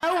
Oh,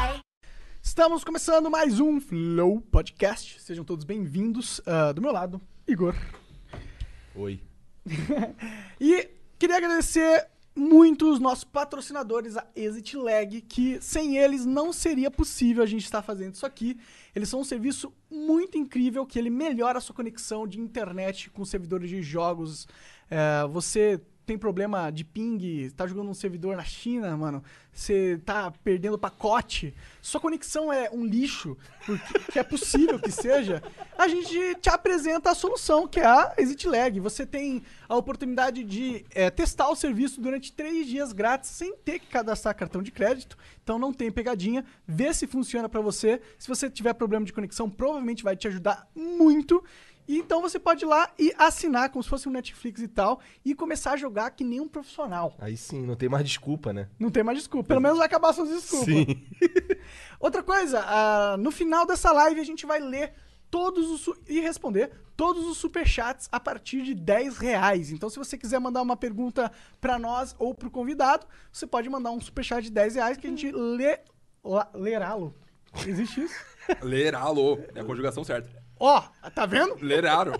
Estamos começando mais um Flow Podcast. Sejam todos bem-vindos. Ah, do meu lado, Igor. Oi. E queria agradecer muito os nossos patrocinadores, a Exit Lag, que sem eles não seria possível a gente estar fazendo isso aqui. Eles são um serviço muito incrível que ele melhora a sua conexão de internet com servidores de jogos. É, você tem problema de ping, tá jogando um servidor na China, mano, você tá perdendo pacote, sua conexão é um lixo, porque que é possível que seja, a gente te apresenta a solução, que é a Exit Lag. Você tem a oportunidade de eh, testar o serviço durante três dias grátis, sem ter que cadastrar cartão de crédito, então não tem pegadinha, vê se funciona pra você. Se você tiver problema de conexão, provavelmente vai te ajudar muito. E então você pode ir lá e assinar como se fosse um Netflix e tal e começar a jogar que nem um profissional. Aí sim, não tem mais desculpa, né? Não tem mais desculpa. Pelo menos vai acabar suas desculpas. Sim. Outra coisa, ah, no final dessa live a gente vai ler todos os su- e responder todos os superchats a partir de 10 reais. Então, se você quiser mandar uma pergunta pra nós ou pro convidado, você pode mandar um superchat de 10 reais que a gente lê lá- lerá-lo. Existe isso? Leralo. É a conjugação certa. Ó, tá vendo? Leraro.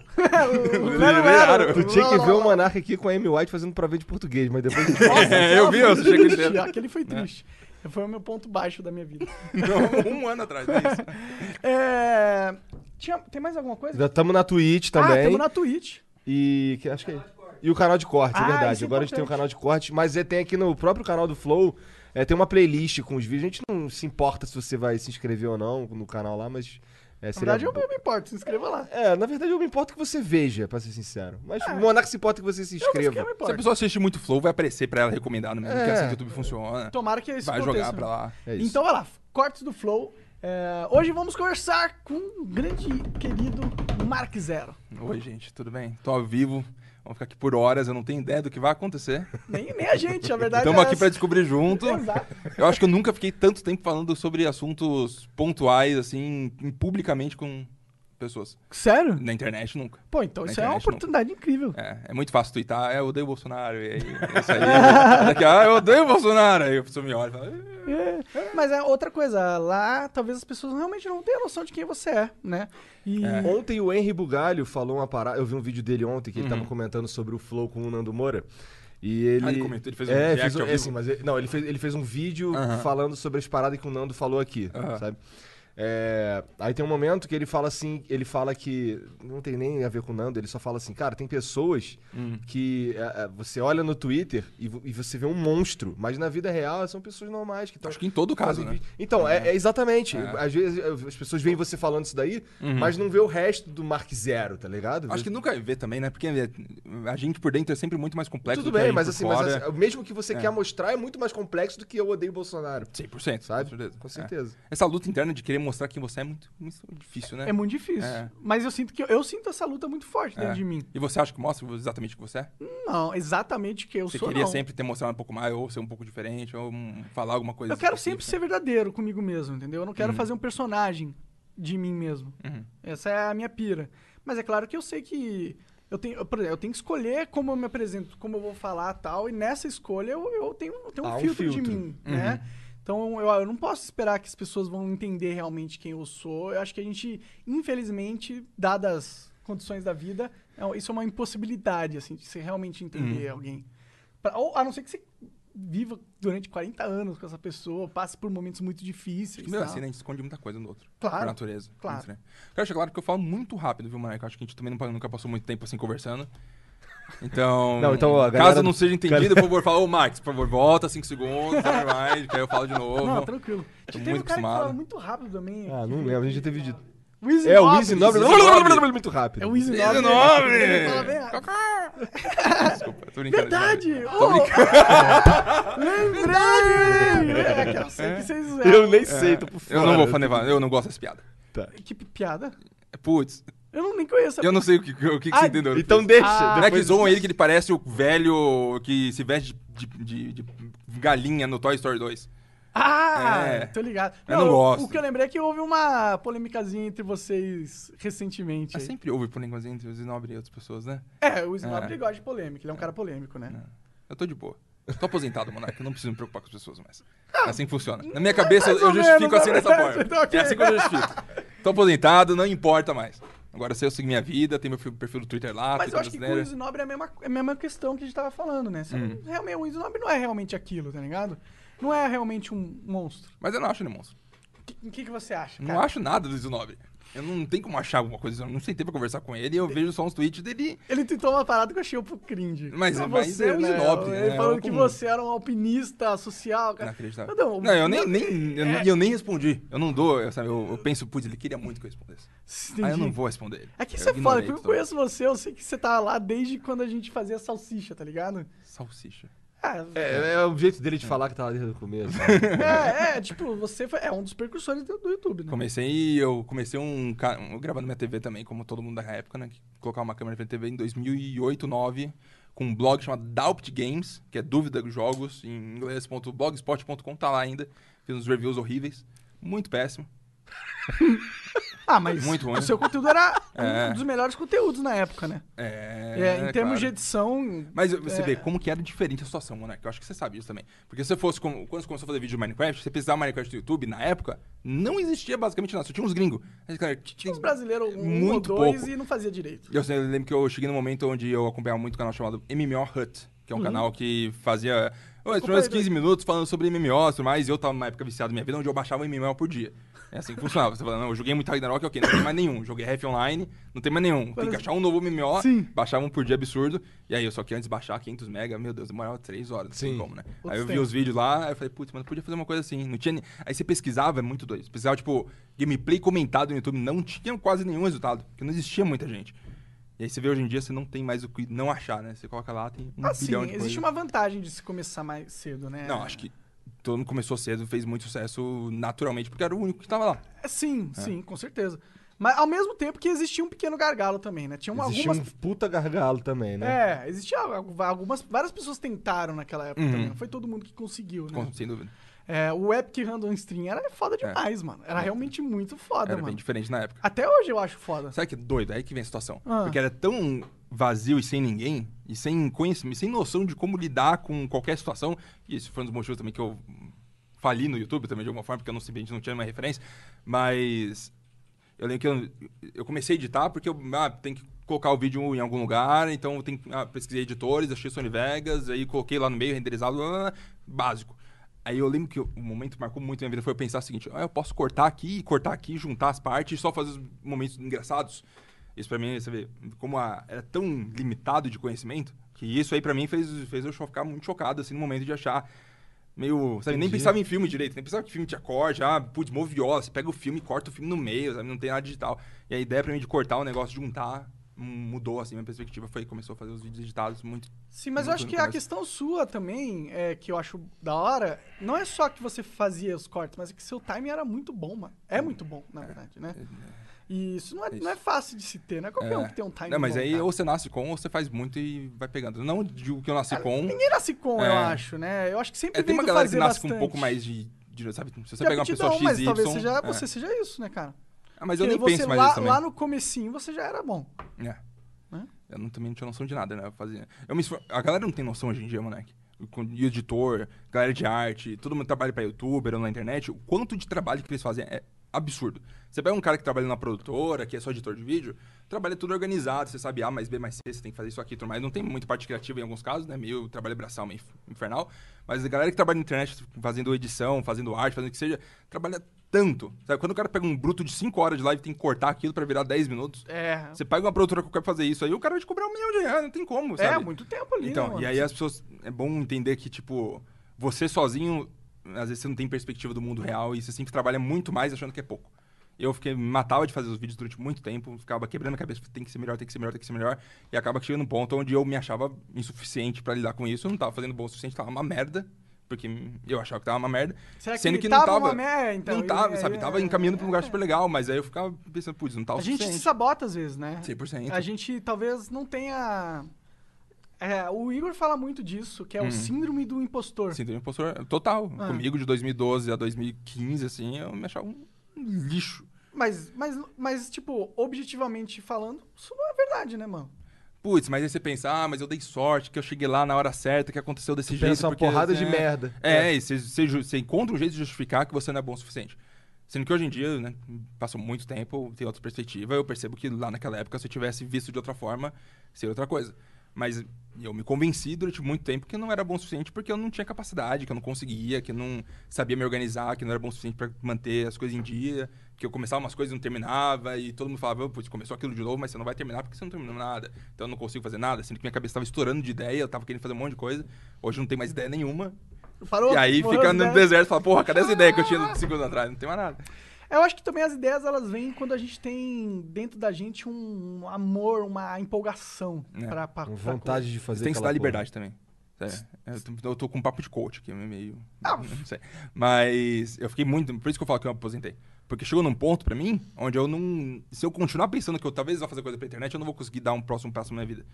Leraro. Tu tinha que ver o Monarca aqui com a Amy White fazendo pra ver de português, mas depois. É, eu vi, Aquele eu achei foi que triste, ele É. Aquele foi triste. Foi o meu ponto baixo da minha vida. Não, um ano atrás, é isso. É, tinha- tem mais alguma coisa? Já estamos na Twitch Ah, também. temos na Twitch. E. que- acho que é- E o canal de Ah, cortes, é isso verdade. é Agora a gente tem um importante. canal de cortes, mas é, tem aqui no próprio canal do Flow. é, tem uma playlist com os vídeos. A gente não se importa se você vai se inscrever ou não no canal lá, mas. É, Na seria verdade, eu bo- não me importo, se inscreva lá. É, na verdade eu me importo que você veja, pra ser sincero. Mas o Monarca se importa que você É. se Eu não inscreva. me Se a importo. pessoa assiste muito Flow, vai aparecer pra ela recomendado mesmo, que é assim que o YouTube funciona. Tomara que Então, isso vai aconteça, jogar né? pra lá. É isso. Então vai lá, cortes do Flow. É, hoje vamos conversar com o grande querido Mark Zero. Oi, gente, tudo bem? Tô ao vivo. Vamos ficar aqui por horas, eu não tenho ideia do que vai acontecer. Nem, nem a gente, a verdade Estamos é aqui pra essa. descobrir junto. Exato. Eu acho que eu nunca fiquei tanto tempo falando sobre assuntos pontuais, assim, em- publicamente com pessoas. Sério? Na internet, nunca. Pô, então Na isso é uma internet não. oportunidade incrível. É, é muito fácil twittar, é, eu odeio o Bolsonaro, e aí, é isso aí. Daqui, ah, eu odeio o Bolsonaro, aí a pessoa me olha e fala... "Eh, É, Mas é outra coisa, lá talvez as pessoas realmente não tenham noção de quem você é, né? E É. Ontem o Henry Bugalho falou uma parada. Eu vi um vídeo dele ontem que ele tava comentando sobre o Flow com o Nando Moura. E ele. Uhum. Ah, ele comentou, ele fez um é, react fez um- ao é, vivo? sim, mas ele- não, ele fez, ele fez um vídeo Aham. falando sobre as paradas que o Nando falou aqui, Aham. sabe? É, aí tem um momento que ele fala assim, ele fala que não tem nem a ver com o Nando, ele só fala assim, cara, tem pessoas Hum. que é, é, você olha no Twitter e, vo- e você vê um monstro, mas na vida real são pessoas normais que estão Acho que em todo caso, fazem né? vídeo. Então, é, é exatamente. Às vezes eh, as pessoas veem você falando isso daí, mas não vê o resto do Mark Zero, tá ligado? Uhum. Acho que nunca vai ver também, né? Porque a gente por dentro é sempre muito mais complexo Tudo do que a bem, gente mas por assim, fora. mas assim, o mesmo que você quer mostrar é muito mais complexo do que eu odeio Bolsonaro. 100%, Sabe? com certeza. Com certeza. É. Essa luta interna de querer mostrar quem você é é muito, muito difícil, né? é muito difícil. É. Mas eu sinto que eu sinto essa luta muito forte dentro É. de mim. E você acha que mostra exatamente o que você é? Não, exatamente o que eu Você sou. queria não. sempre ter mostrado um pouco mais, ou ser um pouco diferente, ou hum, falar alguma coisa Eu quero sempre específica. ser verdadeiro comigo mesmo, entendeu? Eu não Uhum. quero fazer um personagem de mim mesmo. Essa é a minha pira. Mas é claro que eu sei que eu tenho, eu, por exemplo, eu tenho que escolher como eu me apresento, como eu vou falar tal, e nessa escolha eu, eu tenho, eu tenho um, Há um filtro, de filtro. mim, Uhum. né? Então eu, eu não posso esperar que as pessoas vão entender realmente quem eu sou. Eu acho que a gente, infelizmente, dadas as condições da vida, é- isso é uma impossibilidade, assim, de você realmente entender alguém. Pra- ou, a não ser que você viva durante 40 anos com essa pessoa, passe por momentos muito difíceis. Mesmo tal. tá? assim, né, a gente esconde muita coisa um do outro. Claro, Por natureza. claro. Isso, né? Quero deixar claro que eu falo muito rápido, viu, Maneco? Acho que a gente também não- nunca passou muito tempo assim conversando. Então, Não, então, ó, a galera caso do- não seja entendido, por favor, fala, ô Max, por favor, volta 5 segundos, sabe mais, que aí eu falo de novo. Não, tranquilo. Tô Teve um cara muito que acostumado. falava muito rápido também. Ah, que- não lembro. A gente já teve de O Easy É, o Nobre. Easy Nobre. Nobre. Muito rápido. É o Easy Nobre. Ele fala bem rápido. 19! Desculpa, tô brincando. Verdade! Tô Ô, brincando. Lembrei! É, que eu sei que vocês Eu nem sei, tô por fora. É. Eu não vou fanevar, eu não gosto dessa piada. É, Que piada. Putz, Eu não, nem conheço. eu não sei o que, o que, que Ah, você entendeu. Então deixa. Ah. Não é que depois- zoam ele que ele parece o velho que se veste de, de- de- de galinha no Toy Story 2. Ah, É. tô ligado. Eu não gosto. O que eu lembrei é que houve uma polêmicazinha entre vocês recentemente. Mas aí. sempre houve polêmicas entre os nobres e outras pessoas, né? É, o Snob Ah, É. ele gosta de polêmica, ele é um cara polêmico, né? Eu tô de boa. Tô aposentado, monarca. Eu não preciso me preocupar com as pessoas mais. É assim que funciona. Na minha cabeça, eu, mais ou eu justifico menos, assim na dessa verdade. forma. Então, ok. É assim que eu justifico. Tô aposentado, não importa mais. Agora sei eu sigo minha vida, tem meu fi- perfil do Twitter lá, Mas Twitter eu acho que com o brasileiro. Hum. Easy Nobre é a mesma, é a mesma questão que a gente tava falando, né? Você não- realmente, o Easy Nobre não é realmente aquilo, tá ligado? Não é realmente um monstro. Mas eu não acho ele monstro. O que, que, que você acha, Eu cara? Não acho nada do Zinobre. Eu não tenho como achar alguma coisa, eu não sentei pra conversar com ele, eu vejo só uns tweets dele. Ele tentou uma parada que eu achei um pouco cringe. Mas- Pra mas é o Easy Nobre, Ele né? É falando o que comum. você era um alpinista social, cara. Inacreditável. Não, é. Não, eu nem, nem- eu, nem- eu nem respondi. Eu não dou, eu, sabe, eu, eu penso, putz, ele queria muito que eu respondesse. Entendi. Aí Ah, eu não vou responder ele. É que Eu isso é foda, ignorei porque eu totalmente. conheço você, eu sei que você tá lá desde quando a gente fazia salsicha, tá ligado? Salsicha. Ah, É, é o jeito dele de falar que tava desde o começo. é, é, tipo, você foi, é um dos precursores do, do YouTube, né? Comecei, eu comecei um, ca- um- eu gravando minha TV também, como todo mundo da época, né? que Colocava uma câmera na frente da TV em 2008, 2009, com um blog chamado Doubt Games, que é dúvida dos jogos, em inglês.blogspot.com, tá lá ainda. Fiz uns reviews horríveis, muito péssimo. Ah, mas Muito ruim. o seu conteúdo era É. um dos melhores conteúdos na época, né? É, É, em termos claro. de edição, Mas você É. vê como que era diferente a situação, Monark. Eu acho que você sabe disso também. Porque se você fosse. como- quando você começou a fazer vídeo de Minecraft, você pesquisava Minecraft do YouTube, na época, não existia basicamente nada. Só tinha uns gringos. Aí, cara, tinha uns brasileiros um Muito ou dois pouco. e não fazia direito. Eu sei, eu lembro que eu cheguei num momento onde eu acompanhava muito um canal chamado MMO Hut, que é um canal que fazia os primeiros 15 minutos falando sobre MMO e tudo mais, e eu tava numa época viciado na minha vida onde eu baixava MMO por dia. É assim que funcionava. Você fala, não, eu joguei muito Ragnarok, ok, não tem mais nenhum. Joguei Half Online, não tem mais nenhum. Tem que achar um novo MMO, Sim. baixava um por dia absurdo, e aí eu só que antes de baixar 500 mega, meu Deus, demorava 3 horas, não sei Sim. como, né? aí Outros eu vi tempos. os vídeos lá, aí eu falei, putz, mano, podia fazer uma coisa assim. Não tinha... ni- Aí você pesquisava, é muito doido. Você Pesquisava, tipo, gameplay comentado no YouTube, não tinha quase nenhum resultado, porque não existia muita gente. E aí você vê hoje em dia, você não tem mais o que não achar, né? Você coloca lá, tem um Assim, bilhão de existe coisas. uma vantagem de se começar mais cedo, né? Não, acho que todo mundo começou cedo, fez muito sucesso naturalmente, porque era o único que tava lá. É, Sim, sim, com certeza. Mas ao mesmo tempo que existia um pequeno gargalo também, né? Tinha uma- Existia algumas um puta gargalo também, né? É, existia algu- algumas. Várias pessoas tentaram naquela época Uhum. também. Não foi todo mundo que conseguiu, né? com- Sem dúvida. É, o Epic Random String era foda demais, mano. Era realmente muito foda, É. Era bem mano. diferente na época. Até hoje eu acho foda. Sabe que é doido? Aí que vem a situação. Ah. Porque era tão vazio e sem ninguém, e sem conhecimento, sem noção de como lidar com qualquer situação. E esse foi um dos motivos também que eu fali no YouTube também, de alguma forma, porque eu não simplesmente não tinha uma referência. Mas eu lembro que eu, eu comecei a editar porque eu ah, tenho que colocar o vídeo em algum lugar, então eu tenho, que- ah, pesquisei editores, achei Sony Vegas, aí coloquei lá no meio, renderizado, blá, blá, blá, básico. Aí eu lembro que o momento que marcou muito na minha vida foi eu pensar o seguinte, ah, eu posso cortar aqui, cortar aqui, juntar as partes e só fazer os momentos engraçados. Isso pra mim, você vê, como a- era tão limitado de conhecimento, que isso aí pra mim fez, fez eu cho- ficar muito chocado, assim, no momento de achar meio, sabe, nem Entendi. pensava em filme direito, nem pensava que filme tinha corte, ah, putz, moviosa, você pega o filme e corta o filme no meio, sabe, não tem nada digital. E a ideia pra mim de cortar o negócio, juntar, hum, mudou, assim, minha perspectiva foi, começou a fazer os vídeos editados muito... Sim, mas eu Não acho foi que no a começo. questão sua também, é, que eu acho da hora, não é só que você fazia os cortes, mas é que seu timing era muito bom, mano. É muito bom, na verdade, né? E isso não é, não é fácil de se ter, não é qualquer um que tem um timing Não, mas bom, aí cara. ou você nasce com ou você faz muito e vai pegando. Não digo que eu nasci com... Ninguém nasce com, eu É. acho, né? Eu acho que sempre É, tem veio uma do galera que fazer nasce com um bastante. pouco mais de... de- Sabe, se você De pega uma pessoa aptidão, XY... mas talvez seja, é. você já é isso, né, cara? Ah, mas eu Porque nem você penso mais lá, nisso também. lá no comecinho você já era bom. É. Né? Eu não, também não tinha noção de nada, né? Eu fazia... eu me esfor- A galera não tem noção hoje em dia, moleque. Com- E editor, galera de arte, todo mundo que trabalha pra youtuber ou na internet. O quanto de trabalho que eles fazem é absurdo. Você pega um cara que trabalha numa produtora, que é só editor de vídeo, trabalha tudo organizado, você sabe A mais B mais C, você tem que fazer isso aqui e tudo mais. Não tem muita parte criativa em alguns casos, né? Meio trabalho braçal, meio inf- infernal. Mas a galera que trabalha na internet fazendo edição, fazendo arte, fazendo o que seja, trabalha tanto. Sabe? Quando o cara pega um bruto de 5 horas de live e tem que cortar aquilo pra virar 10 minutos, É. você paga uma produtora que quer fazer isso aí, o cara vai te cobrar um milhão de reais, não tem como, É, sabe? há muito tempo ali, né, Então, mano? e aí as pessoas... É bom entender que, tipo, você sozinho, às vezes você não tem perspectiva do mundo real e você sempre trabalha muito mais achando que é pouco. Eu fiquei, me matava de fazer os vídeos durante muito tempo, ficava quebrando a cabeça, tem que ser melhor, tem que ser melhor, tem que ser melhor. E acaba que chegando um ponto onde eu me achava insuficiente pra lidar com isso, eu não tava fazendo bom o suficiente, tava uma merda, porque eu achava que tava uma merda. Será que sendo que não tava tava. uma merda, então? não tava, E- sabe? e- Tava encaminhando pra um lugar super legal, mas aí eu ficava pensando, putz, não tava A o gente se suficiente. sabota às vezes, né? 100%. É, A gente talvez não tenha. é, o Igor fala muito disso, que é Uhum. o síndrome do impostor. Síndrome do impostor total. Ah. Comigo, de 2012 a 2015, assim, eu me achava um um lixo. Mas, mas, mas, tipo, objetivamente falando, isso não é verdade, né, mano? Putz, mas aí você pensa, ah, mas eu dei sorte, que eu cheguei lá na hora certa, que aconteceu desse jeito. pensa uma porque, porrada né? de merda. É, e você, você ju- você encontra um jeito de justificar que você não é bom o suficiente. Sendo que hoje em dia, né, passou muito tempo, tem outra perspectiva, eu percebo que lá naquela época, se eu tivesse visto de outra forma, seria outra coisa. Mas eu me convenci durante muito tempo que eu não era bom o suficiente porque eu não tinha capacidade, que eu não conseguia, que eu não sabia me organizar, que eu não era bom o suficiente para manter as coisas em dia, que eu começava umas coisas e não terminava, e todo mundo falava, putz, começou aquilo de novo, mas você não vai terminar porque você não terminou nada. Então eu não consigo fazer nada, sendo que minha cabeça estava estourando de ideia, eu tava querendo fazer um monte de coisa. Hoje eu não tenho mais ideia nenhuma, Parou? e aí Morou fica as no ideias? deserto e fala, porra, cadê essa ideia que eu tinha cinco segundos atrás? Não tem mais nada. Eu acho que também as ideias elas vêm quando a gente tem dentro da gente um amor, uma empolgação É, pra, pra, Com pra vontade de Você fazer tem que se aquela dar porra. liberdade também. Sério. Eu tô, eu tô com um papo de coach aqui, meio. Não sei. Mas eu fiquei muito. Por isso que eu falo que eu me aposentei. Porque chegou num ponto pra mim onde eu não. Se eu continuar pensando que eu talvez vá fazer coisa pra internet, eu não vou conseguir dar um próximo passo na minha vida.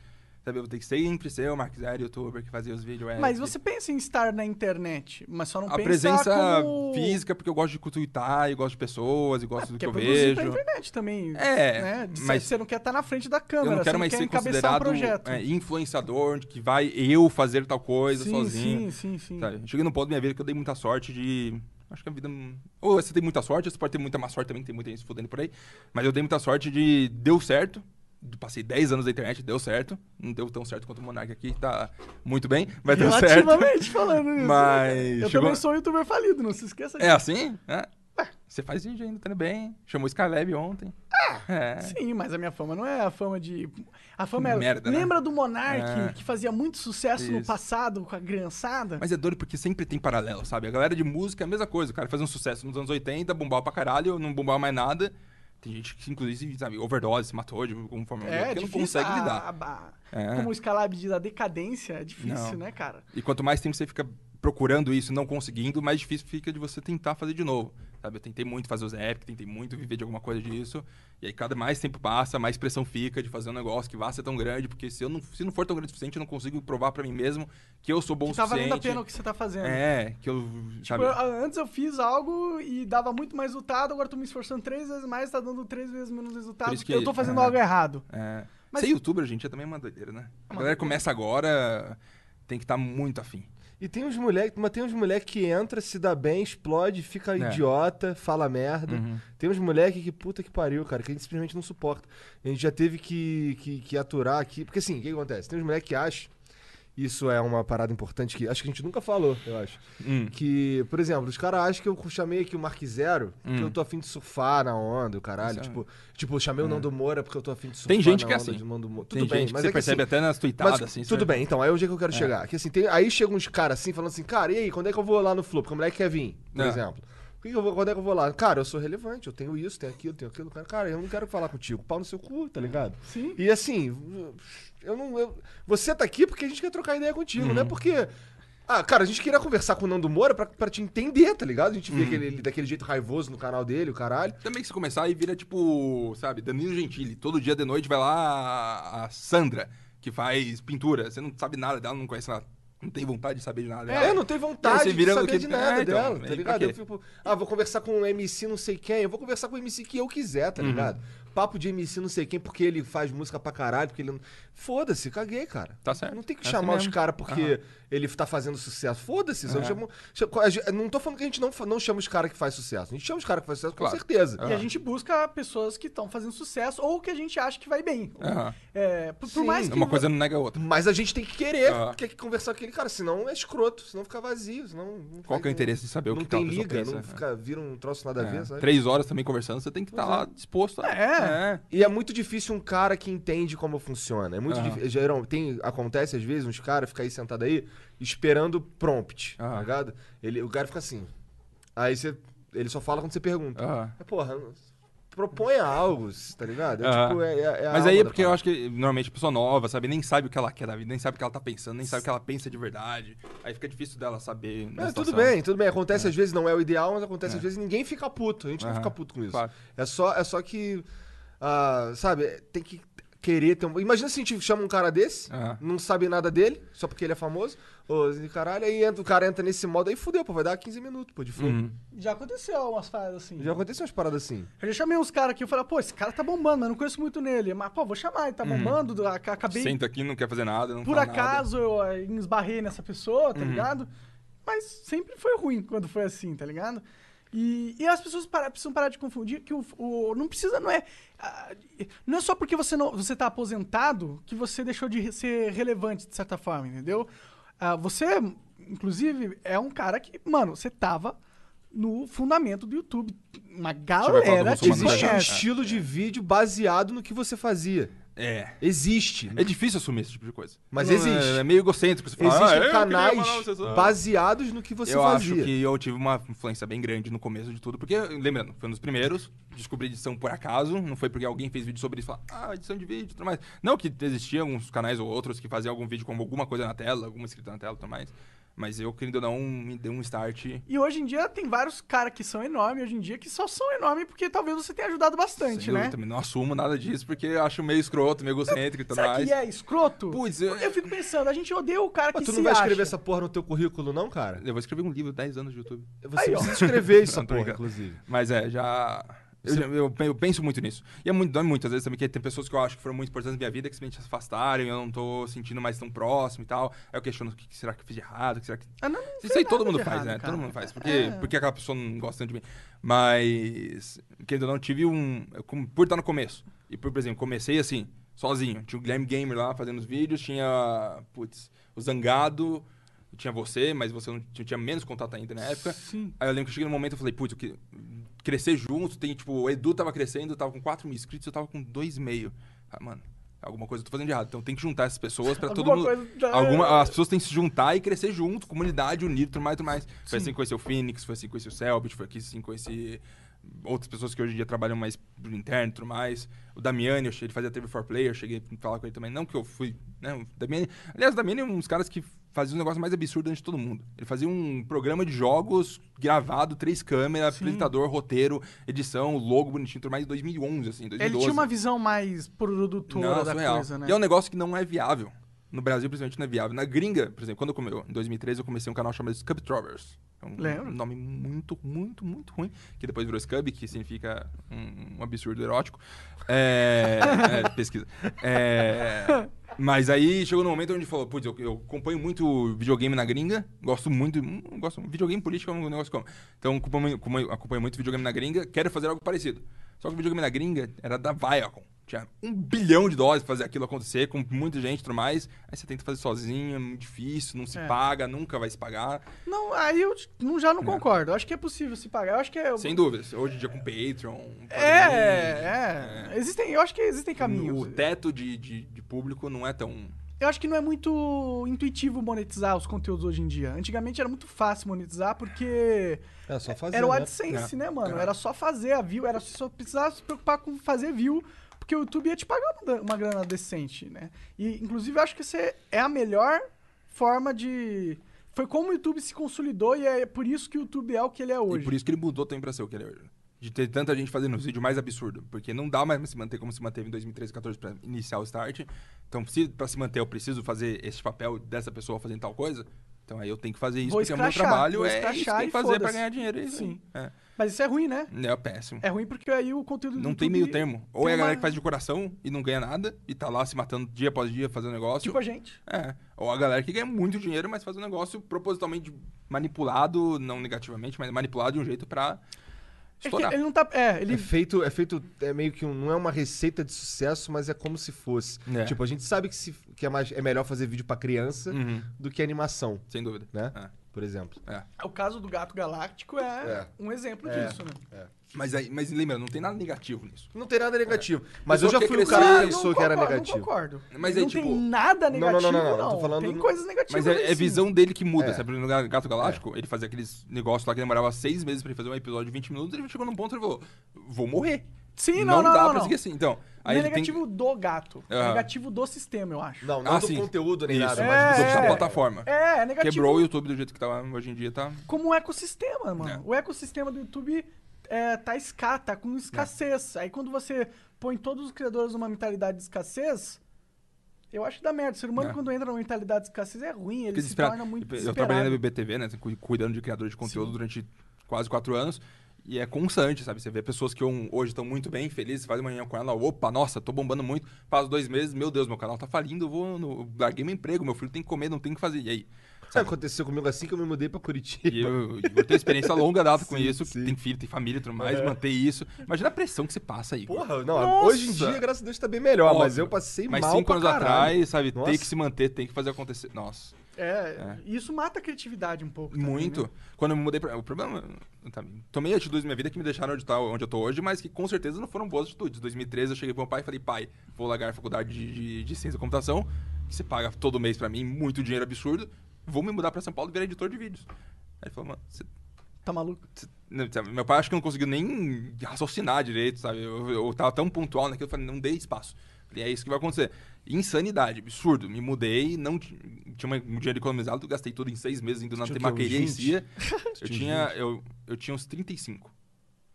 Sabe? Eu vou ter que sempre ser o Mark Zero, youtuber, que fazia os vídeos. é, Mas que- você pensa em estar na internet, mas só não A pensa presença como... física, porque eu gosto de cutuitar, e gosto de pessoas, e gosto do que que é eu produzir pra vejo. internet também. É, né? De- mas- Você não quer estar na frente da Eu câmera, não você quero mais quer ser encabeçar um considerado projeto. é, influenciador, de que vai eu fazer tal coisa sim, sozinho. sim, sim, sim. Sabe? Cheguei num ponto da minha vida que eu dei muita sorte de. Acho que a vida. não- Ou você tem muita sorte, ou você pode ter muita má sorte também, que tem muita gente se fudendo por aí. Mas eu dei muita sorte de. Deu certo. Passei 10 anos na internet, deu certo. Não deu tão certo quanto o Monark aqui, tá muito bem, mas deu certo. Relativamente falando isso. né, cara? Mas Eu chegou- também sou um youtuber falido, não se esqueça disso. É assim? É. Você faz vídeo ainda, tá indo bem. Chamou o Skylab ontem. É. Sim, mas a minha fama não é a fama de. A fama é. Merda, né? Lembra do Monark É. que fazia muito sucesso no Isso. passado com a criançada? Mas é doido porque sempre tem paralelo, sabe? A galera de música é a mesma coisa. O cara fazia um sucesso nos anos 80, bombava pra caralho, não bombava mais nada. Tem gente que, inclusive, sabe, overdose, se matou de alguma forma. porque não É, difícil Ah. consegue a- lidar. a- É. Como o Scalab diz, a decadência é difícil, Não. né, cara? E quanto mais tempo você fica procurando isso e não conseguindo, mais difícil fica de você tentar fazer de novo. Sabe? Eu tentei muito fazer os Epic, tentei muito viver de alguma coisa disso. E aí, cada mais tempo passa, mais pressão fica de fazer um negócio que vá ser tão grande, porque se, eu não, se não for tão grande o suficiente, eu não consigo provar pra mim mesmo que eu sou bom Que o tá suficiente. valendo a pena o que você tá fazendo. É, que eu. Tipo, Sabe? eu- antes eu fiz algo e dava muito mais resultado, agora eu tô me esforçando três vezes mais, tá dando três vezes menos resultado, Por isso porque que- eu tô fazendo é. algo errado. É. Mas- Ser youtuber, gente, é também uma doideira, né? A galera começa agora, tem que estar muito afim. E tem uns moleques, mas tem uns moleque que entra, se dá bem, explode, fica É. Uhum. idiota, fala merda. Tem uns moleque que puta que pariu, cara, que a gente simplesmente não suporta. A gente já teve que, que, que aturar aqui. Porque assim, o que acontece? Tem uns moleque que acham, isso é uma parada importante que acho que a gente nunca falou, eu acho. Hum. Que, por exemplo, os caras acham que eu chamei aqui o Mark Zero, que eu tô afim de surfar na onda, o caralho. Hum. Isso é- Tipo, tipo, eu chamei o Nando Moura porque eu tô afim de surfar Tem gente na que é onda assim. de Nando Moura. Tudo Tem bem, gente mas que você é que, assim, percebe até nas tuitadas, mas, assim. tudo você- bem, então, aí é onde é que eu quero chegar. Que, assim, tem, aí chegam uns caras assim, falando assim, cara, e aí, quando é que eu vou lá no Flow? Porque o moleque quer vir, por É. exemplo. Por que que eu vou, quando é que eu vou lá? Cara, eu sou relevante, eu tenho isso, tenho aquilo, tenho aquilo. Cara, Cara, eu não quero falar contigo. Pau no seu cu, tá ligado? Sim. E assim, eu não. eu- você tá aqui porque a gente quer trocar ideia contigo, não é porque. Ah, cara, a gente queria conversar com o Nando Moura pra, pra te entender, tá ligado? A gente vê aquele- ele daquele jeito raivoso no canal dele, o caralho. Também que você começar e vira, tipo, sabe, Danilo Gentili. Todo dia de noite vai lá a Sandra, que faz pintura. Você não sabe nada dela, não conhece nada. Não tem vontade de saber de nada dela. É, eu não tenho E aí vontade você de vira o saber quê? de nada É, então, dela, aí tá pra ligado? quê? Eu fico, ah, vou conversar com um MC não sei quem, eu vou conversar com o MC que eu quiser, Uhum. tá ligado? Papo de MC não sei quem, porque ele faz música pra caralho, porque ele não... Foda-se, caguei, cara. Tá certo. Não tem que É assim chamar os mesmo. caras porque ele tá fazendo sucesso. Foda-se, eu É. chamo... chamo- a gente- Não tô falando que a gente não, fa- não chama os caras que faz sucesso. A gente chama os caras que faz sucesso, Claro. com certeza. Ah. E a gente busca pessoas que estão fazendo sucesso ou que a gente acha que vai bem. Aham. É, por, por Sim. mais que. Ah. Uma coisa não nega a outra. Mas a gente tem que querer Ah. quer que conversar com aquele cara, senão é escroto, senão fica vazio, senão... não Qual faz- que é o interesse de saber o Não que tal tem pessoa liga, pensa? não fica, vira um troço nada a né? É. ver, sabe? Três horas também conversando, você tem que estar lá disposto. A... É. é. E é muito difícil um cara que entende como funciona. É muito Aham. difícil. Geral, tem, acontece às vezes uns caras ficam aí sentados aí esperando prompt, tá Aham. ligado? Ele, o cara fica assim. Aí você. Ele só fala quando você pergunta. Aham. É, Porra, proponha algo, tá ligado? É, Aham. tipo, é- é- é a Mas aí alma da é porque eu parada. acho que normalmente a pessoa nova, sabe, nem sabe o que ela quer da vida, nem sabe o que ela tá pensando, nem sabe o que ela pensa de verdade. Aí fica difícil dela saber. É, nessa tudo situação. bem, tudo bem. Acontece às vezes, não é o ideal, mas acontece às vezes e ninguém fica puto. A gente não Aham, fica puto com isso. claro. É, só, é só que, ah, sabe, tem que querer ter um... Imagina se a gente chama um cara desse, Aham. não sabe nada dele, só porque ele é famoso, ô, caralho, aí entra, o cara entra nesse modo, aí fudeu, pô, vai dar 15 minutos, pô, de flow. Uhum. Já aconteceu umas paradas assim. Já aconteceu umas paradas assim. Eu já chamei uns caras aqui, eu falei, pô, esse cara tá bombando, mas não conheço muito nele. Mas, pô, vou chamar, ele tá Uhum. bombando, ac- acabei... Senta aqui, não quer fazer nada, não Por fala nada. Uhum. acaso eu eh, esbarrei nessa pessoa, tá ligado? Mas sempre foi ruim quando foi assim, tá ligado? E, e as pessoas para- precisam parar de confundir que o, o- não precisa, não é. ah, Não é só porque você, não, você tá aposentado que você deixou de re- ser relevante, de certa forma, entendeu? Ah, você, inclusive, é um cara que, mano, você tava no fundamento do YouTube. Uma falar do galera te Bolsonaro. Existe um É. conhece. estilo de vídeo baseado no que você fazia. É. Existe. É difícil assumir esse tipo de coisa. Mas Não, existe. É, é meio egocêntrico. Você fala, ah, eu Existem queria ah." canais morar, você só- baseados no que você eu fazia. acho que eu tive uma influência bem grande no começo de tudo, porque, lembrando, foi um dos primeiros, descobri edição por acaso, não foi porque alguém fez vídeo sobre isso e falou, ah, edição de vídeo e tudo mais. Não que existiam uns canais ou outros que faziam algum vídeo com alguma coisa na tela, alguma escrita na tela e tudo mais, mas eu, querendo ou não, me deu um start. E hoje em dia tem vários caras que são enormes, hoje em dia, que só são enormes porque talvez você tenha ajudado bastante, sem né? dúvida, Também não assumo nada disso, porque eu acho meio escroto, meio egocêntrico e tudo Será mais. que é escroto? Putz, eu- Eu fico pensando, a gente odeia o cara Pô, que tu se não vai escrever acha. essa porra no teu currículo, não, cara? Eu vou escrever um livro, 10 anos de YouTube. Você Aí, ó. precisa escrever essa Não, tô porra, brincando. inclusive. Mas é, já. Eu, já- eu, eu penso muito nisso. E é muito, dói muito, às vezes, também, que tem pessoas que eu acho que foram muito importantes na minha vida que simplesmente se afastaram, eu não tô sentindo mais tão próximo e tal. Aí eu questiono o que que será que eu fiz de errado, o que será que. Ah, não, não Isso foi aí todo nada mundo de faz, errado, né? cara. Todo mundo faz. Porque, porque aquela pessoa não gosta tanto de mim. Mas, querendo ou não, tive um. eu como- Por estar no começo. E, por exemplo, comecei assim, sozinho. Tinha o Glam Gamer lá fazendo os vídeos, tinha. Putz, o Zangado. Tinha você, mas você não tinha tinha menos contato ainda na época. Sim. Aí eu lembro que eu cheguei num momento eu falei, putz, eu que- crescer junto, tem tipo, o Edu tava crescendo, eu tava com 4 mil inscritos, eu tava com 2,5. Ah, mano, alguma coisa eu tô fazendo de errado. Então tem que juntar essas pessoas pra todo Alguma mundo. coisa tá- Alguma, as pessoas têm que se juntar e crescer junto, comunidade, unir, tudo mais, tudo mais. Foi assim que conheci o Phoenix, foi assim que conheci o Selbit, foi aqui assim que conheci outras pessoas que hoje em dia trabalham mais pro interno e tudo mais. O Damiani, eu che- ele fazia TV for Player, eu cheguei a falar com ele também. Não que eu fui, né? O Damiani, aliás, o Damiani é um dos caras que fazia um negócio mais absurdo antes de todo mundo. Ele fazia um programa de jogos gravado, três câmeras, apresentador, roteiro, edição, logo bonitinho, tudo mais, em 2011, assim, 2012. Ele tinha uma visão mais produtora Não, da surreal. coisa, né? E é um negócio que não é viável. No Brasil, principalmente, não é viável. Na gringa, por exemplo, quando eu come- eu, em 2013, eu comecei um canal chamado Scub Trovers. É um Lembro. nome muito, muito, muito ruim. Que depois virou Scub, que significa um, um absurdo erótico. É, é, pesquisa. É, mas aí chegou no momento onde falou, putz, eu, eu acompanho muito videogame na gringa, gosto muito, hum, gosto videogame político é um negócio como. Então acompanho, acompanho- acompanho muito videogame na gringa, quero fazer algo parecido. Só que o videogame na gringa era da Viacom. Tinha um bilhão de dólares pra fazer aquilo acontecer, com muita gente e tudo mais. Aí você tenta fazer sozinho, é muito difícil, não se É. paga, nunca vai se pagar. Não, aí eu t- não, já não concordo. Eu acho que é possível se pagar. Eu acho que é. Sem dúvidas. Hoje em dia com Patreon. um É, é, Existem, eu acho que existem Padrim, caminhos. O teto de, de- de público não é tão. Eu acho que não é muito intuitivo monetizar os conteúdos hoje em dia. Antigamente era muito fácil monetizar porque É, só fazer, era o né? AdSense, É. né, mano? É. Era só fazer a view, era só precisava se preocupar com fazer view, porque o YouTube ia te pagar uma, dan- uma grana decente, né? E, inclusive, eu acho que isso é- é a melhor forma de. Foi como o YouTube se consolidou e é por isso que o YouTube é o que ele é E hoje. por isso que ele mudou também pra ser o que ele é hoje. De ter tanta gente fazendo os vídeos mais absurdo. Porque não dá mais pra se manter como se manteve em 2013, 2014 pra iniciar o start. Então, se pra se manter eu preciso fazer esse papel dessa pessoa fazendo tal coisa, então aí eu tenho que fazer isso, Vou porque é o meu escrachar, trabalho, vou é isso que escrachar tem e que fazer pra foda-se. ganhar dinheiro. é isso aí. Sim. É, Mas isso é ruim, né? é péssimo. É ruim porque aí o conteúdo do Não tem YouTube meio termo. Ou tem é a galera uma- que faz de coração e não ganha nada, e tá lá se matando dia após dia fazendo negócio. Tipo a gente. É. Ou a galera que ganha muito dinheiro, mas faz um negócio propositalmente manipulado, não negativamente, mas manipulado de um jeito pra É que estourar. ele não tá. É, ele. É feito, é feito, é meio que um- não é uma receita de sucesso, mas é como se fosse. É. Tipo, a gente sabe que, se- que é, mais, é melhor fazer vídeo pra criança Uhum. do que animação, Sem dúvida. né? É. Por exemplo. é, O caso do gato galáctico é, É. um exemplo É. disso, né? Mas, aí, mas lembra, não tem nada negativo nisso. Não tem nada negativo. Mas É. Mas eu já o que fui o cresceu- cara Ah, que não pensou que era concordo, negativo. Não concordo. Mas não aí, tipo- tem nada Não, não, não, negativo, não. não, não, tô falando tem no- coisas negativas. Mas é, é sim. visão dele que muda. É. Sabe, no Gato Galáctico, ele fazia aqueles negócios lá que demorava seis meses pra ele fazer um episódio de 20 minutos, ele chegou num ponto e ele falou, vou morrer. Sim, não, não, não. dá não, pra seguir assim. Então, Não aí é ele tem negativo do gato. É Aham. negativo do sistema, eu acho. Não, não Ah, do sim. conteúdo nem Isso, nada, mas mas do do da sistema. plataforma. É, é negativo Quebrou o YouTube do jeito que tá hoje em dia, tá? como um ecossistema, mano. É. O ecossistema do YouTube é, tá escasso, tá com escassez. É. Aí quando você põe todos os criadores numa mentalidade de escassez, eu acho que dá merda. O ser humano, É. quando entra numa mentalidade de escassez, é ruim. Ele Fiquei se desesperado. torna muito Eu desesperado. trabalhei na BBTV, né? cu- Cuidando de criador de conteúdo durante quase quatro anos. E é constante, sabe? Você vê pessoas que um- hoje estão muito bem, felizes, faz uma reunião com ela, opa, nossa, tô bombando muito, faz dois meses, meu Deus, meu canal tá falindo, eu vou no, eu larguei meu emprego, meu filho tem que comer, não tem o que fazer. E aí? Sabe o que aconteceu comigo assim que eu me mudei pra Curitiba? E eu, eu tenho experiência longa data com Sim, isso, sim. É. tem filho, tem família e tudo mais, manter isso. Imagina a pressão que você passa aí. Porra, não, Nossa! hoje em dia, graças a Deus, tá bem melhor, mas Óbvio. eu passei Mas mal cinco pra anos caralho. atrás, sabe, Nossa. tem que se manter, tem que fazer acontecer. Nossa. É, isso mata a criatividade um pouco. também, Muito. né? Quando eu me mudei pra. O problema. tá, tomei atitudes na minha vida que me deixaram onde, tá, onde eu tô hoje, mas que com certeza não foram boas atitudes. Em 2013 eu cheguei pro meu pai e falei, pai, vou largar a faculdade de, de, de ciência da computação, que você paga todo mês pra mim, muito dinheiro absurdo, vou me mudar pra São Paulo e virar editor de vídeos. Aí ele falou, mano, você Tá maluco? não, sabe, Né, então, Meu pai acho que não conseguiu nem raciocinar direito, sabe? Eu, eu tava tão pontual naquilo, eu falei, não dei espaço. Falei, é isso que vai acontecer. Insanidade, absurdo. Me mudei, não ti- tinha uma- um dinheiro economizado, eu gastei tudo em seis meses indo na Tinha o quê, temaqueria em uns 20? si. Eu tinha, eu, eu tinha uns 35.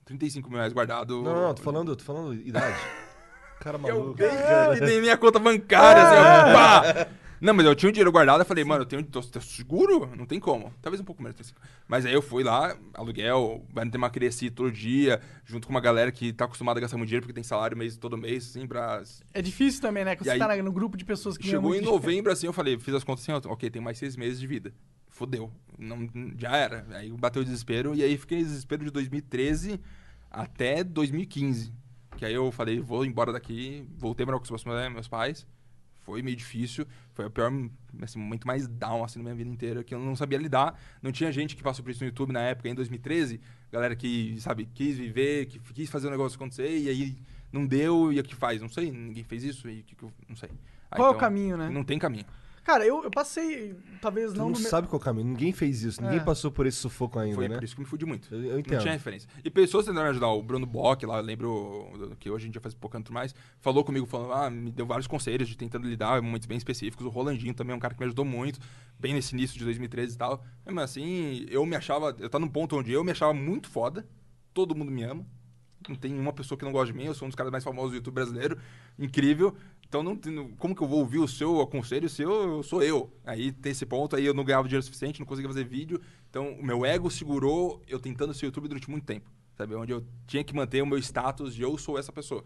35 mil reais guardado. Não, não, não, tô falando, tô falando idade. Cara Eu maluco. dei, e dei minha conta bancária, assim, É. eu, pá! Não, mas eu tinha o dinheiro guardado, eu falei, mano, eu tenho, tô, tô seguro? Não tem como. Talvez um pouco menos. 35. Mas aí eu fui lá, aluguel, vai ter uma cresci todo dia, junto com uma galera que tá acostumada a gastar muito dinheiro, porque tem salário mês todo mês, assim, pra... É difícil também, né? Quando E você tá aí- na- no grupo de pessoas que ganham Chegou muito em dinheiro. novembro, assim, eu falei, fiz as contas assim, ó, ok, tem mais seis meses de vida. Fodeu. Não, já era. Aí bateu o desespero, e aí fiquei em desespero de 2013 até 2015. Que aí eu falei, vou embora daqui, voltei pra morar com os meus, meus pais. Foi meio difícil, foi o pior assim, momento mais down assim, na minha vida inteira, que eu não sabia lidar. Não tinha gente que passou por isso no YouTube na época, em 2013. Galera que, sabe, quis viver, que quis fazer o negócio acontecer, e aí não deu, e o que faz? Não sei, ninguém fez isso, e o que, que eu. Não sei. Aí, então, Qual é o caminho, né? Não tem caminho. Cara, eu, eu passei, talvez Tu não, não no me- sabe qual é o caminho, ninguém fez isso, ninguém É. passou por esse sufoco ainda, Foi né? por isso que eu me fudi muito. Eu- eu entendo. Não tinha referência. E pessoas tentando me ajudar. O Bruno Bock, lá, eu lembro do- que hoje a gente já faz pouco tanto mais, falou comigo, falando, ah, me deu vários conselhos de tentando lidar, em momentos bem específicos. O Rolandinho também é um cara que me ajudou muito, bem nesse início de 2013 e tal. Mas assim, eu me achava, eu tava num ponto onde eu me achava muito foda, todo mundo me ama. Não tem uma pessoa que não gosta de mim, eu sou um dos caras mais famosos do YouTube brasileiro, incrível. Então, não, tem- não- como que eu vou ouvir o seu aconselho se eu, eu sou eu? Aí tem esse ponto, aí eu não ganhava dinheiro suficiente, não conseguia fazer vídeo. Então, o meu ego segurou eu tentando ser YouTube durante muito tempo, sabe? Onde eu tinha que manter o meu status de eu sou essa pessoa.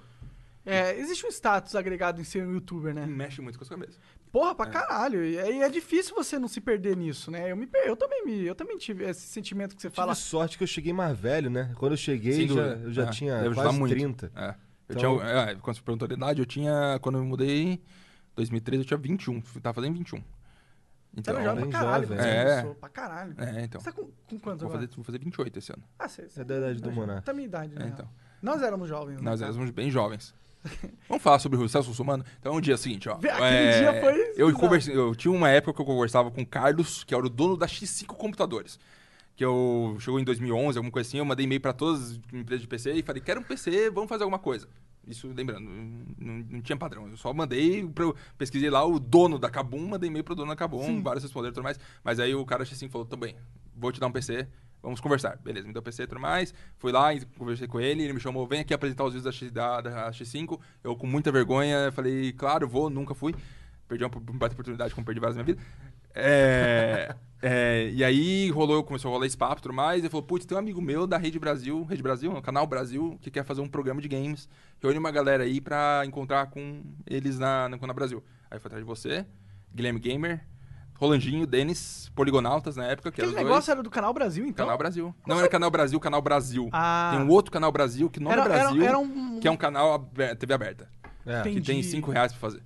É, existe um status agregado em ser um youtuber, né? E mexe muito com a sua cabeça. Porra, pra caralho. E aí é difícil você não se perder nisso, né? Eu, me, per- eu também me, eu também tive esse sentimento que você Tive fala. sorte que eu cheguei mais velho, né? Quando eu cheguei, Sem já, dúvida. eu já É, deve tinha ajudar quase muito. 30. É. Eu Então- tinha, é, quando você perguntou a idade, eu tinha, quando eu me mudei em 2013, eu tinha 21, tava fazendo 21. Você Então, era jovem bem pra caralho, jovem, velho. é. Você começou pra caralho. É, então. Você tá com, com quantos Vou agora? fazer, vou fazer 28 esse ano. Ah, você, você É da idade do Monarca. Tá minha idade, né? É, então. Nós éramos jovens, né, Nós cara? éramos bem jovens. Vamos falar sobre o Celso Russomano? Então, um dia seguinte, ó. É, Vê, aquele dia foi né? Eu, bizarro. conversei, eu tinha uma época que eu conversava com o Carlos, que era o dono da X5 Computadores. Que eu... Chegou em 2011, alguma coisa assim, eu mandei e-mail pra todas as empresas de PC e falei, quero um PC, vamos fazer alguma coisa. Isso, lembrando, não, não tinha padrão. Eu só mandei, pra, pesquisei lá o dono da Kabum, mandei e-mail pro dono da Kabum, vários responderam e tudo mais. Mas aí o cara da X5 falou, também, vou te dar um PC, Vamos conversar. Beleza, me deu PC e tudo mais. Fui lá e conversei com ele. Ele me chamou, vem aqui apresentar os vídeos da, X, da, da X5. Eu, com muita vergonha, falei, claro, vou, nunca fui. Perdi uma um baita oportunidade, como perdi várias na minha vida. É, é, e aí rolou, começou a rolar esse papo e tudo mais. Ele falou, putz, tem um amigo meu da Rede Brasil, Rede Brasil, no canal Brasil, que quer fazer um programa de games. Reúne uma galera aí pra encontrar com eles na, na, na Brasil. Aí foi atrás de você, Guilherme Gamer, Rolandinho, Denis, Poligonautas na época. Que Aquele eram os dois. negócio era do canal Brasil, então? Canal Brasil. Não era Canal Brasil, Canal Brasil. Ah. Tem um outro Canal Brasil que não Era- é era- Brasil, era um- que é um canal abe- TV aberta. É. Tem- Que tem Entendi. 5 reais pra fazer.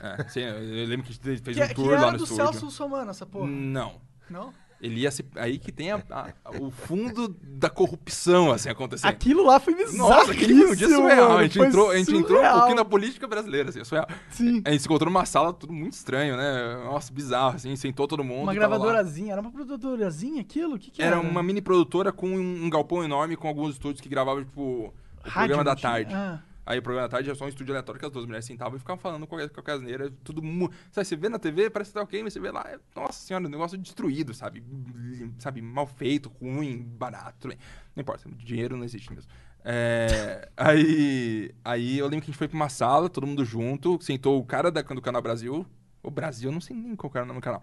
É, assim, eu eu lembro que a gente fez Que, é- um que tour era lá no do estúdio. Hum. Celso Somano, essa porra. Não. Não? Ele ia se... Aí que tem a- a- o fundo da corrupção, assim, acontecendo. Aquilo lá foi bizarro. Nossa, aquele foi um dia surreal. a gente, entrou, a gente entrou um pouquinho porra. na política brasileira, assim, surreal. Sim. A gente se encontrou numa sala, tudo muito estranho, né? Nossa, bizarro, assim, sentou todo mundo. Uma né? tava lá. gravadorazinha. Era uma produtorazinha aquilo? O que que era? Era uma mini produtora com um galpão enorme, com alguns estúdios que gravavam, tipo, o Rádio não programa da tinha? tarde. Ah. Aí o programa da tarde era só um estúdio aleatório que as duas mulheres sentavam e ficavam falando qualquer, qualquer asneira, tudo mu... Sabe, você vê na TV, parece que tá ok, mas você vê lá, é- nossa senhora, um negócio destruído, sabe? Lim- Sabe, mal feito, ruim, barato, tudo bem. Não importa, dinheiro não existe mesmo. É, aí, aí eu lembro que a gente foi pra uma sala, todo mundo junto, sentou o cara da, do canal Brasil, o Brasil, eu não sei nem qual cara é o nome do canal.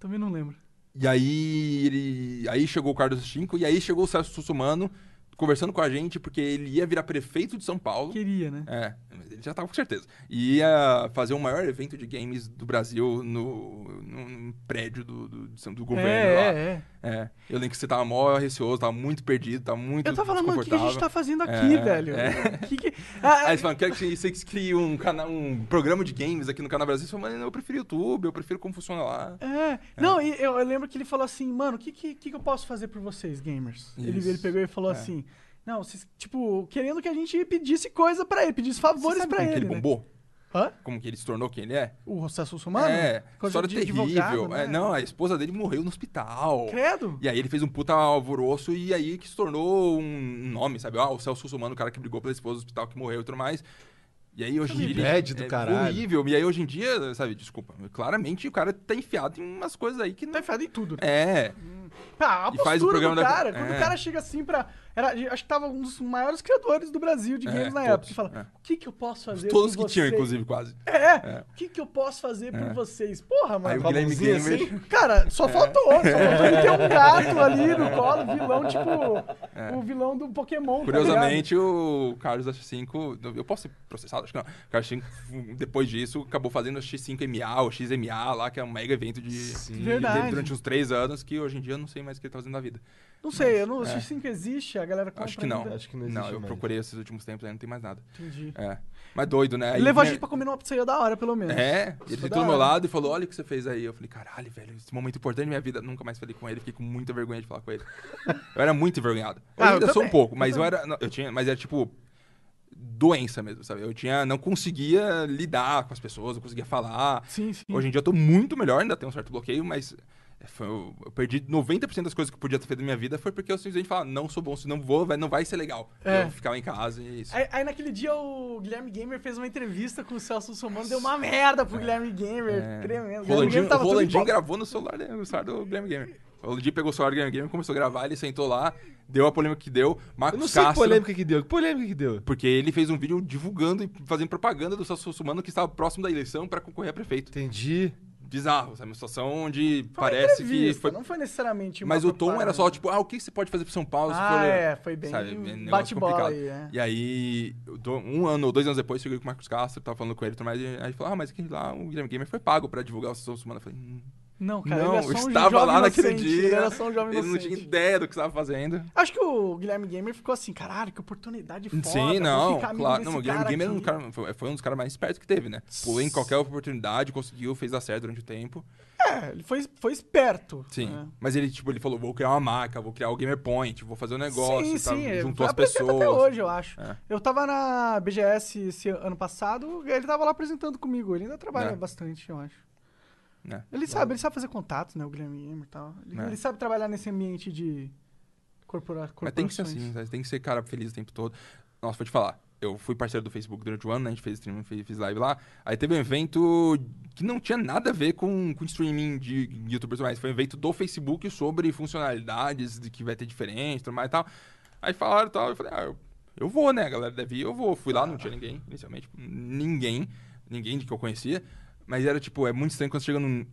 Também não lembro. E aí ele. Aí chegou o Carlos Chinco e aí chegou o Celso Sussumano conversando com a gente, porque ele ia virar prefeito de São Paulo. Queria, né? É, mas ele já tava com certeza. E ia fazer o maior evento de games do Brasil no, no, no prédio do, do, do- do governo lá. é, é, é. É. Eu lembro que você tava mó receoso, tava muito perdido, tava muito. Eu tava falando, mano, o que que a gente tá desconfortável. fazendo aqui, É, velho? é. Que que- Ah, Aí eles falam, quero que vocês criem um, cana- um programa de games aqui no Canal Brasil. Eu falo, mano, eu prefiro YouTube, eu prefiro como funciona lá. É. Não, e eu, eu lembro que ele falou assim, mano, o que, que, que que eu posso fazer por vocês, gamers? Ele, Isso. ele pegou e falou É. assim, não, vocês, tipo, querendo que a gente pedisse coisa pra ele, pedisse favores sabe pra como ele. que ele né? bombou? Hã? Como que ele se tornou quem ele é? O Rossesso Russomano? é, história terrível. né? É, não, a esposa dele morreu no hospital. Credo. E aí ele fez um puta alvoroço e aí que se tornou um nome, sabe? Ah, o Celso Russomano, o cara que brigou pela esposa no hospital que morreu e tudo mais. E aí hoje em dia. ele- bad do é caralho. Horrível. E aí hoje em dia, sabe, desculpa. Claramente o cara tá enfiado em umas coisas aí que não. Tá enfiado em tudo, né? É. Ah, a E postura faz o programa do da- cara. Quando o É. cara chega assim pra... Era, acho que tava um dos maiores criadores do Brasil de É, games na todos, época. E fala, é. o que que eu posso fazer Todos por que tinham, vocês?" inclusive, quase. É, o que que eu posso fazer por vocês? Porra, mano. É. Aí o Com a Guilherme É. mãozinha Gamer. assim? Cara, só faltou. Só faltou ele ter um gato ali no colo, vilão, tipo. O vilão do Pokémon. tá É. Curiosamente, o Carlos da X5. Eu posso ser processado? Acho que não. O Carlos X5, hum, depois disso, acabou fazendo a X5MA, o XMA lá, que é um mega evento de. dele Verdade. durante uns três anos, que hoje em dia eu não sei mais o que ele tá fazendo na vida. ligado? Não sei, eu não, se isso ainda existe, a galera compra. É. Acho que não. ainda. Acho que não existe eu mais. procurei esses últimos tempos, aí não tem mais nada. Entendi. É. Mas doido, né? Aí Ele levou a vinha- gente pra comer uma pizzaria da hora, pelo menos. É, Isso foi ele sentou da do meu hora. lado e falou: Olha o que você fez aí. Eu falei: Caralho, velho, esse momento importante da minha vida. Nunca mais falei com ele, fiquei com muita vergonha de falar com ele. eu era muito envergonhado. Eu Ah, eu ainda sou também, um pouco, mas eu era. não, eu tinha, mas era tipo. Doença mesmo, sabe? Eu tinha, não conseguia lidar com as pessoas, não conseguia falar. Sim, sim. Hoje em dia eu tô muito melhor, ainda tenho um certo bloqueio, mas é, foi- eu, eu perdi 90% das coisas que eu podia ter feito na minha vida foi porque eu simplesmente falava, não sou bom, se não vou, vai- não vai ser legal. É. Eu ficava em casa e é isso. Aí, aí naquele dia o Guilherme Gamer fez uma entrevista com o Celso Somano, deu uma merda pro Guilherme Gamer, tremendo. O Guilherme É. Rolandinho, Gamer tava É. o todo Rolandinho empolgado. gravou no celular, dele, no celular do Guilherme Gamer. O Rolandinho pegou o celular do Guilherme Gamer, começou a gravar, ele sentou lá, deu a polêmica que deu. Marcos Eu não sei que Castro, polêmica que deu. Que polêmica que deu? Porque ele fez um vídeo divulgando e fazendo propaganda do Celso Sussumano que estava próximo da eleição para concorrer a prefeito. Entendi. Bizarro, sabe? Uma situação onde Foi uma parece que entrevista, foi... Não foi necessariamente uma Mas o tom era só, propaganda. tipo, ah, o que você pode fazer pro São Paulo? se Ah, for- é, foi bem sabe, é um negócio bate-bola complicado. aí, é. E aí, eu tô- um ano ou dois anos depois, cheguei com o Marcos Castro, tava falando com ele, e tudo mais, e aí ele falou, ah, mas aquele lá, o Guilherme Gamer foi pago pra divulgar o Sessão Sumana. Eu falei, hum, Não, cara, não, ele é só eu um estava jovem lá naquele inocente, dia, Ele era só um jovem ele não inocente. tinha ideia do que estava fazendo. Acho que o Guilherme Gamer ficou assim, caralho, que oportunidade foda. Sim, esse não, caminho claro. desse Não, o Guilherme cara Gamer era um aqui. cara- foi, foi um dos caras mais espertos que teve, né? Pulou em qualquer oportunidade, conseguiu, fez dar certo durante o tempo. É, ele foi, foi esperto. Sim. né? Mas ele, tipo, ele falou: vou criar uma marca, vou criar o Gamer Point, vou fazer um negócio, sim, tá? sim, é, juntou as apresenta pessoas. até hoje, eu acho. É. Eu tava na BGS esse ano passado, ele tava lá apresentando comigo, ele ainda trabalha É. bastante, eu acho. né? Ele sabe, ele sabe fazer contatos, né, o Guilherme Gamer e tal. Ele, É. ele sabe trabalhar nesse ambiente de corpora Mas tem que ser corporações. assim, sabe? tem que ser cara feliz o tempo todo. Nossa, vou te falar. Eu fui parceiro do Facebook durante o ano, né? A gente fez streaming, fez, fiz live lá. Aí teve um evento que não tinha nada a ver com, com streaming de youtubers mais. Foi um evento do Facebook sobre funcionalidades de que vai ter diferente, tudo mais e tal. Aí falaram e tal, eu falei, ah, eu, eu vou, né, galera? Deve ir, eu vou. Fui lá, não tinha ninguém, inicialmente. Ninguém. Ninguém de que eu conhecia. Mas era tipo, é muito estranho quando você chega num.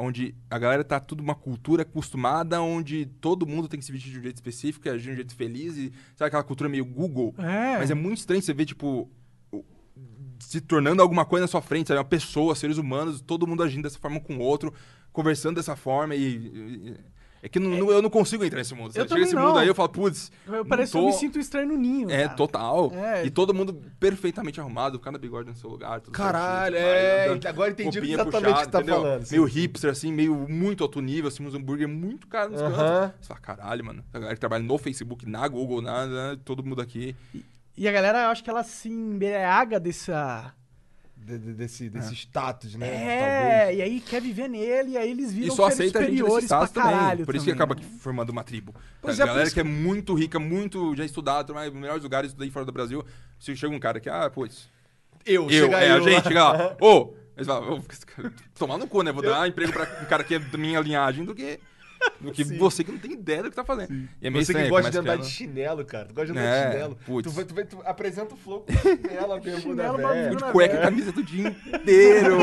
Onde a galera tá tudo uma cultura acostumada, onde todo mundo tem que se vestir de um jeito específico, agir de um jeito feliz, e sabe aquela cultura meio Google? É. Mas é muito estranho você ver, tipo, o- se tornando alguma coisa na sua frente, sabe? Uma pessoa, seres humanos, todo mundo agindo dessa forma um com o outro, conversando dessa forma e. e- e- é que não- não- eu não consigo entrar nesse mundo. sabe? também Chega esse não. mundo aí, eu falo, putz. Eu não pareço que eu tô- me sinto estranho no ninho. É, cara. total. É. E todo mundo perfeitamente arrumado, cada bigode no seu lugar. Tudo Caralho, certinho, tudo é, mais, andando, agora entendi roupinha exatamente o que você tá entendeu? falando, sim, Meio sim. hipster, assim, meio muito alto nível, assim, uns hambúrguer muito caro nos Aham. cantos. Você fala, caralho, mano. A galera que trabalha no Facebook, na Google, na, na- todo mundo aqui. E a galera, eu acho que ela se embriaga dessa. de- de- É. desse, desse status, né? É, Talvez. e aí quer viver nele, e aí eles viram E só seres aceita a gente nesse superiores pra status também. caralho Por isso que também, acaba né? aqui formando uma tribo. Pois a é, por galera isso que é muito rica, muito já estudada, mas nos melhores lugares daí fora do Brasil. Se chega um cara que, ah, pô, isso- Eu, eu, chega é, a eu gente, lá. chega lá, ô, eles falam, ô, esse cara- tomar no cu, né? Vou dar emprego pra um cara que é da minha linhagem do que, do que você que não tem ideia do que tá fazendo. E é meio Você que estranho, gosta de começa andar de criando- chinelo, cara. Tu gosta de andar É, de chinelo. putz. é Tu, vai- tu, vai- tu apresenta o flow com chinelo, a bermuda Chinelo, velha. bagulho. de cueca e camiseta o dia inteiro.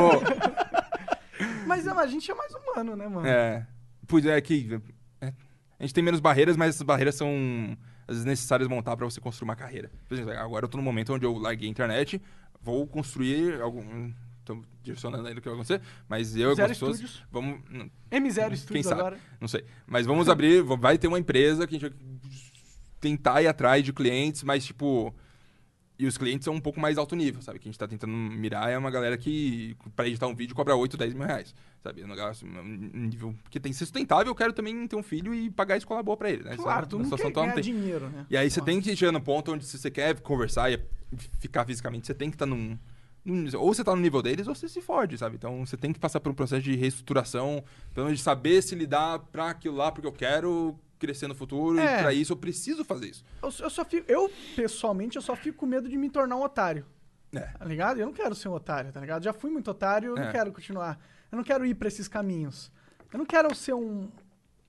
Mas é, mas a gente é mais humano, né, mano? é. Pois é, que. é, a gente tem menos barreiras, mas essas barreiras são às vezes necessárias montar pra você construir uma carreira. Por exemplo, agora eu tô num momento onde eu larguei a internet, vou construir algum. Tô direcionando ainda o que vai acontecer, mas eu e Zero algumas pessoas. Studios. Vamos. não, M0 É. Quem Studios sabe? agora. Não sei. Mas vamos abrir. va- Vai ter uma empresa que a gente vai tentar ir atrás de clientes, mas tipo. E os clientes são um pouco mais alto nível, sabe? Que a gente tá tentando mirar é uma galera que, pra editar um vídeo, cobra 8, 10 mil reais, sabe? É um negócio, é um nível que tem que ser sustentável. Eu quero também ter um filho e pagar a escola boa pra ele, né? Claro, tu Na não situação quer atual não ganhar tem. dinheiro, né? E aí você tem que chegar no ponto onde se você quer conversar e ficar fisicamente, você tem que estar num, num- Ou você tá no nível deles ou você se fode, sabe? Então você tem que passar por um processo de reestruturação, pelo menos de saber se lidar pra aquilo lá, porque eu quero crescer no futuro É. e pra isso eu preciso fazer isso. Eu, eu só fico, eu, pessoalmente, eu só fico com medo de me tornar um otário. É. Tá ligado? Eu não quero ser um otário, tá ligado? Já fui muito otário, eu não É. quero continuar. Eu não quero ir pra esses caminhos. Eu não quero ser um.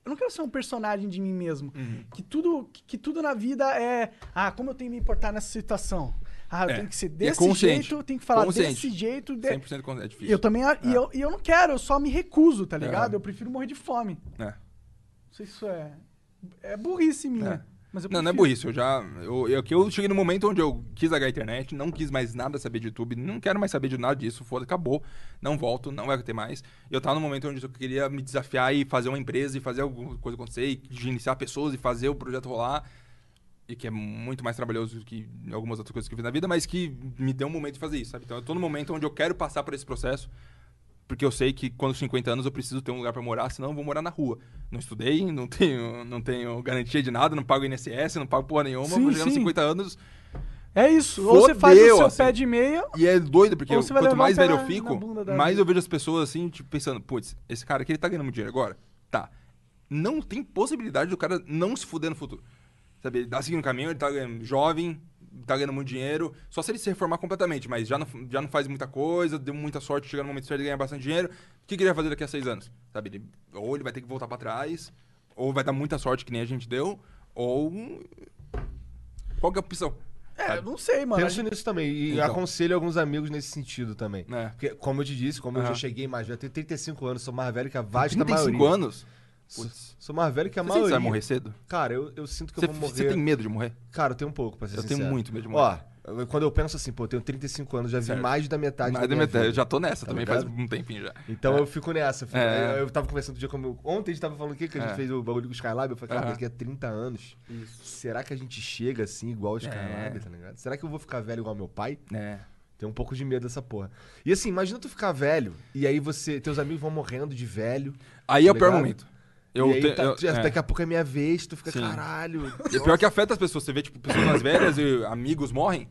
Eu não quero ser um personagem de mim mesmo. Uhum. Que, tudo, que, que tudo na vida é. Ah, como eu tenho que me importar nessa situação? Ah, eu É. tenho que ser E é desse consciente. jeito, eu tenho que falar Consciente. desse jeito. de- 100% quando é difícil. Eu também. a- E, eu, e eu não quero, eu só me recuso, tá ligado? É. Eu prefiro morrer de fome. É. Não sei se isso é. É burrice minha. É. Mas eu Não, não é prefiro. burrice, eu já. Eu, eu, que eu cheguei no momento onde eu quis largar a internet, não quis mais nada saber de YouTube, não quero mais saber de nada disso, foda, acabou. Não volto, não vai ter mais. Eu tava no momento onde eu queria me desafiar e fazer uma empresa e fazer alguma coisa acontecer, e de iniciar pessoas e fazer o projeto rolar. E que é muito mais trabalhoso que algumas outras coisas que eu fiz na vida, mas que me deu um momento de fazer isso, sabe? Então eu tô no momento onde eu quero passar por esse processo. Porque eu sei que quando 50 anos eu preciso ter um lugar pra morar, senão eu vou morar na rua. Não estudei, não tenho, não tenho garantia de nada, não pago INSS, não pago porra nenhuma, Sim, vou chegar nos sim. 50 anos. É isso. Ou você faz o Fodeu, seu assim. pé de meia. E é doido, porque Ou eu- você vai quanto levar o mais pé velho na- eu na bunda fico, da mais vida. eu vejo as pessoas assim, tipo, pensando, putz, esse cara aqui ele tá ganhando muito dinheiro agora? Tá. Não tem possibilidade do cara não se fuder no futuro. Sabe, ele tá seguindo o caminho, ele tá ganhando jovem, tá ganhando muito dinheiro. Só se ele se reformar completamente, mas já não, já não faz muita coisa, deu muita sorte, chegar no momento certo de ganhar bastante dinheiro. O que, que ele vai fazer daqui a seis anos? Sabe, ele- ou ele vai ter que voltar pra trás, ou vai dar muita sorte que nem a gente deu, ou. Qual que é a opção? É, eu não sei, mano. Penso nisso também. E Então. aconselho alguns amigos nesse sentido também. É. Porque, como eu te disse, como eu já Aham. cheguei mais velho, eu tenho 35 anos, sou mais velho que a vasta 35 maioria. anos? Sou, Putz. sou mais velho que a Você sente que maioria. você vai morrer cedo? Cara, eu, eu sinto que Você eu vou você morrer. tem medo de morrer? Cara, eu tenho um pouco, pra ser Eu tenho sincero. muito mesmo de Ó, morrer. eu- quando eu penso assim, pô, eu tenho 35 anos, já vi Certo. mais da metade Mas da eu minha vida. eu já tô nessa Tá também, ligado? faz um tempinho já. Então eu fico nessa. eu fico- É. eu, eu tava conversando outro dia com o meu- Ontem a gente tava falando o quê? Que a gente É. fez o bagulho com o Skylab. Eu falei, cara, Aham. daqui a 30 anos, será que a gente chega assim, igual o Skylab, É. tá ligado? Será que eu vou ficar velho igual meu pai? É. Tenho um pouco de medo dessa porra. E assim, imagina tu ficar velho, e aí você. Teus amigos vão morrendo de velho. Aí é o Tá pior ligado? momento. Eu e aí te- tá- eu- já- é. daqui a pouco é minha vez, tu fica, Sim. caralho. E é pior que afeta as pessoas. Você vê, tipo, pessoas mais velhas e amigos morrem.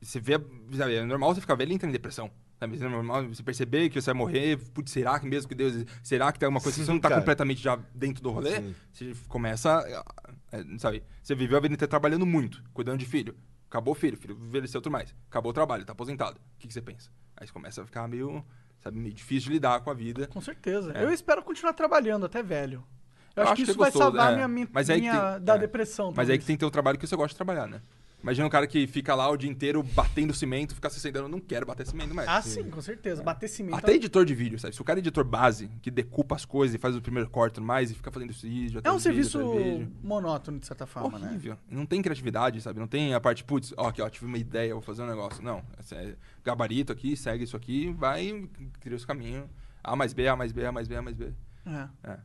E Você vê, sabe, é normal você ficar velho e entrar em depressão. Sabe? É normal você perceber que você vai morrer. Putz, será que mesmo que Deus. Será que tem alguma coisa que você Sim, não tá cara. completamente já dentro do rolê? Sim. Você começa. é, é, Sabe? Você viveu a vida inteira trabalhando muito, cuidando de filho. Acabou o filho, filho envelheceu outro mais. Acabou o trabalho, tá aposentado. O que, que você pensa? Aí você começa a ficar meio. Sabe, meio difícil de lidar com a vida. Com certeza. É. Eu espero continuar trabalhando até velho. Eu, Eu acho, acho que que é isso vai gostoso, salvar é. minha, minha, Mas aí que minha- tem- da é. depressão. Mas aí talvez. que tem que ter um trabalho que você gosta de trabalhar, né? Imagina um cara que fica lá o dia inteiro batendo cimento, fica se acendendo, eu não quero bater cimento mais. Ah, sim, Então- com certeza. um Bater cimento. É. Até editor de vídeo, sabe? Se o cara é editor base, que decupa as coisas e faz o primeiro corte e tudo mais, e fica fazendo isso é vídeo, atrás um de vídeo, serviço atrás de vídeo. monótono, de certa forma, né? Horrível. Não tem criatividade, sabe? Não tem a parte, putz, ó, aqui, ó, tive uma ideia, vou fazer um negócio. Não. essa é gabarito aqui, segue isso aqui, vai, cria os caminhos. A mais B, A mais B, A mais B, A mais B. É. É.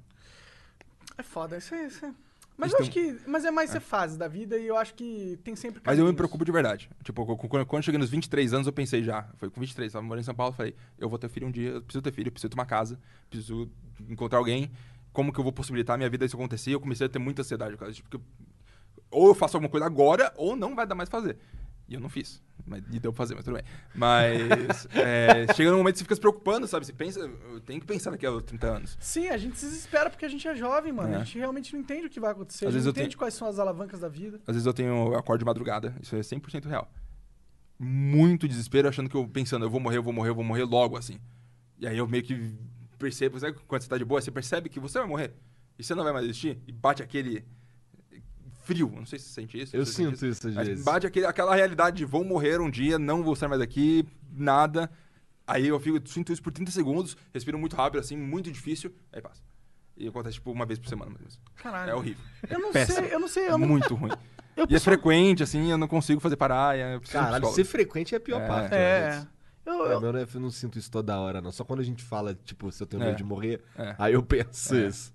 É foda. Isso é, isso é- Mas Isso eu acho tem que. Mas é mais ser fase da vida e eu acho que tem sempre. Mas eu me caminhos. preocupo de verdade. Tipo, co- co- quando, quando eu cheguei nos 23 anos, eu pensei já. Foi com 23, tava morando em São Paulo. Falei, eu vou ter filho um dia, eu preciso ter filho, preciso ter uma casa, preciso encontrar alguém. Como que eu vou possibilitar a minha vida isso acontecer? Eu comecei a ter muita ansiedade, cara. Tipo, que eu- ou eu faço alguma coisa agora, ou não vai dar mais fazer. E eu não fiz. Mas, e deu pra fazer, mas tudo bem. Mas é, chega num momento que você fica se preocupando, sabe? Você pensa, eu tenho que pensar daqui a 30 anos. Sim, a gente se desespera porque a gente é jovem, mano. É. A gente realmente não entende o que vai acontecer. a Às gente vezes não eu tenho- entende quais são as alavancas da vida. Às vezes eu tenho eu acordo de madrugada, isso é 100% real. Muito desespero, achando que eu pensando, eu vou morrer, eu vou morrer, eu vou morrer logo assim. E aí eu meio que percebo, sabe quando você tá de boa, você percebe que você vai morrer e você não vai mais existir e bate aquele frio, não sei se você sente isso. Eu se você sente sinto isso às Mas vezes. Bate aquele, aquela realidade de vou morrer um dia, não vou estar mais aqui, nada. Aí eu fico, sinto isso por 30 segundos, respiro muito rápido assim, muito difícil, aí passa. E acontece tipo uma vez por semana, mais ou menos. Caralho. É horrível. Eu não Péssimo. sei, eu não sei, É eu não. muito ruim. um Eu E é pessoal- frequente, assim, eu não consigo fazer parar. é- Eu preciso de Caralho, psicólogo. ser frequente é a pior É. parte. né, É. gente? Eu, É, eu, meu, eu não sinto isso toda hora, não. Só quando a gente fala, tipo, se eu tenho É. medo de morrer, É. aí eu penso isso.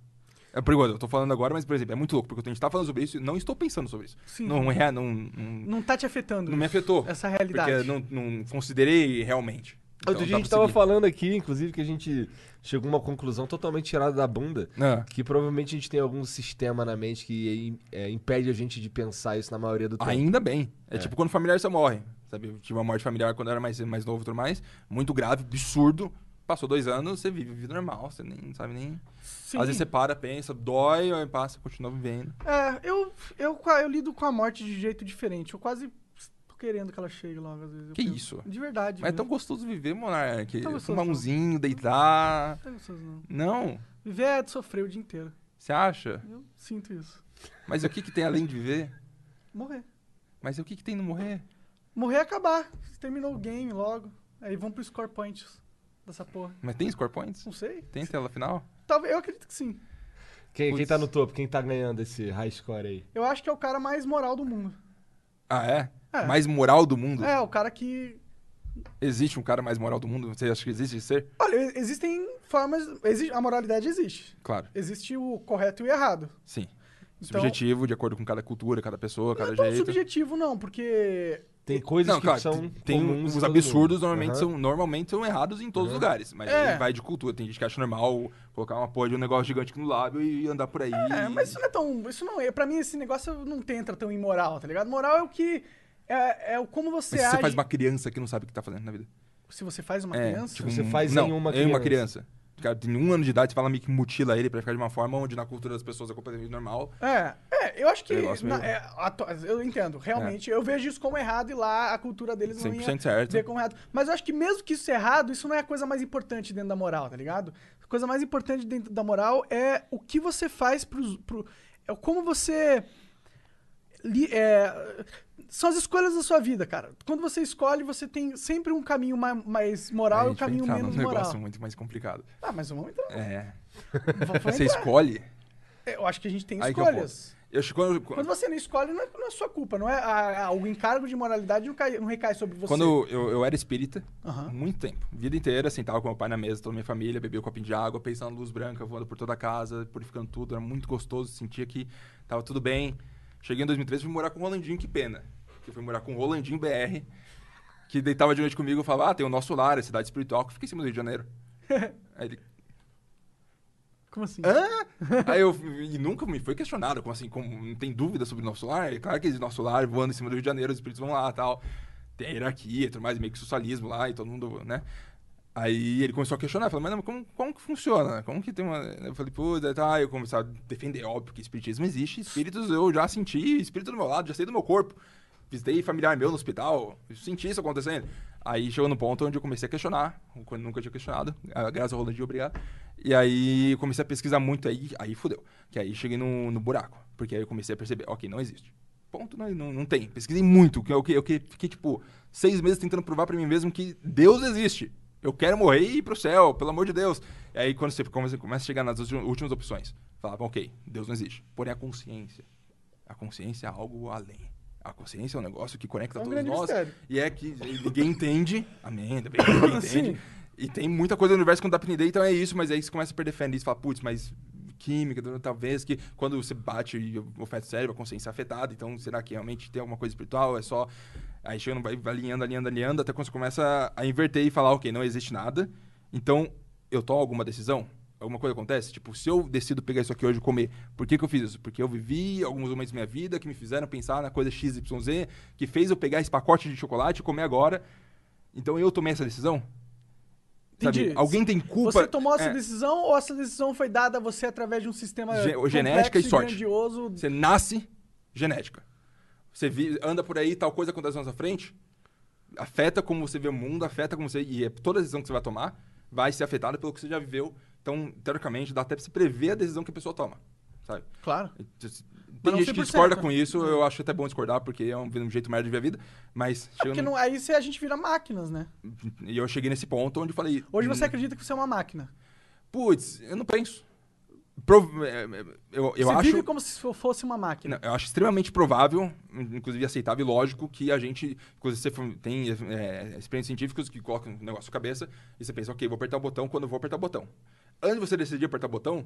É perigoso, eu tô falando agora, mas, por exemplo, é muito louco, porque a gente tá falando sobre isso e não estou pensando sobre isso. Sim. Não é, não, não, não tá te afetando. não me isso, afetou. Essa realidade. Porque eu não, não considerei realmente. Então, Outro dia a gente tava falando aqui, inclusive, que a gente chegou a uma conclusão totalmente tirada da bunda. falando. Que provavelmente a gente tem algum sistema na mente que é, impede a gente de pensar isso na maioria do tempo. Ainda bem. É, tipo quando familiar só morre. Sabe? Eu tive uma morte familiar quando eu era mais, mais novo e tudo mais. Muito grave, absurdo. Passou dois anos, você vive a vida normal, você nem sabe nem. Sim. Às vezes você para, pensa, dói, aí passa, continua vivendo. É, eu, eu, qua- eu lido com a morte de jeito diferente. Eu quase tô querendo que ela chegue logo, às vezes. Eu Que penso- isso? De verdade. Mas é mesmo. tão gostoso viver, Monark. Tão gostoso, Tomar não. umzinho, Não deitar. é gostoso, não. Não, Viver é de sofrer o dia inteiro. você acha? Eu sinto isso. Mas o que, que tem além de viver? Morrer. Mas o que, que tem no morrer? Morrer é acabar. Terminou o game logo. Aí vão pro score points dessa porra. Mas tem score points? Não sei. Tem tela final? Talvez, eu acredito que sim. Quem, quem tá Putz. no topo? Quem tá ganhando esse high score aí? Eu acho que é o cara mais moral do mundo. Ah, é? É. Mais moral do mundo? É, o cara que. Existe um cara mais moral do mundo? Você acha que existe esse ser? Olha, e- existem formas. exi- A moralidade existe. Claro, Existe o correto e o errado. sim. Então- Subjetivo, de acordo com cada cultura, cada pessoa, cada não é tão jeito. subjetivo, não, porque. Tem coisas Não, que claro, são tem- tem comuns em os todo absurdos mundo. normalmente, Aham. são, normalmente são errados em todos os lugares. Mas É. aí vai de cultura. Tem gente que acha normal colocar uma porra de um negócio gigante no lábio e andar por aí. É, mas isso não é tão. Isso não é. Pra mim, esse negócio não entra tão imoral, tá ligado? Moral é o que. É, é o como você Mas se age. você faz uma criança que não sabe o que tá fazendo na vida. Se você faz uma É, criança. tipo, Você um- faz não, em uma Em uma criança. criança. O cara tem um ano de idade, você fala meio que mutila ele pra ficar de uma forma onde na cultura das pessoas é completamente normal. É, é, eu acho que. Um negócio na- meio- É. é, ato- eu entendo, realmente. Eu vejo isso como errado e lá a cultura deles não ia 100% certo. ver como errado. Mas eu acho que mesmo que isso seja errado, isso não é a coisa mais importante dentro da moral, tá ligado? A coisa mais importante dentro da moral é o que você faz pros. Pro, é como você. li- é, são as escolhas da sua vida, cara. Quando você escolhe, você tem sempre um caminho ma- mais moral e Aí É, a um gente vai caminho entrar num menos negócio moral. muito mais complicado. Ah, mas vamos entrar. É. Vamos Você entrar. escolhe. Eu acho que a gente tem Aí que eu ponho. escolhas. Eu acho que quando, Quando você não escolhe, não é, não é sua culpa. Não é, a- a- o encargo de moralidade não, cai- não recai sobre você. Quando eu, eu era espírita, Aham. muito tempo. Vida inteira, sentava com meu pai na mesa, toda minha família, bebia um copinho de água, pensando na luz branca, voando por toda a casa, purificando tudo. Era muito gostoso, sentia que tava tudo bem. Cheguei em 2013, fui morar com o Rolandinho, que pena. Que eu fui morar com o Rolandinho BR, que deitava de noite comigo e falava, ah, tem o nosso lar, a cidade espiritual, que fica em cima do Rio de Janeiro. Aí ele, Como assim? Aí eu e nunca me foi questionado, como assim, como não tem dúvida sobre o nosso lar? É claro que existe nosso lar voando em cima do Rio de Janeiro, os espíritos vão lá tal. Tem a hierarquia e tudo mais, meio que socialismo lá e todo mundo, né? Aí ele começou a questionar, falou, mas não, como, como que funciona? Como que tem uma. Eu falei, pô, daí tá, eu comecei a defender, óbvio, que espiritismo existe, espíritos eu já senti, espírito do meu lado, já sei do meu corpo. Visitei familiar meu no hospital, eu senti isso acontecendo. Aí chegou no ponto onde eu comecei a questionar, quando nunca tinha questionado, ah, graças ao Rolandinho, obrigado. E aí eu comecei a pesquisar muito, aí, aí fudeu. Que aí cheguei no, no buraco, porque aí eu comecei a perceber, ok, não existe. Ponto, não, não, não tem. Pesquisei muito, que eu, que eu que- fiquei, tipo, seis meses tentando provar pra mim mesmo que Deus existe. Eu quero morrer e ir pro céu, pelo amor de Deus. E aí quando você começa, começa a chegar nas últimas últimas opções, falava, ok, Deus não existe. Porém a consciência, a consciência é algo além. A consciência é um negócio que conecta É um todos grande nós. mistério. E é que ninguém entende. Amém, ainda bem que ninguém entende. E tem muita coisa no universo que não dá pra entender, então é isso, mas aí você começa a perder fé nisso, fala, putz, mas química, talvez que quando você bate e oferta o cérebro, a consciência é afetada, então será que realmente tem alguma coisa espiritual? É só. Aí chegando, vai vai alinhando, alinhando, alinhando, até quando você começa a inverter e falar, ok, não existe nada, então eu tomo alguma decisão? alguma coisa acontece, tipo, se eu decido pegar isso aqui hoje e comer, por que, que eu fiz isso? Porque eu vivi alguns momentos da minha vida que me fizeram pensar na coisa XYZ, que fez eu pegar esse pacote de chocolate e comer agora. Então eu tomei essa decisão? Sabe, Entendi. Alguém tem culpa? Você tomou essa É, decisão ou essa decisão foi dada a você através de um sistema Ge- complexo genética e sorte. grandioso? Você nasce genética. Você vi- anda por aí, tal coisa acontece na sua frente, afeta como você vê o mundo, afeta como você. E é- toda decisão que você vai tomar vai ser afetada pelo que você já viveu. Então, teoricamente, dá até pra você prever a decisão que a pessoa toma. Sabe? Claro. Tem não gente que 100%, discorda né? com isso, eu acho até bom discordar, porque é um, um jeito merda de ver a vida. Mas É porque chega num- não, aí você- a gente vira máquinas, né? e eu cheguei nesse ponto onde eu falei. Hoje você "Hum, acredita que você é uma máquina. Putz, eu não penso. Prova- é, é, Eu, eu você acho. vive como se fosse uma máquina. Não, eu acho extremamente provável, in- inclusive aceitável e lógico, que a gente. Quando você for- tem é, experimentos científicos que colocam um negócio na cabeça e você pensa, ok, vou apertar o botão quando eu vou apertar o botão. Antes de você decidir apertar o botão,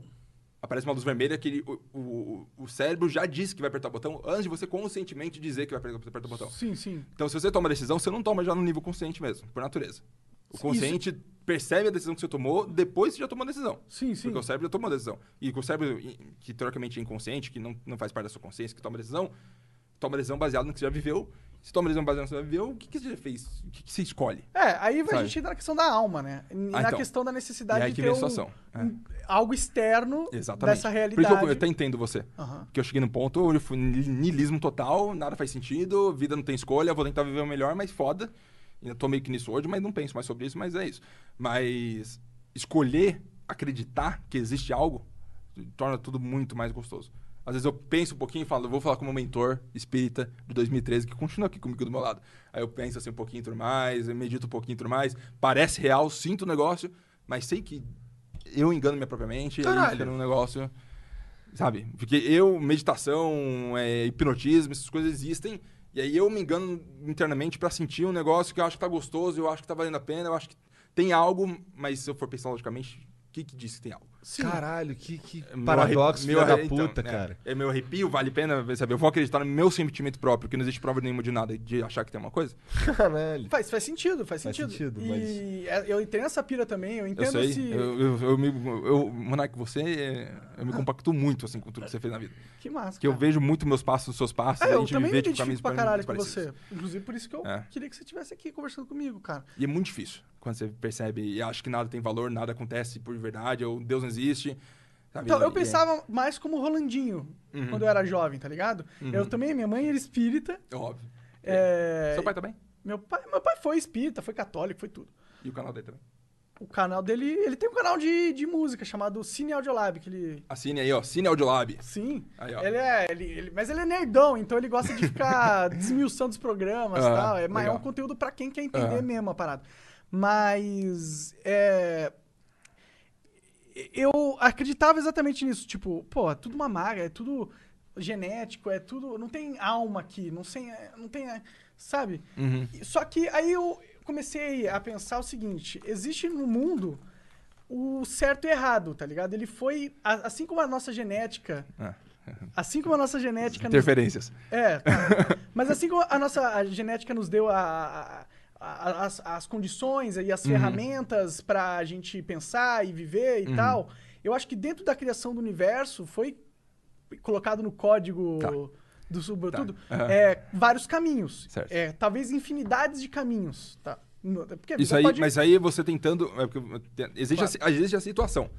aparece uma luz vermelha que ele- o, o- o cérebro já disse que vai apertar o botão antes de você conscientemente dizer que vai apertar, apertar o botão. Sim, sim. Então, se você toma a decisão, você não toma já no nível consciente mesmo, por natureza. O consciente percebe a decisão que você tomou depois que já tomou a decisão. Sim, sim. Porque o cérebro já tomou a decisão. E o cérebro, i- que teoricamente é inconsciente, que não, não faz parte da sua consciência, que toma a decisão, toma a decisão baseada no que você já viveu. Se toma a decisão baseada no que você já viveu, o que, que você já fez? O que, que você escolhe? É, aí a Sabe? gente entra na questão da alma, né? E Na Ah, então. questão da necessidade E aí de que ter vem a um- situação. É. um- algo externo Exatamente. dessa Por realidade. isso que eu, eu até entendo você. Aham. Porque eu cheguei num ponto onde eu fui ni- niilismo total, nada faz sentido, vida não tem escolha, vou tentar viver o melhor, mas foda. Ainda tô meio que nisso hoje, mas não penso mais sobre isso, mas é isso. Mas escolher acreditar que existe algo torna tudo muito mais gostoso. Às vezes eu penso um pouquinho e falo, eu vou falar com o meu mentor espírita de 2013, que continua aqui comigo do meu lado. Aí eu penso assim um pouquinho, tudo mais, eu medito um pouquinho, tudo mais. Parece real, sinto o negócio, mas sei que eu engano minha própria mente, aí Caralho. fica num um negócio... Sabe? Porque eu, meditação, é, hipnotismo, essas coisas existem. E aí eu me engano internamente pra sentir um negócio que eu acho que tá gostoso, eu acho que tá valendo a pena, eu acho que tem algo, mas se eu for pensar logicamente, o que, que diz que tem algo? Sim. Caralho, que, que É meu paradoxo, arre- meu filha da arre- então, puta, é, cara. É, meu arrepio, vale a pena, sabe? Eu vou acreditar no meu sentimento próprio, que não existe prova nenhuma de nada, de achar que tem uma coisa. Caralho. Faz, faz sentido, faz Faz sentido. sentido, e é, eu entendo essa pira também, eu Eu entendo sei, esse. eu, eu, eu, me, eu, Monark, você, é, eu me compacto muito, assim, com tudo que você fez na vida. Que massa. Que eu cara. vejo muito meus passos, seus passos, É, a eu gente também me vê, tipo, identifico caminhos pra caralho com parecidos. você. Inclusive, por isso que eu É. queria que você estivesse aqui conversando comigo, cara. E é muito difícil quando você percebe e acha que nada tem valor, nada acontece por verdade, ou Deus não existe. sabe? Então, eu E- é pensava mais como o Rolandinho, Uhum. quando eu era jovem, tá ligado? Eu também, minha mãe era espírita. É óbvio. é, Seu pai também? Meu, pai, meu pai foi espírita, foi católico, foi tudo. E o canal dele também. O canal dele, ele tem um canal de, de música chamado Cine Audiolab, que ele... Assine aí, ó. Cine Audiolab. Sim, Aí, ó. ele é, ele, ele- mas ele é nerdão, então ele gosta de ficar desmiuçando os programas e Ah, tal. É, mas é um legal. conteúdo pra quem quer entender Ah. mesmo a parada. Mas, é, Eu acreditava exatamente nisso, tipo, pô, é tudo uma maga, é tudo genético, é tudo... Não tem alma aqui, não, sem, não tem... é, Sabe? Uhum. Só que aí eu comecei a pensar o seguinte: existe no mundo o certo e errado, tá ligado? Ele foi. a- Assim como a nossa genética. Ah. Assim como a nossa genética. nos- Interferências. É, cara. mas assim como a nossa a genética nos deu a- a- a- as, as condições e Uhum. as ferramentas pra gente pensar e viver Uhum. e tal, eu acho que dentro da criação do universo foi colocado no código Tá. do subtudo Tá. Aham. é, vários caminhos. Certo. É, talvez infinidades de caminhos. Tá? No- Porque a Isso vida aí, pode- mas aí você tentando. é porque existe, a, si- existe a situação.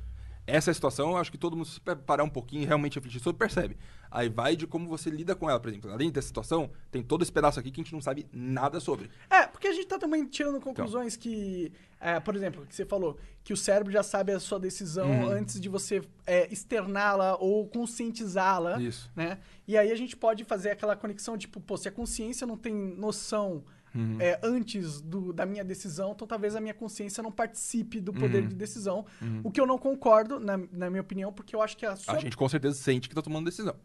Essa é situação, eu acho que todo mundo se parar um pouquinho e realmente refletir sobre, percebe. Aí vai de como você lida com ela, por exemplo. Além dessa situação, tem todo esse pedaço aqui que a gente não sabe nada sobre. É, porque a gente tá também tirando conclusões Então. que, é, por exemplo, que você falou, que o cérebro já sabe a sua decisão Uhum. antes de você é, externá-la ou conscientizá-la. Isso. Né? E aí a gente pode fazer aquela conexão, tipo, pô, se a consciência não tem noção Uhum. é, antes do- da minha decisão, então talvez a minha consciência não participe do poder Uhum. de decisão. O que eu não concordo, na, na minha opinião, porque eu acho que a sua A gente É. com certeza sente que tá tomando decisão.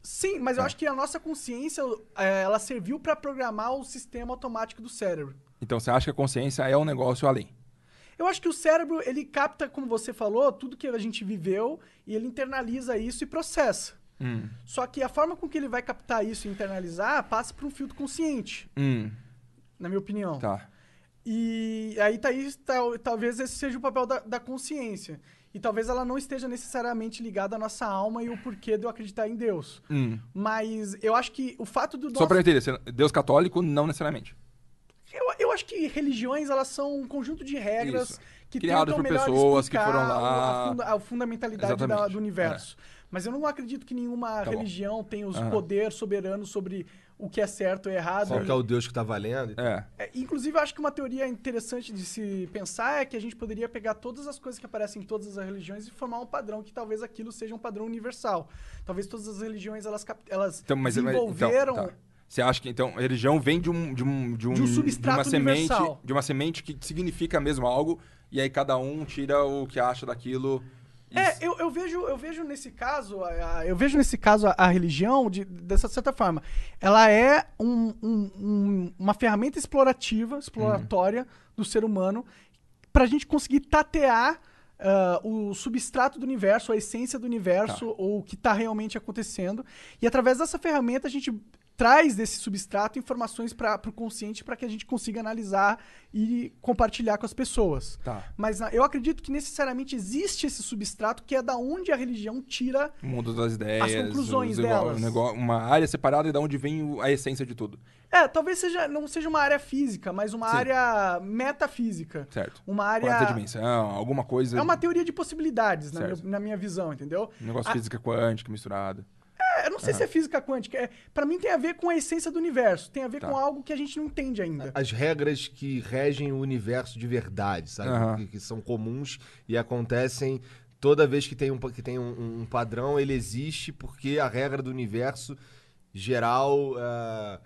Sim, mas eu acho que a nossa consciência, é, ela serviu pra programar o sistema automático do cérebro. Então você acha que a consciência é um negócio além. Eu acho que o cérebro, ele capta, como você falou, tudo que a gente viveu e ele internaliza isso e processa. Só que a forma com que ele vai captar isso e internalizar passa por um filtro consciente, Hum, na minha opinião. tá. E aí tá aí, tal- talvez esse seja o papel da, da consciência. E talvez ela não esteja necessariamente ligada à nossa alma e o porquê de eu acreditar em Deus. Mas eu acho que o fato do Hum. Só pra eu entender, você- Deus católico, não necessariamente. Eu, eu acho que religiões, elas são um conjunto de regras Isso. que Criadas tentam por melhor pessoas que explicar foram lá. A, funda- a fundamentalidade Exatamente. da- do universo. Mas eu não acredito que nenhuma Tá bom. religião tenha os Aham. poder soberano sobre o que é certo e errado. Qual que é o Deus que tá valendo? É. É, inclusive, eu acho que uma teoria interessante de se pensar é que a gente poderia pegar todas as coisas que aparecem em todas as religiões e formar um padrão que talvez aquilo seja um padrão universal. Talvez todas as religiões elas, cap- elas Então, mas, mas- desenvolveram Então, tá. Você acha que então a religião vem de um de um de um, De um substrato de uma semente, universal. de uma semente que significa mesmo algo e aí cada um tira o que acha daquilo. e É, eu, eu vejo, eu vejo nesse caso, a- a- eu vejo nesse caso a, a religião de, dessa certa forma. Ela é um- um- um- uma ferramenta explorativa, exploratória do ser humano pra gente conseguir tatear ah, o substrato do universo, a essência do universo, ou o que tá realmente acontecendo. E através dessa ferramenta a gente traz desse substrato informações para o consciente para que a gente consiga analisar e compartilhar com as pessoas. Tá. Mas na- eu acredito que necessariamente existe esse substrato que é da onde a religião tira. O mundo das ideias, conclusões os igual- delas. um negó- uma área separada e da onde vem o- a essência de tudo. É, talvez seja, não seja uma área física, mas uma Sim. área metafísica. Certo. Uma Quarta área. dimensão, alguma coisa. É uma teoria de possibilidades, na, Certo. minha- na minha visão, entendeu? um negócio A- de física quântica misturada. É, eu não sei se é física quântica. É, para mim tem a ver com a essência do universo. Tem a ver Tá. com algo que a gente não entende ainda. As regras que regem o universo de verdade, sabe? Aham. Que, que são comuns e acontecem toda vez que tem, um, pa- que tem um, um padrão, ele existe porque a regra do universo geral ah,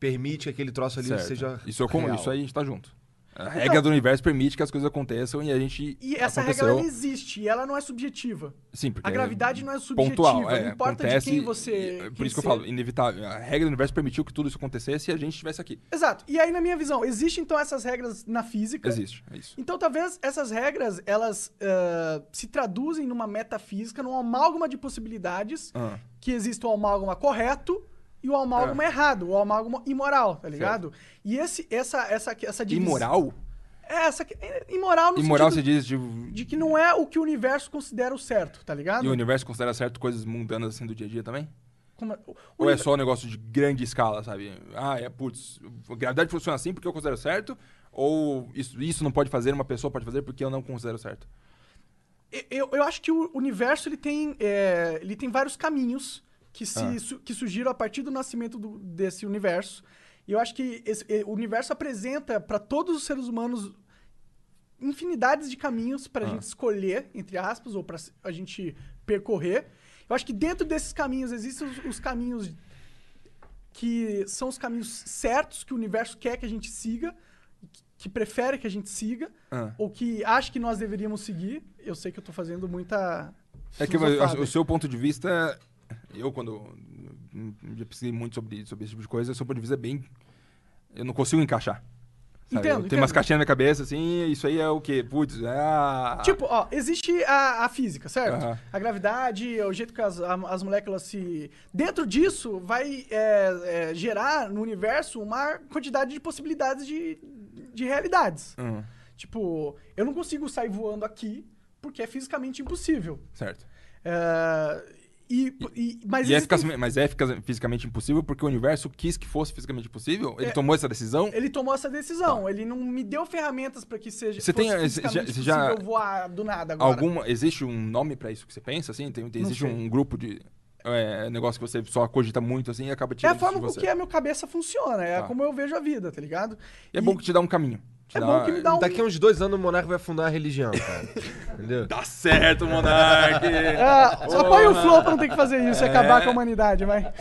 permite que aquele troço ali Certo. seja. Isso, eu com- real. isso aí a gente tá junto. A regra do universo permite que as coisas aconteçam e a gente. E essa aconteceu. regra ela existe e ela não é subjetiva. Sim, porque A gravidade é não é subjetiva, pontual, não é, importa acontece, de quem você. e- é, Por quem isso que eu você- é. falo, inevitável. A regra do universo permitiu que tudo isso acontecesse e a gente estivesse aqui. Exato. E aí, na minha visão, existem então essas regras na física. Existe, é isso. Então, talvez essas regras elas ah, se traduzem numa metafísica, num amálgama de possibilidades Ah. que existe o amálgama correto e o amálgama Ah. errado, o amálgama imoral, tá ligado? E esse, essa, essa, essa divisão. Imoral? É, essa, que- é, imoral no Imoral se sentido diz de. de que não é o que o universo considera o certo, tá ligado? E o universo considera certo coisas mundanas assim do dia a dia também? Como é- o- o Ou é univer- só um negócio de grande escala, sabe? Ah, é, putz, a gravidade funciona assim porque eu considero certo? Ou isso, isso não pode fazer, uma pessoa pode fazer porque eu não considero certo? Eu, eu acho que o universo ele tem, é, ele tem vários caminhos que, se, Ah. su- que surgiram a partir do nascimento do- desse universo. E eu acho que esse- eh, o universo apresenta para todos os seres humanos infinidades de caminhos para a Ah. gente escolher, entre aspas, ou para a gente percorrer. Eu acho que dentro desses caminhos existem os, os caminhos que são os caminhos certos que o universo quer que a gente siga, que- que prefere que a gente siga Ah. ou que acha que nós deveríamos seguir. Eu sei que eu tô fazendo muita. É que filosofada. o, o seu ponto de vista, eu quando hum, já pesquisei muito sobre, sobre esse tipo de coisa, o seu ponto de vista é bem. Eu não consigo encaixar. sabe? Entendo, Tem entendo. umas caixinhas na minha cabeça assim, isso aí é o quê? Putz, é. a- Tipo, ó, existe a, a física, certo? Aham. A gravidade, é o jeito que as, a- as moléculas se. Dentro disso, vai é, é, gerar no universo uma quantidade de possibilidades de, de realidades. Hum, Tipo, eu não consigo sair voando aqui porque é fisicamente impossível. certo. É, e, e- mas e existem- é eficaz- mas é eficaz- fisicamente impossível porque o universo quis que fosse fisicamente possível? É. Ele tomou essa decisão? Ele tomou essa decisão. Ele não me deu ferramentas pra que seja. tá. Você tem- fosse você já- fisicamente você já- possível voar do nada agora. Alguma, existe um nome pra isso que você pensa, assim? Tem, tem- Não existe sei. um grupo de é, negócio que você só cogita muito, assim, e acaba É tirando a isso de forma com você. que a minha cabeça funciona. É Tá. como eu vejo a vida, tá ligado? E é bom que te dá um caminho. Te É dá- bom que me dá um. Daqui a uns dois anos o Monarca vai fundar a religião, cara. Entendeu? Tá certo, Monark! Ah, só apoia o flow pra não ter que fazer isso e acabar com a humanidade, vai.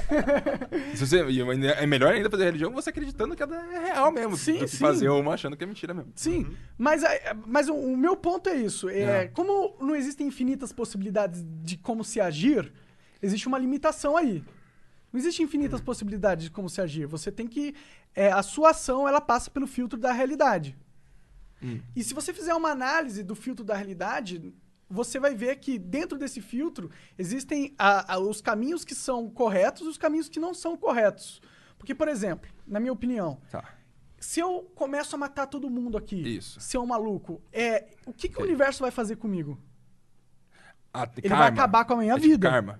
Se você- e ainda- é melhor ainda fazer religião você acreditando que ela é real mesmo. Sim, do que sim. fazer uma achando que é mentira mesmo. Sim, mas, a- mas o, o meu ponto é isso. É, É. Como não existem infinitas possibilidades de como se agir, existe uma limitação aí. Não existe infinitas possibilidades de como se agir. Você tem que. é, a sua ação ela passa pelo filtro da realidade. E se você fizer uma análise do filtro da realidade, você vai ver que dentro desse filtro existem a- a- os caminhos que são corretos e os caminhos que não são corretos. Porque, por exemplo, na minha opinião, Tá. se eu começo a matar todo mundo aqui, Isso. se eu maluco, é, o que, que o universo vai fazer comigo? Ah, É Ele vai acabar com a minha vida. tipo Karma.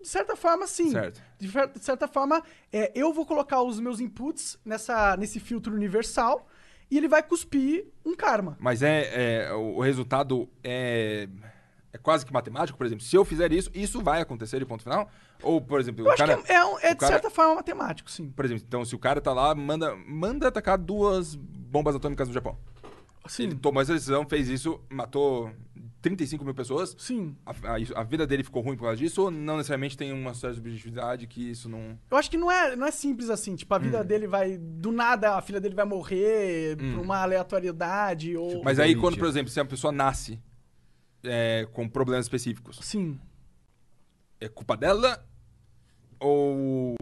De certa forma, sim. Certo. De, fer- de certa forma, é, eu vou colocar os meus inputs nessa, nesse filtro universal e ele vai cuspir um karma. Mas é, é- o o resultado é é quase que matemático, por exemplo. Se eu fizer isso, isso vai acontecer e ponto final? Ou, por exemplo, Eu o acho cara que é, é um- é, o de cara- certa forma matemático, sim. Por exemplo, então se o cara tá lá, manda manda atacar duas bombas atômicas no Japão. Sim. Ele tomou essa decisão, fez isso, matou 35 mil pessoas. Sim. A, a- isso- a vida dele ficou ruim por causa disso, ou não necessariamente tem uma certa subjetividade que isso não. Eu acho que não é, não é simples assim. Tipo, a Hum. vida dele vai. Do nada, a filha dele vai morrer por uma aleatoriedade ou. Mas aí, Covid. quando, por exemplo, se a pessoa nasce é, com problemas específicos, Sim. é culpa dela? Ou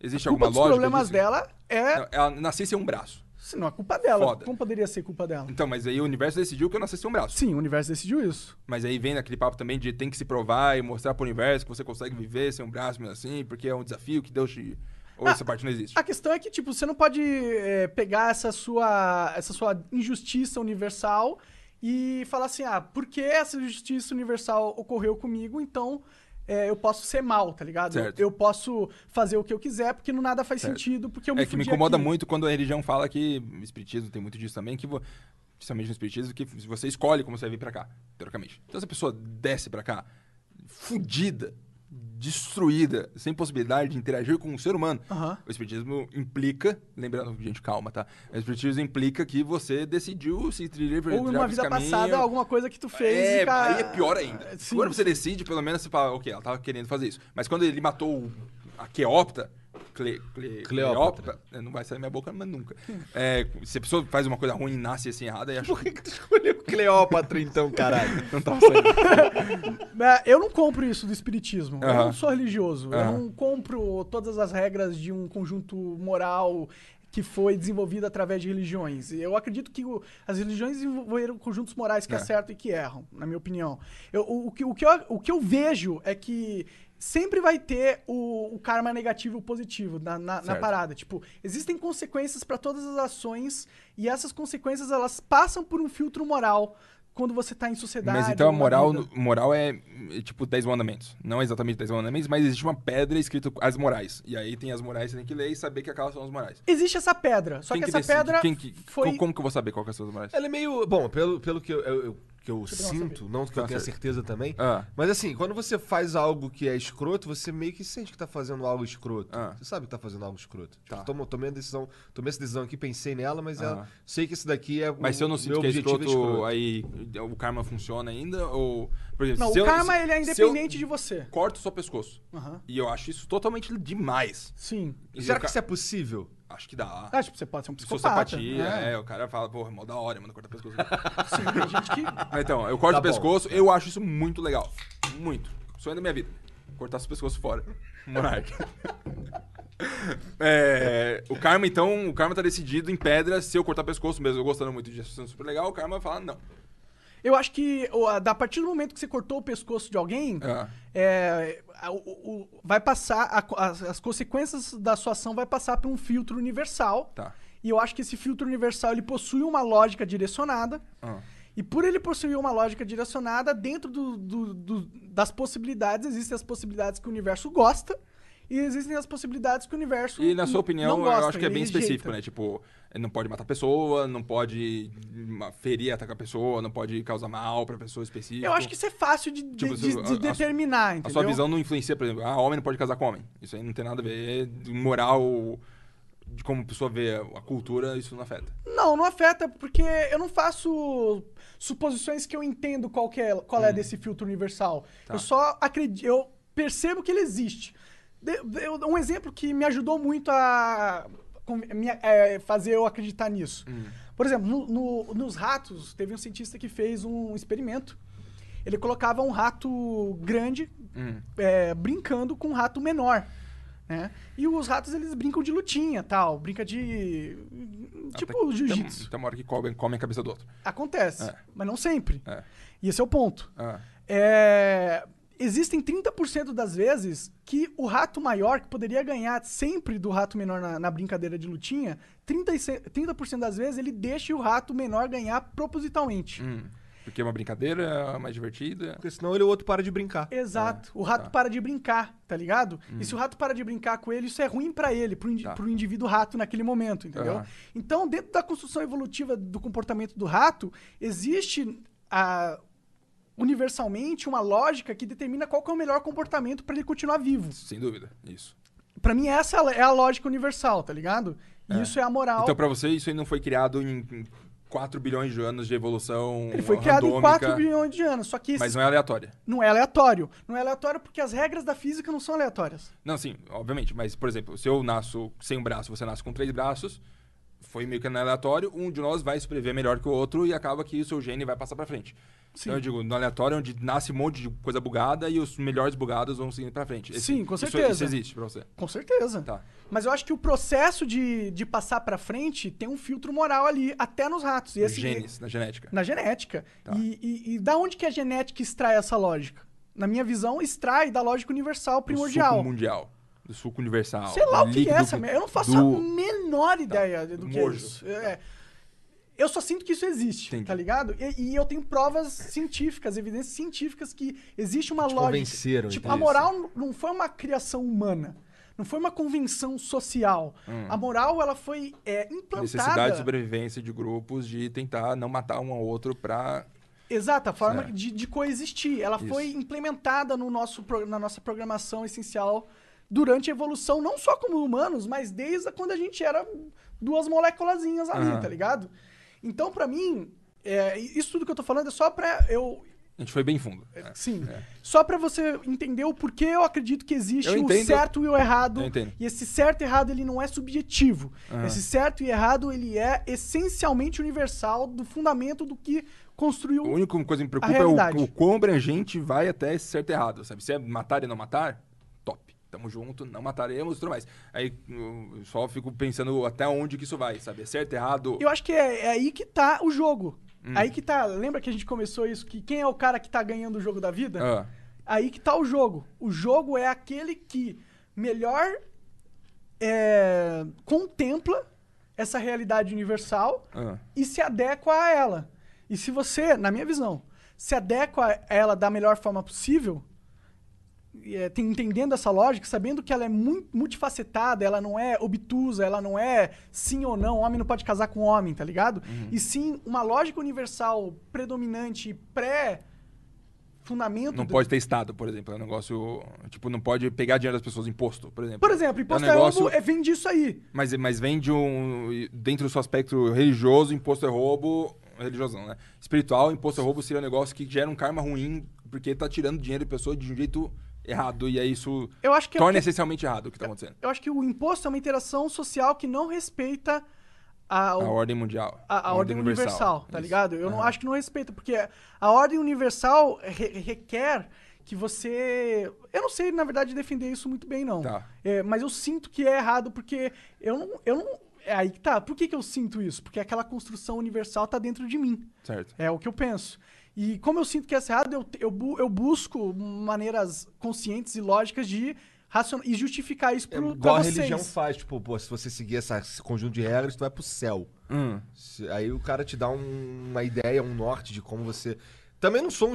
existe A culpa é alguma dos lógica? problemas disso? dela é. Não, Ela nasceu sem um braço. Se não é culpa dela. Foda. Como poderia ser culpa dela? Então, mas aí o universo decidiu que eu nasci sem um braço. Sim, o universo decidiu isso. Mas aí vem aquele papo também de tem que se provar e mostrar pro universo que você consegue viver sem um braço, mesmo assim, porque é um desafio que Deus te. Ou Ah, essa parte não existe. A questão é que, tipo, você não pode é, pegar essa sua, essa sua injustiça universal e falar assim, ah, porque essa injustiça universal ocorreu comigo, então é, eu posso ser mal, tá ligado? Eu, Certo. eu posso fazer o que eu quiser, porque no nada faz Certo. sentido, porque eu me É que me fudi incomoda aqui. muito quando a religião fala que. Espiritismo tem muito disso também, que. vo- Principalmente no espiritismo, que você escolhe como você vai vir pra cá, teoricamente. Então, se a pessoa desce pra cá, fudida, destruída, sem possibilidade de interagir com um ser humano, Aham. o espiritismo implica. Lembrando, gente, calma, tá? O espiritismo implica que você decidiu se trilhar Ou trilhar uma esse vida caminho. passada, alguma coisa que tu fez É, e cara... aí é pior ainda. Sim. Quando você decide, pelo menos você fala, ok, ela tava querendo fazer isso. Mas quando ele matou o- a Cleópatra, Cle, Cleópatra. Cle- Cleópatra, é, não vai sair da minha boca, mas nunca. É, se a pessoa faz uma coisa ruim e nasce assim errada, aí acho Por que, que tu escolheu Cleópatra então, caralho? que não tava saindo. É, Eu não compro isso do espiritismo. Eu Aham. não sou religioso. Eu Aham. não compro todas as regras de um conjunto moral que foi desenvolvido através de religiões. Eu acredito que o- as religiões desenvolveram conjuntos morais que É. acertam e que erram, na minha opinião. Eu- o, o que, o que eu, o que eu vejo é que sempre vai ter o, o karma negativo e o positivo na, na- na Certo. parada. Tipo, existem consequências para todas as ações e essas consequências elas passam por um filtro moral quando você tá em sociedade. Mas então ou a na moral, vida. moral é, é tipo 10 mandamentos. Não é exatamente 10 mandamentos, mas existe uma pedra escrito as morais. E aí tem as morais que você tem que ler e saber que aquelas são as morais. Existe essa pedra, só que, essa decide? pedra Quem que- foi... co- Como que eu vou saber qual que são as morais? Ela é meio. Bom, pelo, pelo que eu, eu- eu- que eu eu dar uma sinto, não que eu Tá tenha certo. certeza também. Ah. Mas assim, quando você faz algo que é escroto, você meio que sente que tá fazendo algo escroto. Ah. Você sabe que tá fazendo algo escroto. Tipo, Tá. tomo- tomei a decisão, tomei essa decisão aqui, pensei nela, mas ela- Aham. sei que isso daqui é Mas se eu não sinto que é objetivo escroto, aí o karma funciona ainda? Ou. Por exemplo, Não, se o eu- karma se- ele é se independente eu de você. Corto só o pescoço. Aham. E eu acho isso totalmente demais. Sim. E Será o que ca- isso é possível? Acho que dá. Ah, tipo, você pode ser um psicopata. Sociopatia, né? é. o cara fala, porra, mó da hora, mano, corta o pescoço. Sim, tem gente que... Ah, então, eu corto Tá o bom. pescoço, eu acho isso muito legal. Muito. Sonho da minha vida. Cortar o pescoço fora. Monark. É, o karma, então, o karma tá decidido em pedra. Se eu cortar o pescoço, mesmo eu gostando muito de sendo super legal, o karma fala, não. Eu acho que o- a da- a partir do momento que você cortou o pescoço de alguém, Ah. é, a- o- o- o- vai passar... a co- as, as consequências da sua ação vai passar por um filtro universal. Tá. E eu acho que esse filtro universal, ele possui uma lógica direcionada. Ah. E por ele possuir uma lógica direcionada, dentro do- do- do- das possibilidades, existem as possibilidades que o universo gosta e existem as possibilidades que o universo. E na não sua opinião, eu gosta, acho que é ele bem específico, rejeita. né? Tipo, não pode matar pessoa, não pode ma- ferir, atacar pessoa, não pode causar mal pra pessoa específica. Eu acho que isso é fácil de, de- Tipo, de- se- de a- a- determinar, A entendeu? sua visão não influencia, por exemplo, ah, homem não pode casar com homem. Isso aí não tem nada a ver de moral, de como a pessoa vê a cultura, isso não afeta. Não, não afeta, porque eu não faço suposições que eu entendo qual, que é, qual é desse filtro universal. Eu só acredito, eu percebo que ele existe. De- de- eu- um exemplo que me ajudou muito a com- me- é, fazer eu acreditar nisso. Por exemplo, no- no- nos ratos, teve um cientista que fez um experimento. Ele colocava um rato grande Hum. é, brincando com um rato menor. Né? E os ratos, eles brincam de lutinha tal, brinca de. Tipo Até- jiu-jitsu. Tem, tem uma hora que comem come a cabeça do outro. Acontece, Então, É. mas não sempre. É. E esse é o ponto. Ah, É, existem 30% das vezes que o rato maior, que poderia ganhar sempre do rato menor na, na brincadeira de lutinha, 30%, e se- 30 das vezes ele deixa o rato menor ganhar propositalmente. Porque é uma brincadeira é mais divertida. Porque senão ele o outro para de brincar. É, Exato. o rato para de brincar, tá ligado? E se o rato para de brincar com ele, isso é ruim pra ele, pro, indi Hum. Tá. pro indivíduo rato naquele momento, entendeu? Aham. Então, dentro da construção evolutiva do comportamento do rato, existe a- universalmente uma lógica que determina qual que é o melhor comportamento pra ele continuar vivo. Sem dúvida, isso. Pra mim essa é a lógica universal, tá ligado? E isso é a moral. Então, pra você, isso aí não foi criado em em 4 bilhões de anos de evolução ele foi criado em é randômica, 4 bilhões de anos, só que Mas isso não é aleatória. não é aleatório. Não é aleatório porque as regras da física não são aleatórias. Não, sim, obviamente. Mas, por exemplo, se eu nasço sem um braço, você nasce com três braços, foi meio que aleatório, um de nós vai sobreviver melhor que o outro e acaba que o seu gene vai passar pra frente. Sim. Então eu digo, no aleatório é onde nasce um monte de coisa bugada e os melhores bugados vão seguindo pra frente. Sim, com isso- certeza. Isso, existe pra você. Com certeza. Tá. Mas eu acho que o processo de, de passar pra frente tem um filtro moral ali, até nos ratos. E Nos esse- genes, na genética. Na genética. Tá. E, e, e da onde que a genética extrai essa lógica? Na minha visão, extrai da lógica universal Do primordial. suco mundial. Do suco universal. Sei lá o do que é líquido essa merda. Eu não faço a do- menor ideia do que é Mojo. isso. É. Eu só sinto que isso existe, Entendi. tá ligado? E, e eu tenho provas científicas, evidências científicas que existe uma lógica. convenceram, tipo, então. a moral n- não foi uma criação humana. Não foi uma convenção social. Hum. A moral, ela foi é, Necessidade de implantada. sobrevivência de grupos de tentar não matar um ao outro pra. Exato, a forma Certo. de, de coexistir. Ela Isso. foi implementada no nosso, pro- na nossa programação essencial durante a evolução, não só como humanos, mas desde a- quando a gente era duas moléculazinhas ali, Aham. tá ligado? Então, pra mim, é, isso tudo que eu tô falando é só pra eu. A gente foi bem fundo. É. Sim. É. Só pra você entender o porquê eu acredito que existe Eu o entendo. certo e o errado. Eu entendo. E esse certo e errado, ele não é subjetivo. Aham. Esse certo e errado, ele é essencialmente universal do fundamento do que construiu A única coisa que me preocupa Então, A é realidade. o, o quão abrangente vai até esse certo e errado, sabe? Se é matar e não matar, top. Tamo junto, não mataremos e tudo mais. Aí eu só fico pensando até onde que isso vai, sabe? É certo, errado. Eu acho que é, é aí que tá o jogo. Aí que tá. Lembra que a gente começou isso? Que quem é o cara que tá ganhando o jogo da vida? Ah, Aí que tá o jogo. O jogo é aquele que melhor é, contempla essa realidade universal ah. e se adequa a ela. E se você, na minha visão, se adequa a ela da melhor forma possível, e, é, tem- entendendo essa lógica, sabendo que ela é muito multifacetada, ela não é obtusa, ela não é sim ou não, homem não pode casar com homem, tá ligado? Uhum. E sim uma lógica universal predominante e pré fundamento Não do- pode ter Estado, por exemplo. É um negócio. Tipo, não pode pegar dinheiro das pessoas, imposto, por exemplo. Por exemplo, imposto é um negócio, é, vem disso aí. Mas, mas vem de um. Dentro do seu aspecto religioso, imposto é roubo. Religioso não, né? Espiritual, imposto é roubo seria um negócio que gera um karma ruim, porque tá tirando dinheiro de pessoa de um jeito errado. E aí isso Eu acho que é o torna que- essencialmente errado o que tá acontecendo. Eu acho que o imposto é uma interação social que não respeita a, A ordem mundial. a, a ordem universal, tá Isso. É. ligado? Eu não Aham. acho que não respeita, porque a ordem universal re- requer que você. Eu não sei, na verdade, defender isso muito bem, não. Tá. É, mas eu sinto que é errado, porque eu não. Eu não é aí que tá. Por que, que eu sinto isso? Porque aquela construção universal tá dentro de mim. Certo. É o que eu penso. E como eu sinto que é errado, eu, eu, bu- eu busco maneiras conscientes e lógicas de racion- e justificar isso pro, pra É Igual a vocês. religião faz, tipo, pô, se você seguir essa- esse conjunto de regras, tu vai pro céu. Hum. Se- Aí o cara te dá um- uma ideia, um norte de como você. Também não sou um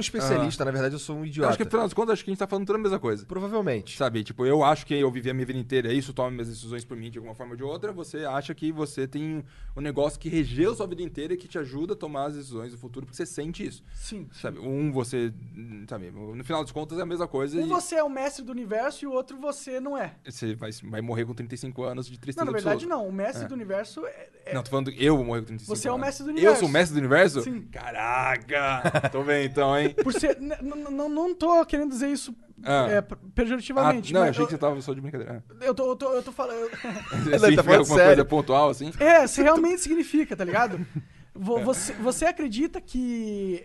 Ah. especialista, na verdade eu sou um Eu idiota. acho que afinal das contas, acho que a gente tá falando toda a mesma coisa. Provavelmente. Sabe, tipo, eu acho que eu vivi a minha vida inteira é isso, tomo minhas decisões por mim de alguma forma ou de outra. Você acha que você tem um negócio que regeu sua vida inteira e que te ajuda a tomar as decisões do futuro, porque você sente isso. Sim. Sabe, um você. Sabe, no final das contas é a mesma coisa Um e você é o mestre do universo e o outro você não é. você vai, vai morrer com 35 anos de tristeza Não, na verdade absoluta. não. O mestre É. do universo é, é- Não, tô falando que eu vou morrer com 35 Você é o anos. mestre do Eu universo. sou o mestre do universo? Sim. Caraca! Tô bem então, hein? por ser. n- n- não, não tô querendo dizer isso Ah. é, pe- Ah, pejorativamente. não, mas eu achei eu, que você tava só de brincadeira. Ah. eu tô, eu tô, eu tô tá falando. Significa falando alguma coisa sério. pontual, assim? É, se realmente significa, tá ligado? É. Vo- Você, você acredita que.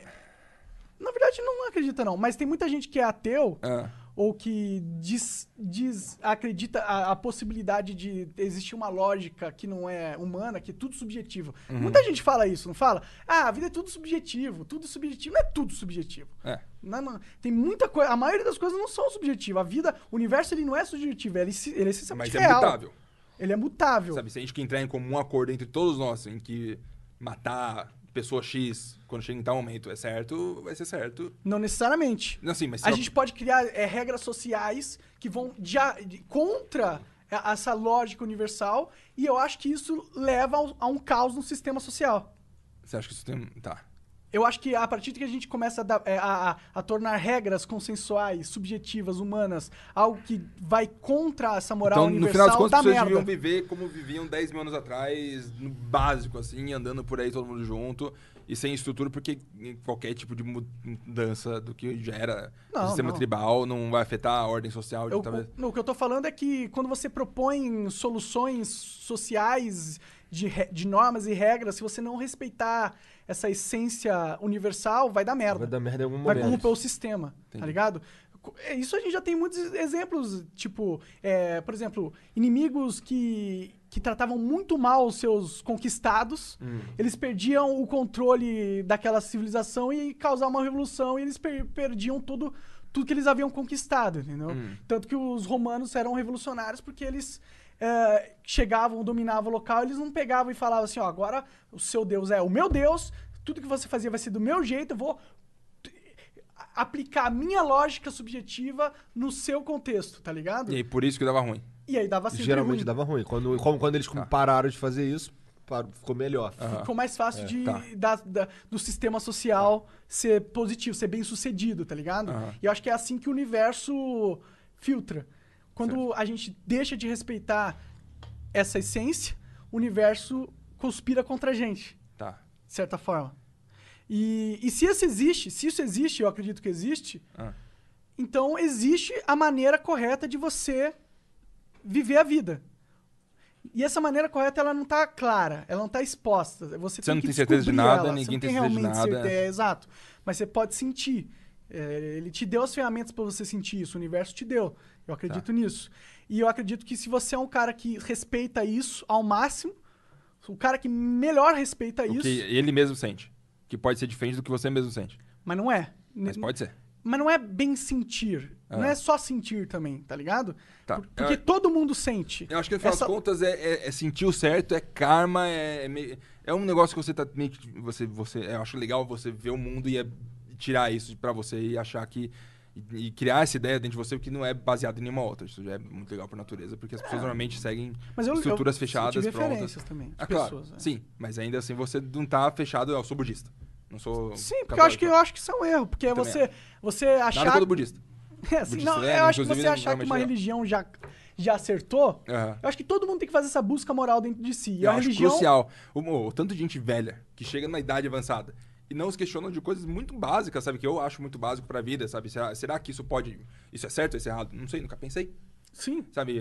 Na verdade, não acredita, não. Mas tem muita gente que é ateu Ah. ou que diz, diz acredita a, a possibilidade de existir uma lógica que não é humana, que é tudo subjetivo. Uhum. Muita gente fala isso, não fala? Ah, a vida é tudo subjetivo, tudo subjetivo. Não é tudo subjetivo. É. Não, não. Tem muita coisa. A maioria das coisas não são subjetivas. A vida, o universo, ele não é subjetivo. Ele, se- ele é essencialmente Mas é real. mutável. Ele é mutável. Sabe, se a gente que entrar em comum acordo entre todos nós em que matar pessoa X, quando chega em tal momento, é certo, vai ser certo. Não necessariamente. Não, sim, mas se A eu- gente pode criar é, regras sociais que vão de, a- de- contra a- essa lógica universal e eu acho que isso leva ao- a um caos no sistema social. Você acha que isso tem. Tá. Eu acho que a partir do que a gente começa a, dar- é, a- a- a tornar regras consensuais, subjetivas, humanas, algo que vai contra essa moral Então, no universal, final das contas, dá as pessoas merda. deviam viver como viviam 10 mil anos atrás, no básico, assim, andando por aí todo mundo junto e sem estrutura, porque qualquer tipo de mudança do que gera Não, o sistema não. tribal não vai afetar a ordem social de Eu- talvez. o- não, o que eu tô falando é que quando você propõe soluções sociais de, re- de normas e regras, se você não respeitar essa essência universal, vai dar merda. Vai dar merda em algum Vai momento. corromper o sistema, tá ligado? Co- é, Isso a gente já tem muitos exemplos, tipo, é, por exemplo, inimigos que, que tratavam muito mal os seus conquistados, Hum. eles perdiam o controle daquela civilização e causar uma revolução e eles per- perdiam tudo, tudo que eles haviam conquistado, entendeu? Hum. Tanto que os romanos eram revolucionários porque eles é, chegavam, dominavam o local, eles não pegavam e falavam assim, ó, agora o seu Deus é o meu Deus, tudo que você fazia vai ser do meu jeito, eu vou a- aplicar a minha lógica subjetiva no seu contexto, tá ligado? E aí, por isso que dava ruim. E aí dava sempre Geralmente ruim. dava ruim. Quando, como- quando eles Tá. pararam de fazer isso, parou- ficou melhor. Ficou mais fácil de, tá. da- da- do sistema social ser positivo, ser bem sucedido, tá ligado? Aham. E eu acho que é assim que o universo filtra. Quando a gente deixa de respeitar essa essência, o universo conspira contra a gente. Tá. de certa forma. E, e se isso existe, se isso existe, eu acredito que existe, Ah. então existe a maneira correta de você viver a vida. E essa maneira correta, ela não tá clara, ela não tá exposta. Você, Você tem não que tem certeza de descobrir nada, ela, você ninguém não tem tem certeza de realmente nada. certeza, é, exato. Mas você pode sentir. É, ele te deu as ferramentas para você sentir isso, o universo te deu. Eu acredito Tá. nisso. E eu acredito que se você é um cara que respeita isso ao máximo, o cara que melhor respeita O É isso, que ele mesmo sente. Que pode ser diferente do que você mesmo sente. mas não é. Mas N- pode ser. mas não é bem sentir. Não é só sentir também, tá ligado? Tá. Por- Porque Eu- todo mundo sente. Eu acho que no final Essa- das contas é, é- é sentir o certo, é karma, é, é, meio- é um negócio que você tá meio que- você, você Eu acho legal você ver o mundo e é- tirar isso pra você e achar que. E, e criar essa ideia dentro de você que não é baseado em nenhuma outra. Isso já é muito legal por natureza, porque as pessoas normalmente seguem É. Mas eu- eu- estruturas eu fechadas, tive prontas. referências também de Ah, claro. pessoas, é. Sim, mas ainda assim você não tá fechado, eu sou budista. Não sou. Sim, porque eu católico. acho que eu acho que isso é um erro, porque é Também você você achar Nada contra budista. É, assim, budista, não, né? eu acho que Inclusive, você não- achar que uma realmente não. religião já já acertou, Aham. eu acho que todo mundo tem que fazer essa busca moral dentro de si. E Eu a acho religião crucial. O, o- o tanto de gente velha que chega numa idade avançada e não se questionam de coisas muito básicas, sabe? Que eu acho muito básico pra vida, sabe? Será, será que isso pode. Isso é certo, isso é errado? Não sei, nunca pensei. Sim. Sabe?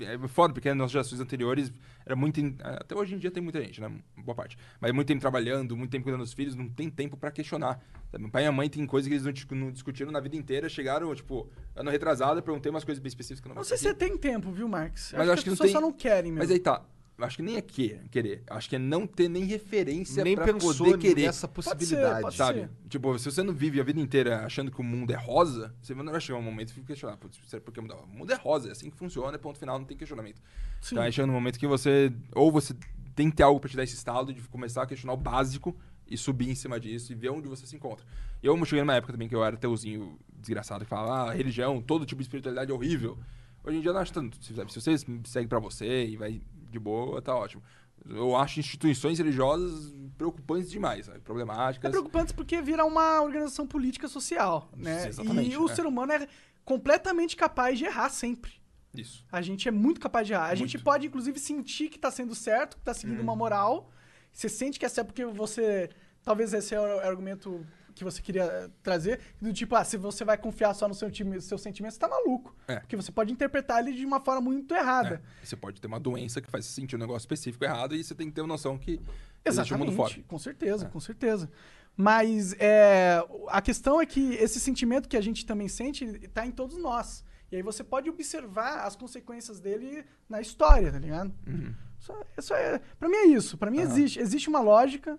É, é foda, porque nas gerações anteriores era muito. em- Até hoje em dia tem muita gente, né? Boa parte. Mas muito tempo trabalhando, muito tempo cuidando dos filhos, não tem tempo pra questionar. Sabe? Meu pai e minha mãe tem coisas que eles não, dis- não discutiram na vida inteira, chegaram, tipo, ano retrasado, perguntei umas coisas bem específicas. que eu Não, Não vou sei se é saber. você tem tempo, viu, Marx? Mas eu eu acho que as não pessoas só tem- não querem mesmo. Mas aí tá. Eu acho que nem é querer. querer. Eu acho que é não ter nem referência Nem é pra pensou poder querer. nessa ser, possibilidade. pode ser. Sabe? Tipo, se você não vive a vida inteira achando que o mundo é rosa, você não vai chegar um momento e fica questionando. Putz, será porque mudar? O mundo é rosa, é assim que funciona, ponto final, não tem questionamento. Sim. Tá chegando um momento que você. Ou você tem que ter algo pra te dar esse estado de começar a questionar o básico e subir em cima disso e ver onde você se encontra. Eu cheguei numa época também que eu era teuzinho desgraçado que falava, ah, religião, todo tipo de espiritualidade é horrível. Hoje em dia eu não acho tanto. Se sabe, se você segue pra você e vai de boa, tá ótimo. Eu acho instituições religiosas preocupantes demais, sabe? É problemáticas. preocupante porque vira uma organização política social, né? Exatamente, e o é. ser humano é completamente capaz de errar sempre. Isso. A gente é muito capaz de errar. A gente Muito. Uhum. pode, inclusive, sentir que tá sendo certo, que tá seguindo uma moral. Você sente que é certo porque você. Talvez esse é o argumento que você queria eh, trazer. Do tipo, ah, se você vai confiar só no seu, time, seu sentimento, você tá maluco. É. Porque você pode interpretar ele de uma forma muito errada. É. Você pode ter uma doença que faz você sentir um negócio específico errado e você tem que ter uma noção que existe um Exatamente. mundo fora. É. Com certeza, com certeza. Mas é, a questão é que esse sentimento que a gente também sente está em todos nós. E aí você pode observar as consequências dele na história, tá ligado? Uhum. Só, só é, pra mim é isso. Pra mim existe. Existe uma lógica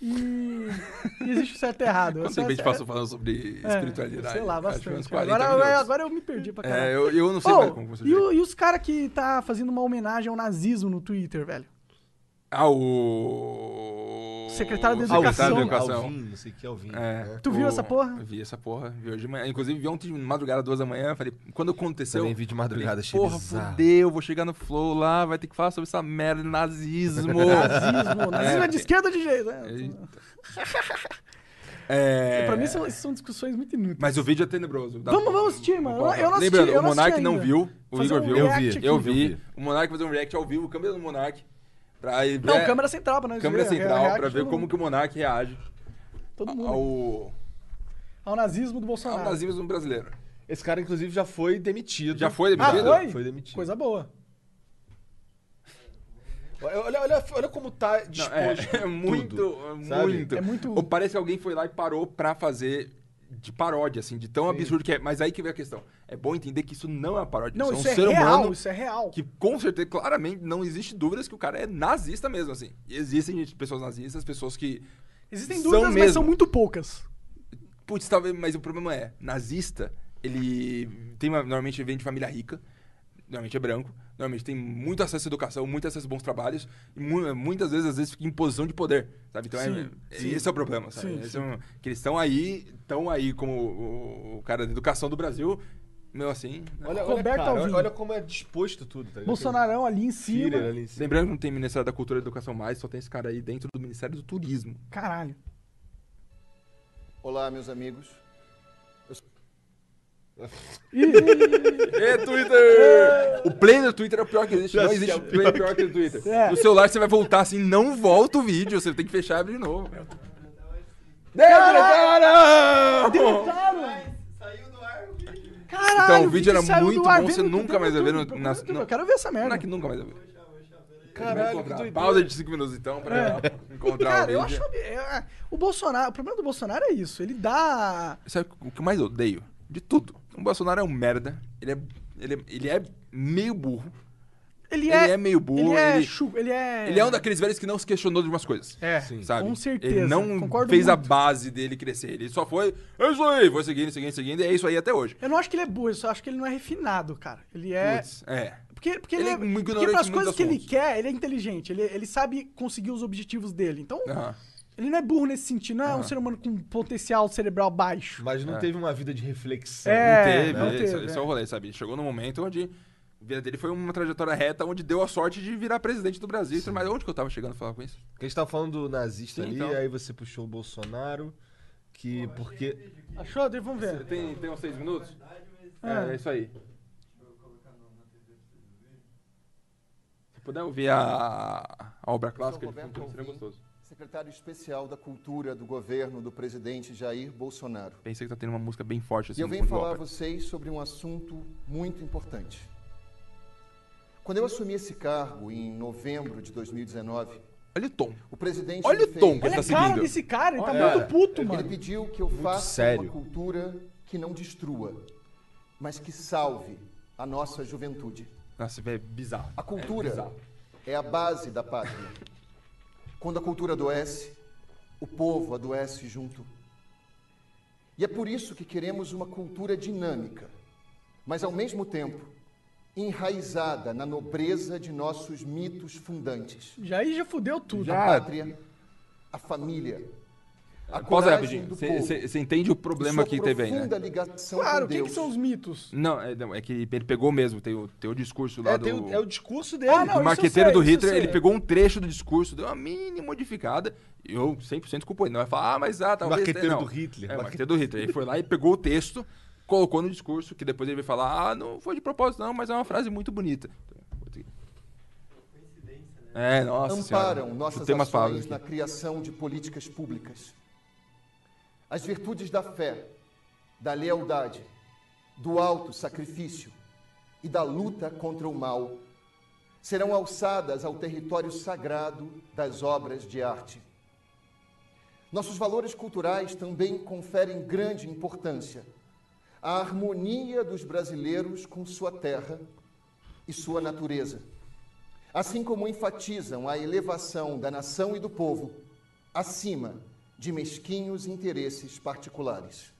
e, e existe o certo e errado. Quanto Só- tempo a gente só- passou falando sobre é, espiritualidade? Sei lá, Acho que foi uns bastante. 40 Agora, é, minutos. agora eu me perdi pra caralho. É, eu, eu não sei Ô, mais como você e, o- e os caras que tá fazendo uma homenagem ao nazismo no Twitter, velho? Ah, o. secretário da o secretário da Educação. Educação. Alvin, não sei o que é Alvin. É, né? Tu viu essa porra? Eu Vi essa porra. Vi hoje de manhã. Inclusive, vi ontem de madrugada, duas da manhã. Falei, quando aconteceu. Também vi de madrugada, achei Porra, bizarro. fudeu, vou chegar no Flow lá, vai ter que falar sobre essa merda de nazismo. Nazismo, nazismo é de esquerda ou de direita? né? Eita. É, Pra mim são, são discussões muito inúteis. Mas o vídeo é tenebroso. Dá- Vamos, vamos assistir, mano. Vou colocar. Eu não assisti, Lembrando, eu o não assisti Monark não ainda. viu, o Fazer Igor um viu. react Eu vi, aqui. Eu vi. vi. O Monark fazer um react ao vivo, câmera do Monark. Pra, Não, pra- câmera central pra nós câmera ver, central, react pra ver todo como mundo. que o Monark reage Todo mundo. Ao, ao, nazismo do ao Bolsonaro. nazismo brasileiro. Esse cara, inclusive, já foi demitido. Já foi Ah, demitido? foi? Foi demitido. Coisa boa. Olha, olha, olha como tá disposto. Não, é, é tudo, muito, é sabe? muito. É muito- Ou parece que alguém foi lá e parou pra fazer de paródia, assim, de tão absurdo que é. Mas aí que vem a questão. É bom entender que isso não é uma paródia. Não, é um isso é ser real, humano isso é real. que com certeza, claramente, não existe dúvidas que o cara é nazista mesmo, assim. E existem gente, pessoas nazistas, pessoas que Existem são dúvidas, mas mesmo. são muito poucas. Putz, talvez, mas o problema é, nazista, ele tem uma, normalmente ele vem de família rica, normalmente é branco, normalmente tem muito acesso à educação, muito acesso a bons trabalhos, e mu- muitas vezes, às vezes, fica em posição de poder, sabe? Então, é- Sim, é, sim. esse é o problema, sabe? Sim, Esse sim. é um- que eles estão aí, estão aí como o, o cara da educação do Brasil, meu assim... né? Olha, olha, Roberto cara, Alvin. olha, olha como é disposto tudo, tá ligado? Bolsonarão ali em Tem cima. um Führer ali em cima. Lembrando que não tem Ministério da Cultura e Educação mais, só tem esse cara aí dentro do Ministério do Turismo. Caralho. Olá, meus amigos. É Twitter! o play do Twitter é o pior que existe. Já Não sei existe que é o play pior que o Twitter. É. No celular você vai voltar assim, não volta o vídeo, você tem que fechar e abrir de novo. Deletaram! Caralho, Saiu do ar o vídeo. Caralho, Então, o vídeo era saiu muito do ar, bom, vem você no nunca YouTube, mais vai ver no- procura nas- no YouTube, não. Eu quero ver essa merda. Será que nunca mais vai ver? Caralho, que Encontrar. doideira. Pausa de 5 minutos então pra encontrar o Cara, vídeo. eu acho. é, o Bolsonaro. O problema do Bolsonaro é isso. Ele dá. Sabe o que eu mais odeio? De tudo. O Bolsonaro é um merda. Ele é, ele é, ele é meio burro. Ele Ele é. é meio burro, Ele é. ele- chu- Ele é, Ele é um daqueles velhos que não se questionou de umas coisas. É, Sim. sabe? com certeza, Ele não concordo fez a muito. base dele crescer. Ele só foi, é isso aí, foi seguindo, seguindo, seguindo, e é isso aí até hoje. Eu não acho que ele é burro, eu só acho que ele não é refinado, cara. Ele é. Putz, é. Porque, porque ele, Ele é é. um ignorante Porque pras em muitos coisas que ele assuntos. quer, ele é inteligente. Ele, ele sabe conseguir os objetivos dele. Então, Aham. ele não é burro nesse sentido. Não é um ser humano com potencial cerebral baixo. Mas É. não teve uma vida de reflexão. É. Não teve, não esse, teve, esse é. é o rolê, sabe? Chegou num momento onde a vida dele foi uma trajetória reta, onde deu a sorte de virar presidente do Brasil. Mas onde que eu tava chegando a falar com isso? Porque a gente tava falando do nazista Sim, ali, então. aí você puxou o Bolsonaro, que porque... Achou? Daí Vamos ver. Tem, tem uns seis minutos? É. É, é isso aí. Se puder ouvir a, a obra clássica de um Roberto fundo, seria Alvim. gostoso. Secretário especial da Cultura do governo do presidente Jair Bolsonaro. Pensei que tá tendo uma música bem forte assim. E eu no venho fundo de falar a ópera. vocês sobre um assunto muito importante. Quando eu assumi esse cargo em novembro de 2019, Olha o tom. o presidente Olha me o fez- tom que Olha tá É. a cara seguindo. desse é cara, ele tá Olha, muito puto, Ele mano. pediu que eu faça sério. uma cultura que não destrua, mas que salve a nossa juventude. Nossa, é bizarro. A cultura bizarro. é, a base da pátria. Quando a cultura adoece, o povo adoece junto. E é por isso que queremos uma cultura dinâmica, mas ao mesmo tempo enraizada na nobreza de nossos mitos fundantes. Já aí já fudeu tudo. A pátria, a família, a Pausa coragem rapidinho. do povo. Você entende o problema sua que teve aí, né? profunda ligação Claro, com o que, Deus. que são os mitos? Não é, não, é que ele pegou mesmo, tem o, tem o discurso lá É, do... tem o, é o discurso dele. Ah, não, do isso marqueteiro eu sei, do isso eu Hitler, sei. ele pegou um trecho do discurso, deu uma mini modificada, e eu 100% culpo ele. Não vai falar, ah, mas ah, talvez... Marqueteiro tenha- não. do Hitler. É, o marqueteiro do Hitler. Ele foi lá e pegou o texto, colocou no discurso, que depois ele veio falar, ah, não foi de propósito não, mas é uma frase muito bonita. Então, É, nossa amparam senhora. nossas Chutei umas palavras ações aqui. na criação de políticas públicas. As virtudes da fé, da lealdade, do alto sacrifício e da luta contra o mal serão alçadas ao território sagrado das obras de arte. Nossos valores culturais também conferem grande importância à harmonia dos brasileiros com sua terra e sua natureza assim como enfatizam a elevação da nação e do povo acima de mesquinhos interesses particulares.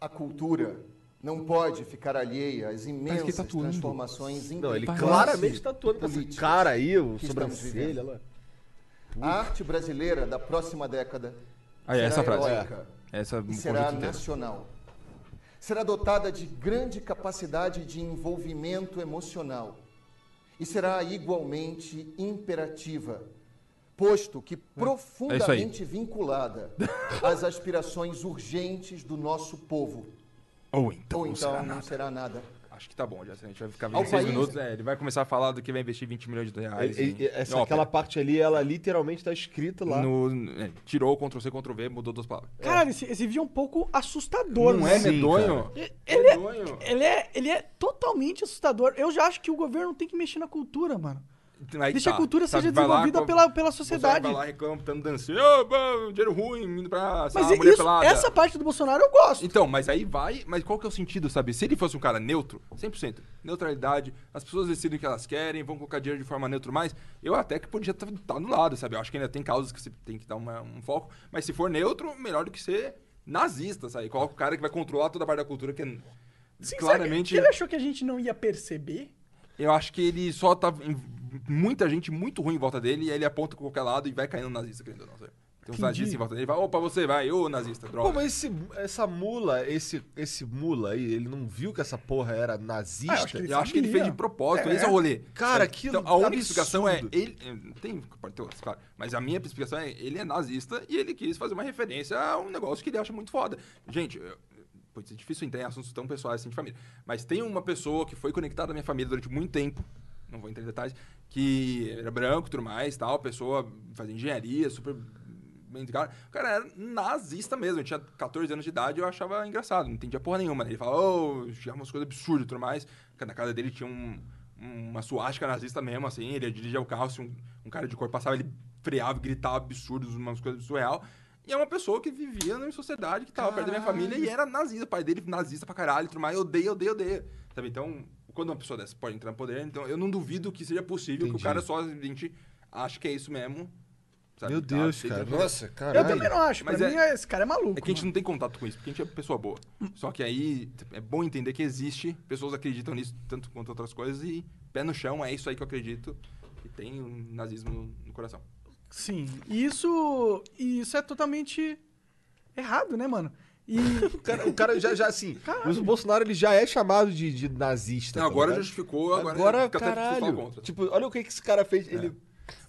A cultura não pode ficar alheia Parece às que ele imensas tá atuando. transformações Não, ele internas claramente tá atuando com essa políticas cara aí, o que estamos sobrancelha. vivendo. Ela... A arte brasileira da próxima década Ah, é, será essa frase. heróica Essa e o será né? conjunto inteiro. nacional. Será dotada de grande capacidade de envolvimento emocional e será igualmente imperativa, posto É, que profundamente vinculada às aspirações urgentes do nosso povo. Ou então, Ou não então será né? não nada. será nada. Acho que tá bom, já. A gente vai ficar Ao 26 país- minutos. né? é, ele vai começar a falar do que vai investir 20 milhões de reais. Ele- em- ele- essa, em ópera. aquela parte ali, ela literalmente tá escrita lá. tá. No- é, tirou o Ctrl-C, Ctrl-V, mudou duas palavras. Cara, esse, esse vídeo é um pouco assustador. Não né? é medonho? Ele é, Medonho. ele, é, ele é totalmente assustador. Eu já acho que o governo tem que mexer na cultura, mano. Aí Deixa a cultura sabe, seja tá. vai lá, desenvolvida co- pela- pela Bolsonaro sociedade. Vai lá, reclama, tentando dançar. Ô, bom, dinheiro ruim, indo pra sei Mas lá, é Ah, mulher isso, pelada. essa parte do Bolsonaro eu gosto. Então, mas aí vai, mas qual que é o sentido, sabe? Se ele fosse um cara neutro, 100%, neutralidade, as pessoas decidem o que elas querem, vão colocar dinheiro de forma neutra mais, eu até que podia estar no lado, sabe? Eu acho que ainda tem causas que você tem que dar uma- um foco, mas se for neutro, melhor do que ser nazista, sabe? Coloca o cara que vai controlar toda a parte da cultura, que é Sim, será que- claramente... Ele achou que a gente não ia perceber? Eu acho que ele só tá. em- Muita gente muito ruim em volta dele, e aí ele aponta pra qualquer lado e vai caindo nazista, querendo ou não. sabe? Tem uns nazistas em volta dele, vai, opa, você vai, ô nazista, droga. Pô, mas esse, essa mula, esse, esse mula aí, ele não viu que essa porra era nazista? Ah, eu acho que, eu acho que ele fez de propósito, É. esse é o rolê. Cara, Sabe? que Então, a única absurdo. explicação é. Ele, é, tem, pode ter outras, claro. Mas a minha explicação é: ele é nazista e ele quis fazer uma referência a um negócio que ele acha muito foda. Gente, eu- pode ser difícil entrar em assuntos tão pessoais assim de família. Mas tem uma pessoa que foi conectada à minha família durante muito tempo. Não vou entrar em detalhes. Que era branco e tudo mais, tal. Pessoa fazia engenharia, super bem do cara. O cara era nazista mesmo. Eu tinha 14 anos de idade e eu achava engraçado. Não entendia porra nenhuma. Ele falava, oh, chegava umas coisas absurdas e tudo mais. Na casa dele tinha um, uma suástica nazista mesmo, assim. Ele dirigia o carro, se um, um cara de cor passava, ele freava, gritava absurdos, umas coisas surreal. E é uma pessoa que vivia numa sociedade que tava perto da minha família e era nazista. O pai dele nazista pra caralho e tudo mais. Odeia, odeia, odeia. Sabe? Então, quando uma pessoa dessa pode entrar no poder, então eu não duvido que seja possível que o Entendi. cara só, a gente, acha que é isso mesmo. sabe? Meu Tá? Deus, Tem- cara. tem- Nossa, Eu caralho. também não acho. Mas pra é- mim, esse cara é maluco. é que a gente mano. não tem contato com isso, porque a gente é pessoa boa. Só que aí é bom entender que existe, pessoas acreditam nisso tanto quanto outras coisas, e pé no chão, é isso aí que eu acredito. E tem o nazismo no, no coração. Sim. E isso, e isso é totalmente errado, né, mano? E O cara, o cara já, já assim, o Bolsonaro ele já é chamado de, de nazista. tá agora ligado? justificou, agora, Agora, fica até difícil falar caralho. contra. Tipo, olha o que, que esse cara fez. Ele...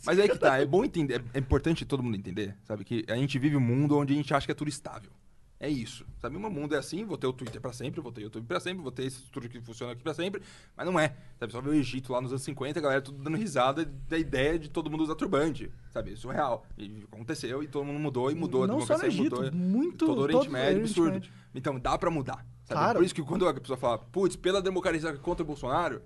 Mas aí que tá, é bom entender, é importante todo mundo entender, sabe? Que a gente vive um mundo onde a gente acha que é tudo estável. É isso, sabe? O meu mundo é assim, vou ter o Twitter pra sempre, vou ter o YouTube pra sempre, vou ter isso tudo que funciona aqui pra sempre, mas não é. Sabe? Só ver o Egito lá nos anos 50, a galera tudo dando risada da ideia de todo mundo usar turbante, sabe? Isso é real. E aconteceu e todo mundo mudou e mudou. a Não só no democracia Egito, mudou, muito- Todo o todo Oriente o Médio, Oriente absurdo. Médio. Então dá pra mudar, sabe? Claro. Por isso que quando a pessoa fala, putz, pela democracia contra o Bolsonaro,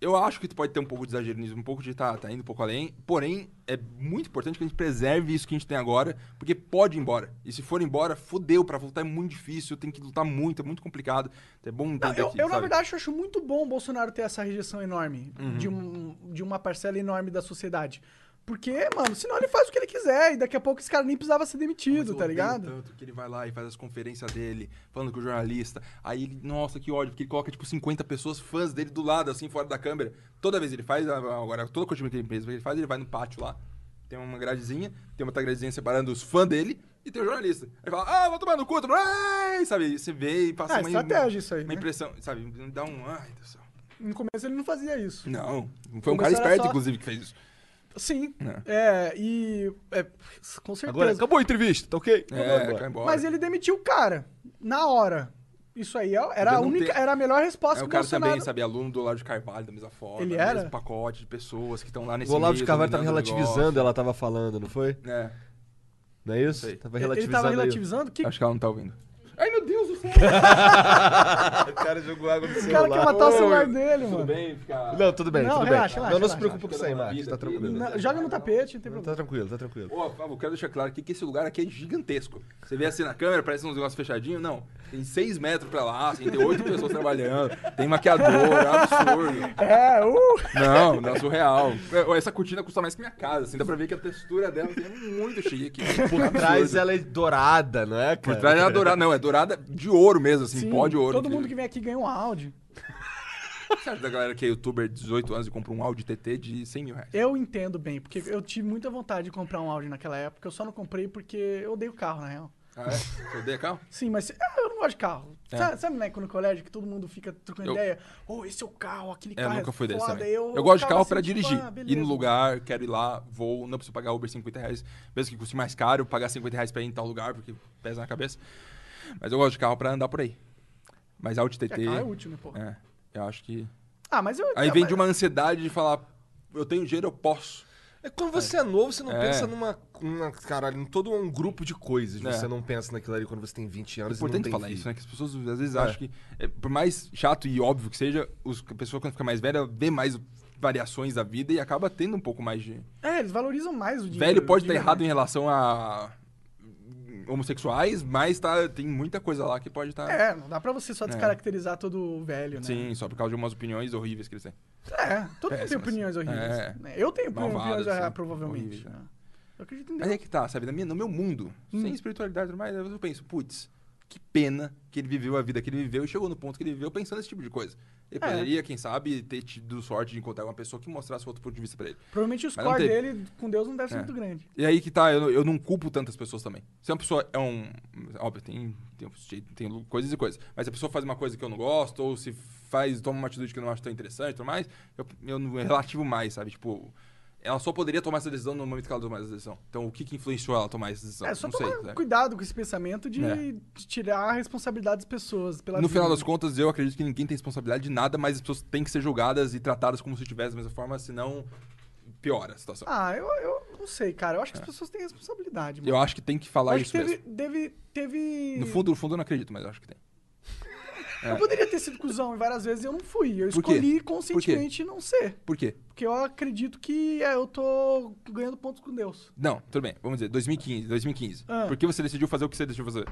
eu acho que tu pode ter um pouco de exagero nisso, um pouco de tá, tá indo um pouco além. Porém, é muito importante que a gente preserve isso que a gente tem agora, porque pode ir embora. E se for embora, fodeu, pra voltar é muito difícil, tem que lutar muito, é muito complicado. Então É bom entender Não, eu, aqui, eu, na sabe? Uhum. verdade, acho muito bom o Bolsonaro ter essa rejeição enorme de, um- de uma parcela enorme da sociedade. Porque, mano, senão ele faz o que ele quiser e daqui a pouco esse cara nem precisava ser Mas demitido, eu tá odeio ligado? Tanto que ele vai lá e faz as conferências dele, falando com o jornalista. Aí, ele, nossa, que ódio, porque ele coloca, tipo, 50 pessoas fãs dele do lado, assim, fora da câmera. Toda vez ele faz, agora, toda coisa que ele fez, ele faz, ele vai no pátio lá. Tem uma gradezinha, tem uma outra gradezinha separando os fãs dele e tem o jornalista. Aí fala, ah, vou tomar no cu, outro, ai, sabe? Você vê e passa Ah, uma, estratégia isso aí, né? uma impressão, sabe? Dá um, ai, Deus do céu. No começo ele não fazia isso. Não, foi Começaram um cara esperto, só- inclusive, que fez isso. Sim. É, e. é, com certeza. Agora, acabou a entrevista, tá ok? Acabou É, agora. cai embora. Mas ele demitiu o cara. Na hora. Isso aí é- era Ainda a não única. tem- Era a melhor resposta É, que o o cara Bolsonaro. também, sabe, aluno do Olavo de Carvalho, da mesma forma, Ele do era? mesmo pacote de pessoas que estão lá nesse O Olavo de meio, Carvalho tava dominando o relativizando, ela tava falando, não foi? negócio. É, Não é isso? Sei. Tava Ele relativizando. tava aí. relativizando? Que acho que ela não tá ouvindo. Ai, meu Deus do céu. O cara jogou água no O cara quer matar o celular dele, Tudo mano. bem ficar... Não, tudo bem, Não, relaxa, tudo bem. relaxa, não, não relaxa. se preocupa com isso aí, Fica na Marcos. Tá vida, tranquilo. querido. Não, joga no tapete, não tem Tá problema. tranquilo, tá tranquilo. Ô, Fábio, quero deixar claro aqui que esse lugar aqui é gigantesco. Você vê assim na câmera, parece uns negócios fechadinhos. Não, tem seis metros pra lá, assim, tem oito pessoas trabalhando, tem maquiador, é um absurdo. É, uh! Não, não, surreal. É, Essa cortina custa mais que minha casa, assim, dá pra ver que a textura dela é muito chique. Por trás ela é dourada, não é, cara? Por trás ela é dourada, não, é dourada de ouro mesmo, assim, Sim, pó de ouro. Todo mundo incrível. que vem aqui ganha um áudio. O que você acha da galera que é youtuber de 18 anos e compra um Audi TT de 100 mil reais? Eu entendo bem, porque eu tive muita vontade de comprar um Audi naquela época. Eu só não comprei porque eu odeio carro, na real. Ah, é? Você odeia carro? Sim, mas ah, eu não gosto de carro. Sabe, sabe né, quando no colégio que todo mundo fica trocando É. Eu- ideia? Oh, esse é o carro, aquele É, carro. eu nunca fui é desse foda. também. Eu, Eu, gosto de ficava carro assim, pra tipo, dirigir. ah, ir beleza. no lugar, quero ir lá, vou, não preciso pagar Uber 50 reais, mesmo que custe mais caro, pagar 50 reais pra ir em tal lugar, porque pesa na cabeça. Mas eu gosto de carro pra andar por aí. Mas Audi É, TT. carro é útil, né, pô? é, eu acho que. Ah, mas eu. Aí é, vem mas- de uma ansiedade de falar, eu tenho dinheiro, eu posso. É quando você é novo, você não É. pensa numa, numa- Caralho, em todo um grupo de coisas. É. Você não pensa naquilo ali quando você tem 20 É anos e não importante tem falar filho. isso, né? Que as pessoas às vezes acham que, é, por mais chato e óbvio que seja, os, a pessoa quando fica mais velha vê mais variações da vida e acaba tendo um pouco mais de. É, eles valorizam mais o dinheiro. Velho pode estar digo, errado né? em relação a homossexuais, mas tá, tem muita coisa lá que pode estar. É, não dá pra você só descaracterizar todo o velho, né? Sim, só por causa de umas opiniões horríveis que eles têm. É, todo mundo tem Péssimas. opiniões horríveis. É. né? Eu tenho opiniões Malvadas, horríveis, ah, assim, provavelmente. horríveis, né? Eu acredito em Mas Deus. é que tá, sabe? Na minha, no meu mundo, sem espiritualidade e tudo mais, eu penso, putz, que pena que ele viveu a vida que ele viveu e chegou no ponto que ele viveu pensando nesse tipo de coisa. Ele É. poderia, quem sabe, ter tido sorte de encontrar uma pessoa que mostrasse outro ponto de vista pra ele. Provavelmente o Mas não score teve. dele com Deus não deve ser É. muito grande. E aí que tá, eu, não- eu não culpo tantas pessoas também. Se uma pessoa é um. Óbvio, tem, tem, um jeito- tem lu- coisas e coisas. Mas se a pessoa faz uma coisa que eu não gosto, ou se faz, toma uma atitude que eu não acho tão interessante e tudo mais, eu, eu não é relativo mais, sabe? Tipo, ela só poderia tomar essa decisão no momento que ela tomar essa decisão. Então, o que, que influenciou ela a tomar essa decisão? É, só não tomar sei. né? sabe? cuidado com esse pensamento de, É. de tirar a responsabilidade das pessoas. Pela No vida. final das contas, eu acredito que ninguém tem responsabilidade de nada, mas as pessoas têm que ser julgadas e tratadas como se tivesse da mesma forma, senão piora a situação. Ah, eu, eu não sei, cara. Eu acho que as pessoas têm responsabilidade, mano. É. eu acho que tem que falar acho isso que teve, mesmo. teve, teve... No fundo, no fundo, eu não acredito, mas eu acho que tem. Eu poderia ter sido cuzão e várias vezes eu não fui. Eu Por quê? escolhi conscientemente não ser. Por quê? Porque eu acredito que é, eu tô ganhando pontos com Deus. Não, tudo bem. Vamos dizer, 2015, 2015. Ah. Por que você decidiu fazer o que você decidiu fazer?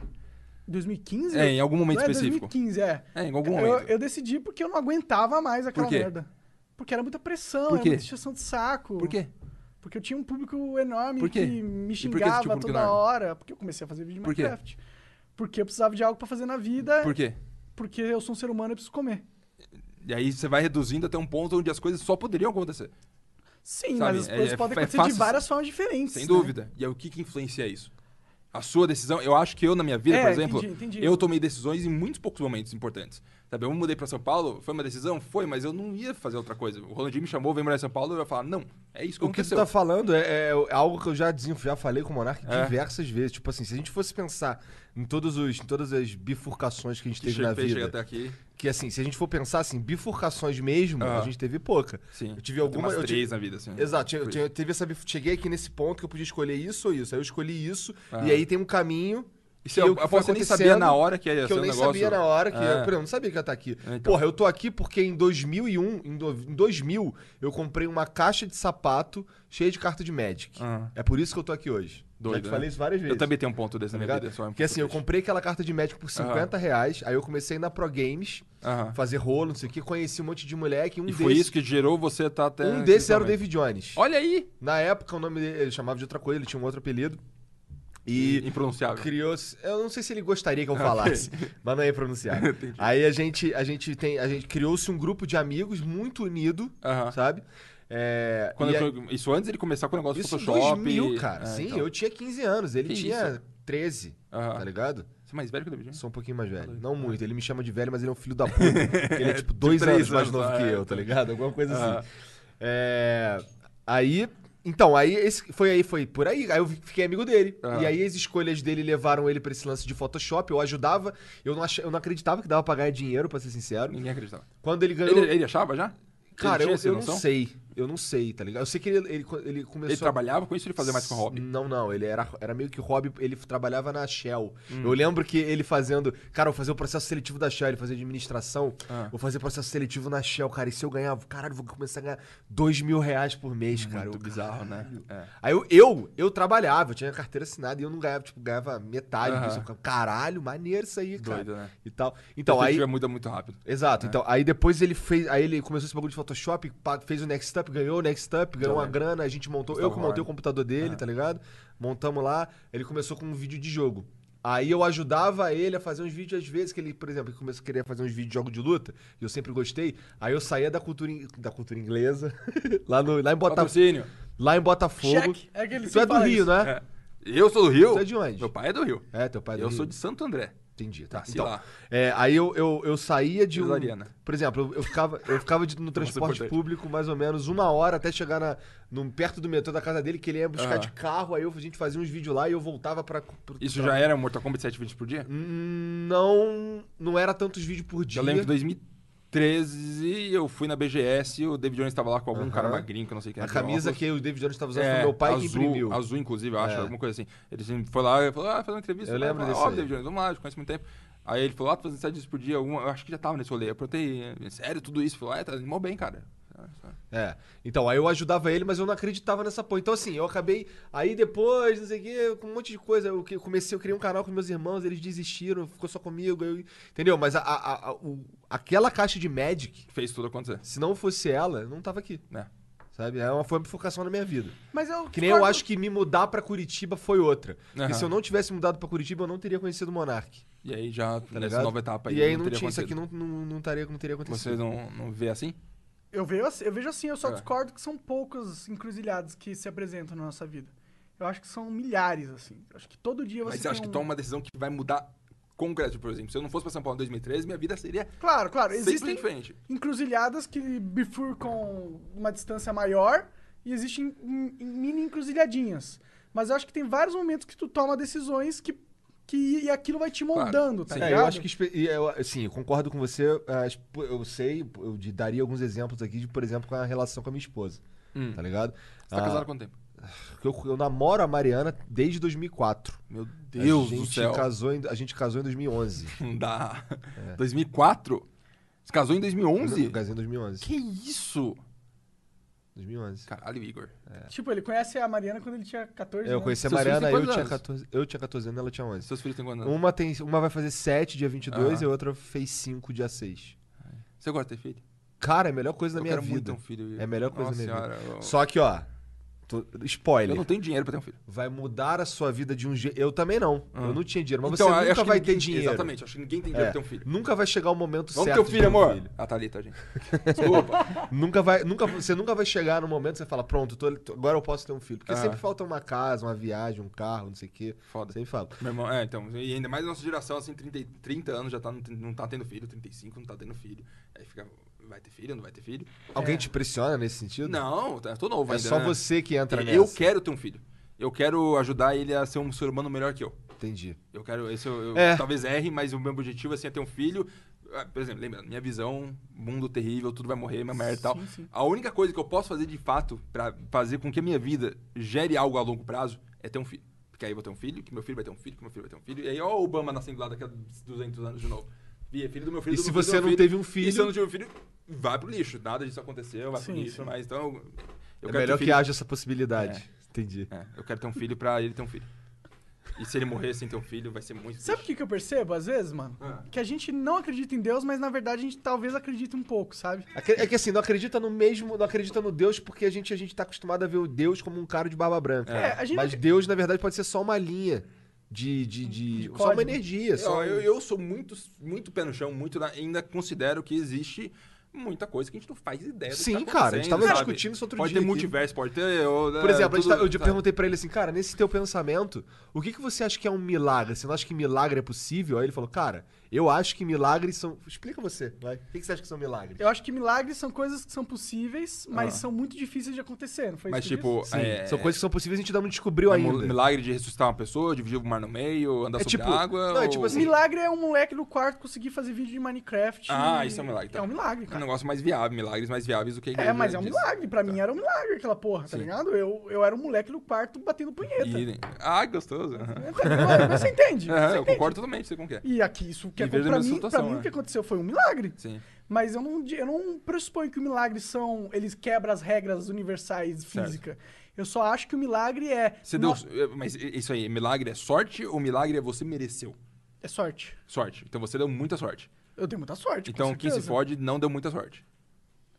2015? É, em algum momento Não é específico. 2015, é. É, em algum Eu, momento. eu decidi porque eu não aguentava mais aquela Por quê? merda. Porque era muita pressão, Por era quê? muita extensão de saco. Por quê? Porque eu tinha um público enorme Por quê? que me E por que esse tipo xingava público toda enorme? hora. Porque eu comecei a fazer vídeo de Por quê? Minecraft. Porque eu precisava de algo pra fazer na vida. Por quê? Porque eu sou um ser humano e preciso comer. E aí você vai reduzindo até um ponto onde as coisas só poderiam acontecer. Sim, Sabe, mas as é- coisas é- podem é acontecer fácil- de várias formas diferentes. Sem né? dúvida. E aí o que, que influencia isso? A sua decisão, eu acho que eu, na minha vida, É, por exemplo, entendi, entendi. eu tomei decisões em muitos poucos momentos importantes. Sabe, eu mudei pra São Paulo, foi uma decisão? Foi, mas eu não ia fazer outra coisa. O Rolandinho me chamou, veio morar em São Paulo, eu ia falar, não, é isso que O que tu aconteceu. tá falando é, é algo que eu já, desenf- já falei com o Monark É. diversas vezes. Tipo assim, se a gente fosse pensar em, todos os, em todas as bifurcações que a gente que teve na cheguei, cheguei vida. até aqui. Que assim, se a gente for pensar assim, bifurcações mesmo, Ah. a gente teve pouca. Sim. Eu tive Tem alguma. umas eu três tive- na vida, assim. Exato, eu, Foi. tinha- eu teve essa bif- Cheguei aqui nesse ponto que eu podia escolher isso ou isso. Aí eu escolhi isso, Ah. e aí tem um caminho. E se e eu, o que foi aposto é que eu nem acontecendo- sabia na hora que ia que ser eu um nem negócio. sabia na hora que. É. Eu, por exemplo, não sabia que ia estar aqui. É, então. Porra, eu tô aqui porque em 2001, em, do, em 2000, eu comprei uma caixa de sapato cheia de carta de Magic. Ah. É por isso que eu tô aqui hoje. Já Doido, te né? falei isso várias vezes. Eu também tenho um ponto desse Tá na minha ligado? vida. Só é um Porque assim, eu pouco comprei aquela carta de Magic por 50 reais, aí eu comecei na Pro Games, Aham. fazer rolo, não sei o que, conheci um monte de moleque, um triste. Ah. E desses. foi isso que gerou você estar até. Um desses era o principalmente. David Jones. Olha aí! Na época o nome dele ele chamava de outra coisa, ele tinha um outro apelido. E Impronunciável. criou. Eu não sei se ele gostaria que eu falasse, mas não ia pronunciar. Aí a gente, a gente tem, a gente criou-se um grupo de amigos muito unido, Aham. sabe? É, Quando e eu- aí- Isso antes ele começar com o negócio do isso em Photoshop. 2000, cara. É, Sim, então. eu tinha 15 anos, ele Que tinha isso? 13, Aham. tá ligado? Você é mais velho que o David Jones? Sou um pouquinho mais velho. Não muito. Ele me chama de velho, mas ele é um filho da puta. ele é tipo dois três anos mais anos, novo ah, que é, eu, tá então. ligado? Alguma coisa Ah. assim. É, Aí. Então, aí esse foi aí, foi por aí. Aí eu fiquei amigo dele. Ah. E aí as escolhas dele levaram ele pra esse lance de Photoshop. Eu ajudava. Eu não, ach... eu não acreditava que dava pra ganhar dinheiro, pra ser sincero. Ninguém acreditava. Quando ele ganhou. Ele, ele achava já? Ele Cara, tinha eu, essa eu não noção? sei. Eu não sei, tá ligado? Eu sei que ele, ele, ele começou. Ele trabalhava com isso ou ele fazia mais com hobby? Não, não, ele era, era meio que hobby, ele trabalhava na Shell. Hum. Eu lembro que ele fazendo. Cara, eu fazia o processo seletivo da Shell, ele fazia administração, Ah. vou fazer processo seletivo na Shell, cara. E se eu ganhar, caralho, vou começar a ganhar dois mil reais por mês, cara. Muito Eu, bizarro, né? É. Aí eu, eu, eu trabalhava, eu tinha carteira assinada e eu não ganhava, tipo, ganhava metade Aham. disso. Eu ficava, caralho, maneiro isso aí, cara. Doido, né? E tal. Então, a aí. perspectiva muda muito rápido. Exato. É. Então, aí depois ele fez. Aí ele começou esse bagulho de Photoshop, pa- fez o Next Up, ganhou o Next Up, ganhou uma grana, a gente montou. Eu Gustavo que montei o Horn. computador dele, tá ligado? Montamos lá. Ele começou com um vídeo de jogo. Aí eu ajudava ele a fazer uns vídeos, às vezes, que ele, por exemplo, ele começou a querer fazer uns vídeos de jogo de luta, e eu sempre gostei. Aí eu saía da cultura, in- da cultura inglesa, lá, no, lá em Botafogo. Patrocínio. Lá em Botafogo. Check. É que ele tu sempre é do fala Rio, isso. né? É. Eu sou do Rio? Você é de onde? Meu pai é do Rio. É, teu pai é do eu Rio. sou de Santo André. Entendi, tá. Tá, sei então, lá. é, aí eu, eu, eu saía de um... Vila Mariana. Por exemplo, eu, eu ficava, eu ficava de- no transporte é importante. público mais ou menos uma hora até chegar na, num- perto do metrô da casa dele, que ele ia buscar Aham. de carro, aí eu- a gente fazia uns vídeos lá e eu voltava pra... pro- Isso pra- já é era Mortal Kombat 7 vídeos por dia? Hum, Não, não era tantos vídeos por dia. Eu lembro que em 2013 eu fui na BGS e o David Jones estava lá com algum cara magrinho que eu não sei quem A era, camisa óculos. que o David Jones estava usando É, foi meu pai azul, que imprimiu. Azul, inclusive, eu acho, É. alguma coisa assim. Ele sempre foi lá e falou, ah, fazer uma entrevista. Eu vai, lembro vai, disso Ó, aí. David Jones, vamos lá, a gente conhece muito tempo. Aí ele falou, ah, tô fazendo sete dias por dia, alguma... eu acho que já tava nesse rolê. Eu perguntei, "É sério, tudo isso? Ele falou, ah, tá indo mó bem, cara. É. Então, aí eu ajudava ele, mas eu não acreditava nessa porra. Então, assim, eu acabei. Aí depois, não sei o quê, com um monte de coisa. Eu que- comecei, eu criei um canal com meus irmãos, eles desistiram, ficou só comigo. eu- entendeu? Mas a, a- a- o- aquela caixa de Magic, Fez tudo acontecer, se não fosse ela, eu não tava aqui. né? Sabe? É uma, foi uma focação na minha vida. Mas eu. Que nem eu acho que me mudar pra Curitiba foi outra. Porque Aham. se eu não tivesse mudado pra Curitiba, eu não teria conhecido o Monark. E aí já, Tá nessa ligado? nova etapa aí, E aí não, teria tinha isso aqui, acontecido. não, não, não, taria, não teria acontecido. Vocês não, não vê assim? Eu vejo, assim- eu vejo assim, eu só É. discordo que são poucas encruzilhadas que se apresentam na nossa vida. Eu acho que são milhares, assim. Eu acho que todo dia você. Mas você tem acha que um- toma uma decisão que vai mudar concreto, por exemplo? Se eu não fosse pra São Paulo em 2013, minha vida seria Claro, claro. sempre Existem diferente. encruzilhadas que bifurcam uma distância maior e existem em- em mini encruzilhadinhas. Mas eu acho que tem vários momentos que tu toma decisões que, que e aquilo vai te Claro. moldando, tá Sim. É, ligado? eu acho que. espe- e Eu, assim, eu concordo com você. ah, exp- Eu sei, eu de- daria alguns exemplos aqui, de, por exemplo, com a relação com a minha esposa. Hum. Tá ligado? Você tá Ah, casado há quanto tempo? porque eu, eu namoro a Mariana desde 2004. Meu Deus a do gente céu. Casou em, a gente casou em 2011. Não dá. É. 2004? Você casou em Eu 2011? casei em 2011. Que isso? 2011. Caralho, Igor. Tipo, ele conhece a Mariana quando ele tinha 14 Eu anos. conheci a Seus filhos Mariana, têm eu quantos tinha, anos? 14, eu tinha 14 anos, ela tinha 11. Seus filhos têm quantos anos? Uma, tem, uma vai fazer 7, dia 22, Aham. e a outra fez 5, dia 6. Você gosta de ter filho? Cara, é a melhor coisa da eu minha quero muito vida. ter um filho. Igor. É a melhor coisa Nossa da minha vida. senhora, eu- Só que, ó. tô- Eu spoiler. não tenho dinheiro pra ter um filho. vai mudar a sua vida de um jeito. Eu também não. Eu não tinha dinheiro. Mas Então, eu você acho nunca que vai ter ninguém- dinheiro. Exatamente, acho que ninguém tem É, dinheiro pra ter um filho. Nunca vai chegar o momento Vamos ter certo. um de filho, amor. filho. Ah, tá ali, tá, gente. Desculpa. Nunca vai, nunca, você nunca vai chegar no momento que você fala, pronto, tô- tô- agora eu posso ter um filho. Porque Aham. sempre falta uma casa, uma viagem, um carro, não sei o quê. Ah. Foda. Sempre falta. Meu irmão, é, então, e ainda mais a nossa geração, assim, 30, e- 30 anos já tá, não, tem- não tá tendo filho, 35 não tá tendo filho. Aí fica, vai ter filho, não vai ter filho? Alguém te pressiona nesse sentido? Não, tá- eu tô novo É ainda, só né? você que entra nessa. Eu quero ter um filho. Eu quero ajudar ele a ser um ser humano melhor que eu. Entendi. Eu quero, esse eu, eu É. talvez erre, mas o meu objetivo assim, é ter um filho. Ah, Por exemplo, lembra, minha visão, mundo terrível, tudo vai morrer, minha merda e tal. A única coisa que eu posso fazer de fato pra fazer com que a minha vida gere algo a longo prazo é ter um filho. Porque aí eu vou ter um filho, que meu filho vai ter um filho, que meu filho vai ter um filho. E aí, ó, o Obama nascendo lá daqui a 200 anos de novo. E é filho do meu filho. E do se meu filho, você do meu não filho. teve um filho? E se eu não tive um filho, vai pro lixo. Nada disso aconteceu, vai Sim, pro lixo, sim. mas então. eu- Eu é quero ter um melhor filho que haja essa possibilidade. Entendi. é, eu quero ter um filho pra ele ter um filho. E se ele morrer sem ter um filho, vai ser muito Sabe o triste. que, que eu percebo às vezes, mano? Ah. Que a gente não acredita em Deus, mas na verdade a gente talvez acredite um pouco, sabe? Acre- É que assim, não acredita no mesmo, não acredita no Deus porque a gente, a gente tá acostumado a ver o Deus como um cara de barba branca. É, a gente Mas não- Deus, na verdade, pode ser só uma linha de. de, de- De só uma código. energia. É Só um Ó, Eu, eu sou muito, muito pé no chão, muito na- ainda considero que existe muita coisa que a gente não faz ideia do que Sim, tá cara, a gente acontecendo, tava sabe? discutindo isso outro pode dia Pode ter aqui. multiverso, pode ter... ó, Por é, exemplo, a gente tudo, tá- eu sabe? perguntei pra ele assim, cara, nesse teu pensamento, o que, que você acha que é um milagre? Você não acha que milagre é possível? Aí ele falou, cara, eu acho que milagres são. Explica você, vai. O que, que você acha que são milagres? Eu acho que milagres são coisas que são possíveis, mas são muito difíceis de acontecer, não foi Ah. Mas isso que tipo, Sim, é, são coisas que são possíveis e a gente ainda não descobriu é um ainda. milagre de ressuscitar uma pessoa, dividir o mar no meio, andar É sobre tipo- a água... não, é tipo ou- disse? assim, Milagre é um moleque no quarto conseguir fazer vídeo de Minecraft. Ah, e- isso é um milagre, tá. É um milagre, É um cara. negócio mais viável, milagres mais viáveis do que a É, igreja mas é um diz. milagre. Pra mim era um milagre aquela porra, tá Tá. Sim. ligado? Eu, eu era um moleque no quarto batendo punheta. E... Ah, gostoso. aham. É, tá ligado? Mas você entende. Aham, você eu entende. concordo totalmente, sei como que é. E aqui, isso que E vejo a pra mesma mim, pra situação, mim né? o que aconteceu foi um milagre. Sim. Mas eu não, di- eu não pressuponho que o milagre são. Eles quebram as regras universais de Certo. física. Eu só acho que o milagre é. Você deu. eh, não- Mas isso aí, milagre é sorte ou milagre é você mereceu? É sorte. Sorte. Então você deu muita sorte. Eu dei muita sorte. com Então quem se certeza. fode não deu muita sorte.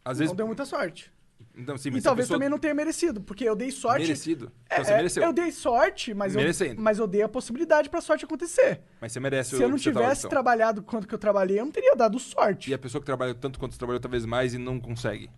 Às Não vezes. deu muita sorte. Então, sim, E mas se a talvez pessoa- também não tenha merecido, porque eu dei sorte. Merecido. É, Então você é, mereceu. Eu dei sorte, mas eu, Merecendo. mas eu dei a possibilidade pra sorte acontecer. Mas você merece Se o eu não que você tava, tivesse então. trabalhado quanto que eu trabalhei, eu não teria dado sorte. E é- a pessoa que trabalha tanto quanto você trabalhou, talvez mais, e não consegue.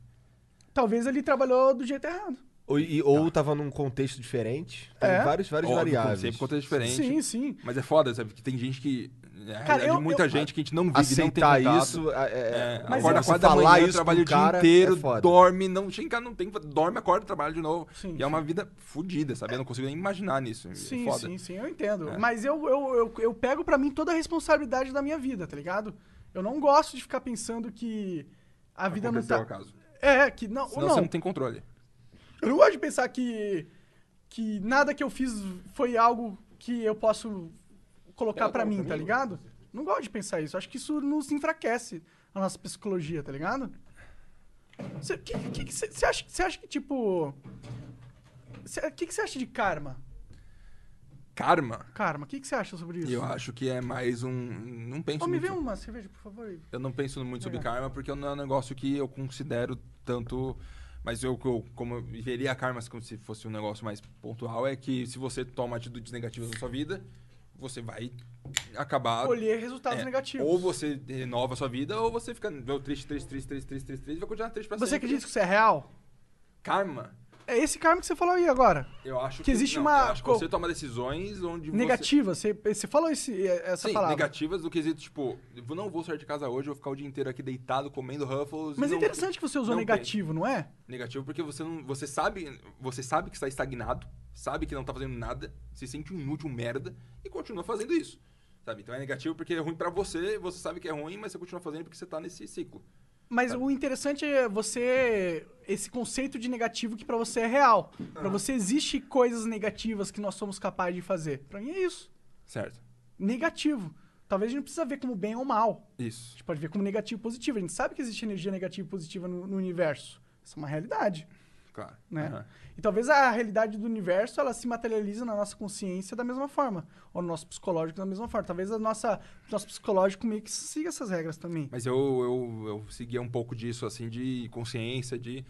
Talvez ele trabalhou do jeito errado. Ou, e- ou tava num contexto diferente. Tem É. vários, vários Óbvio, como variáveis. Sempre contexto diferente. Sim, sim. Mas é foda, sabe? Que tem gente que. É a Cara, realidade eu- de muita eu- gente que a gente não vive, Aceitar não tem contato. isso. É, é, É, Mas acorda eu- às você quatro da falar manhã, isso trabalha pro o dia cara é inteiro, foda. dorme, não chega em casa, não tem, dorme, acorda, trabalha de novo. Sim, e sim. é uma vida fodida, sabe? Eu não consigo nem imaginar nisso. é Sim, foda. sim, sim, eu entendo. É. Mas eu, eu, eu, eu pego pra mim toda a responsabilidade da minha vida, tá ligado? Eu não gosto de ficar pensando que a vida Aconteceu não o tá. acaso. É, que não. Senão não. você não tem controle. Eu não gosto de pensar que, que nada que eu fiz foi algo que eu posso colocar É, pra mim, tá ligado? Não gosto de pensar isso. Acho que isso nos enfraquece a nossa psicologia, tá ligado? Você que, que- que cê- cê acha, cê acha que, tipo. O que você acha de karma? Karma, Karma, o que você acha sobre isso? eu acho que é mais um. Não penso Ô, me muito. vê uma cerveja, por favor. Eu não penso muito sobre Legal. karma porque não é um negócio que eu considero tanto. Mas eu, eu- como eu veria a karma como se fosse um negócio mais pontual, é que se você toma atitudes negativas na sua vida, você vai acabar. Colher resultados É, negativos. Ou você renova a sua vida, ou você fica meu, triste, triste, triste, triste, triste, triste, triste, e vai continuar triste pra Você sempre. acredita que isso é real? Karma, É esse karma que você falou aí agora. eu acho que. Que existe não, uma eu acho que co- você toma decisões onde você. Negativa, você, você falou esse, essa Sim, palavra. negativas do quesito, tipo, eu não vou sair de casa hoje, eu vou ficar o dia inteiro aqui deitado comendo Ruffles. e Mas é não- interessante que você usou não negativo, não é? Negativo porque você não, você sabe, você sabe que está estagnado, sabe que não tá fazendo nada, se sente um inútil, um merda e continua fazendo isso. Sabe? Então é negativo porque é ruim pra você, você sabe que é ruim, mas você continua fazendo porque você tá nesse ciclo. Mas o interessante é você. Esse conceito de negativo que pra você é real. Pra você existe coisas negativas que nós somos capazes de fazer. Pra mim é isso. Certo. Negativo. Talvez a gente não precisa ver como bem ou mal. A Isso. gente pode ver como negativo e positivo. A gente sabe que existe energia negativa e positiva no, no universo. Isso é uma realidade, Claro. né? Aham. E talvez a realidade do universo ela se materializa na nossa consciência da mesma forma, ou no nosso psicológico da mesma forma. Talvez a nossa nosso psicológico meio que siga essas regras também. Mas eu, eu, eu seguia um pouco disso, assim, de consciência, de...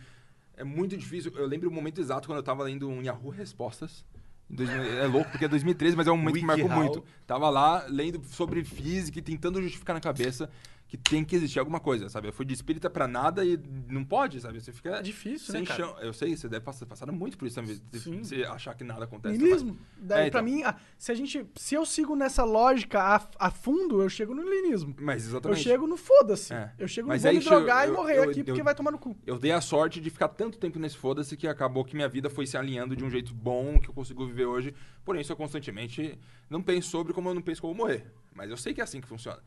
É muito difícil. Eu lembro o momento exato quando eu tava lendo um Yahoo Respostas. Em 2000 É louco, porque é 2013, mas é um momento que marcou WikiHow. muito. Tava lá lendo sobre física e tentando justificar na cabeça que tem que existir alguma coisa, sabe? Eu fui de espírita pra nada e não pode, sabe? Você fica. É difícil, sem né, cara? chão. Eu sei, você deve passar passaram muito por isso também. de- Sim. Você achar que nada acontece. Niilismo. não vai. É Daí, É, pra então. mim, a- se a gente. Se eu sigo nessa lógica a, a fundo, eu chego no niilismo. Mas Eu exatamente. chego no foda-se. É. Eu chego no Mas vou aí me chega- drogar eu- e morrer eu- aqui porque eu- vai tomar no cu. Eu dei a sorte de ficar tanto tempo nesse foda-se que acabou que minha vida foi se alinhando de um jeito bom, que eu consigo viver hoje. Porém, isso eu constantemente não penso sobre como eu não penso como eu vou morrer. Mas eu sei que é assim que funciona.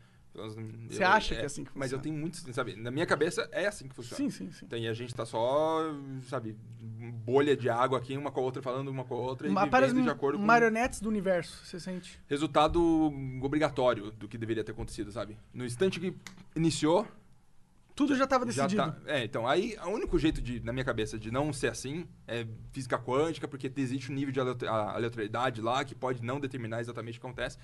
Você acha que é assim que Mas eu funciona? tenho muito, sabe? Na minha cabeça é assim que funciona. Sim, sim, sim. Então, e a gente tá só, sabe, bolha de água aqui, uma com a outra, falando uma com a outra, Ma- e Parece um vivendo de acordo com marionetes do universo, você sente. resultado obrigatório do que deveria ter acontecido, sabe? No instante que iniciou, Tudo já tava já decidido. tá. É, então, aí o único jeito de, na minha cabeça, de não ser assim é física quântica, porque existe um nível de aleato- a- aleatoriedade lá que pode não determinar exatamente o que acontece.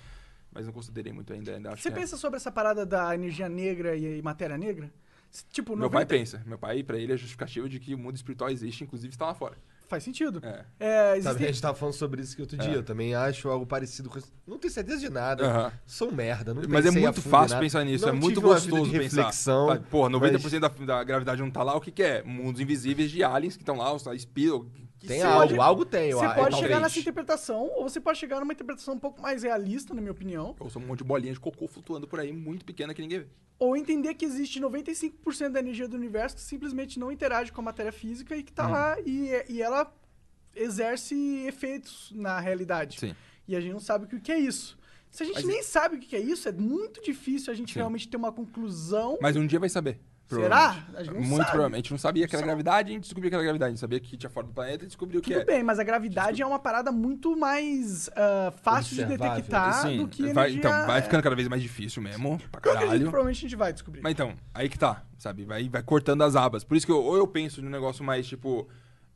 Mas não considerei muito ainda. ainda acho Você que é. pensa sobre essa parada da energia negra e, e matéria negra? Se, Tipo, Meu pai 90 pensa. Meu pai, pra ele, é justificativa de que o mundo espiritual existe, inclusive está lá fora. faz sentido. É. É, Sabe, a existem- gente tava falando sobre isso que outro dia. Eu também acho algo parecido com isso. Não tenho certeza de nada. Aham. Sou um merda. Não Mas é pensei a muito fundo em fácil nada. pensar nisso, Não é muito tive uma vida gostoso de reflexão. pensar. Vai, Porra, 90% mas da, da gravidade não tá lá, o que, que é? Mundos invisíveis de aliens que estão lá, os espíritos. que Tem seja. algo, algo tem. é eu Você acho, pode chegar talvez. nessa interpretação, ou você pode chegar numa interpretação um pouco mais realista, na minha opinião. Ou são um monte de bolinha de cocô flutuando por aí, muito pequena que ninguém vê. Ou entender que existe 95% da energia do universo que simplesmente não interage com a matéria física e que Uhum. tá lá e, e ela exerce efeitos na realidade. Sim. E a gente não sabe o que- o que é isso. Se a gente Mas nem sabe o que é isso, é muito difícil a gente Sim. realmente ter uma conclusão. Mas um dia vai saber. Será? provavelmente. A gente não Muito sabe. provavelmente. Não sabia que era gravidade, a gente descobriu que era gravidade. A gente sabia que tinha fora do planeta e descobriu o que Tudo é. bem, mas a gravidade é uma parada muito mais ah, fácil de Observável. detectar Sim, do que energia... vai, então, vai é. ficando cada vez mais difícil mesmo. Pra Eu acredito que caralho. provavelmente a gente vai descobrir. Mas então, aí que tá, sabe? Vai, vai cortando as abas. Por isso que eu, ou eu penso num negócio mais, tipo,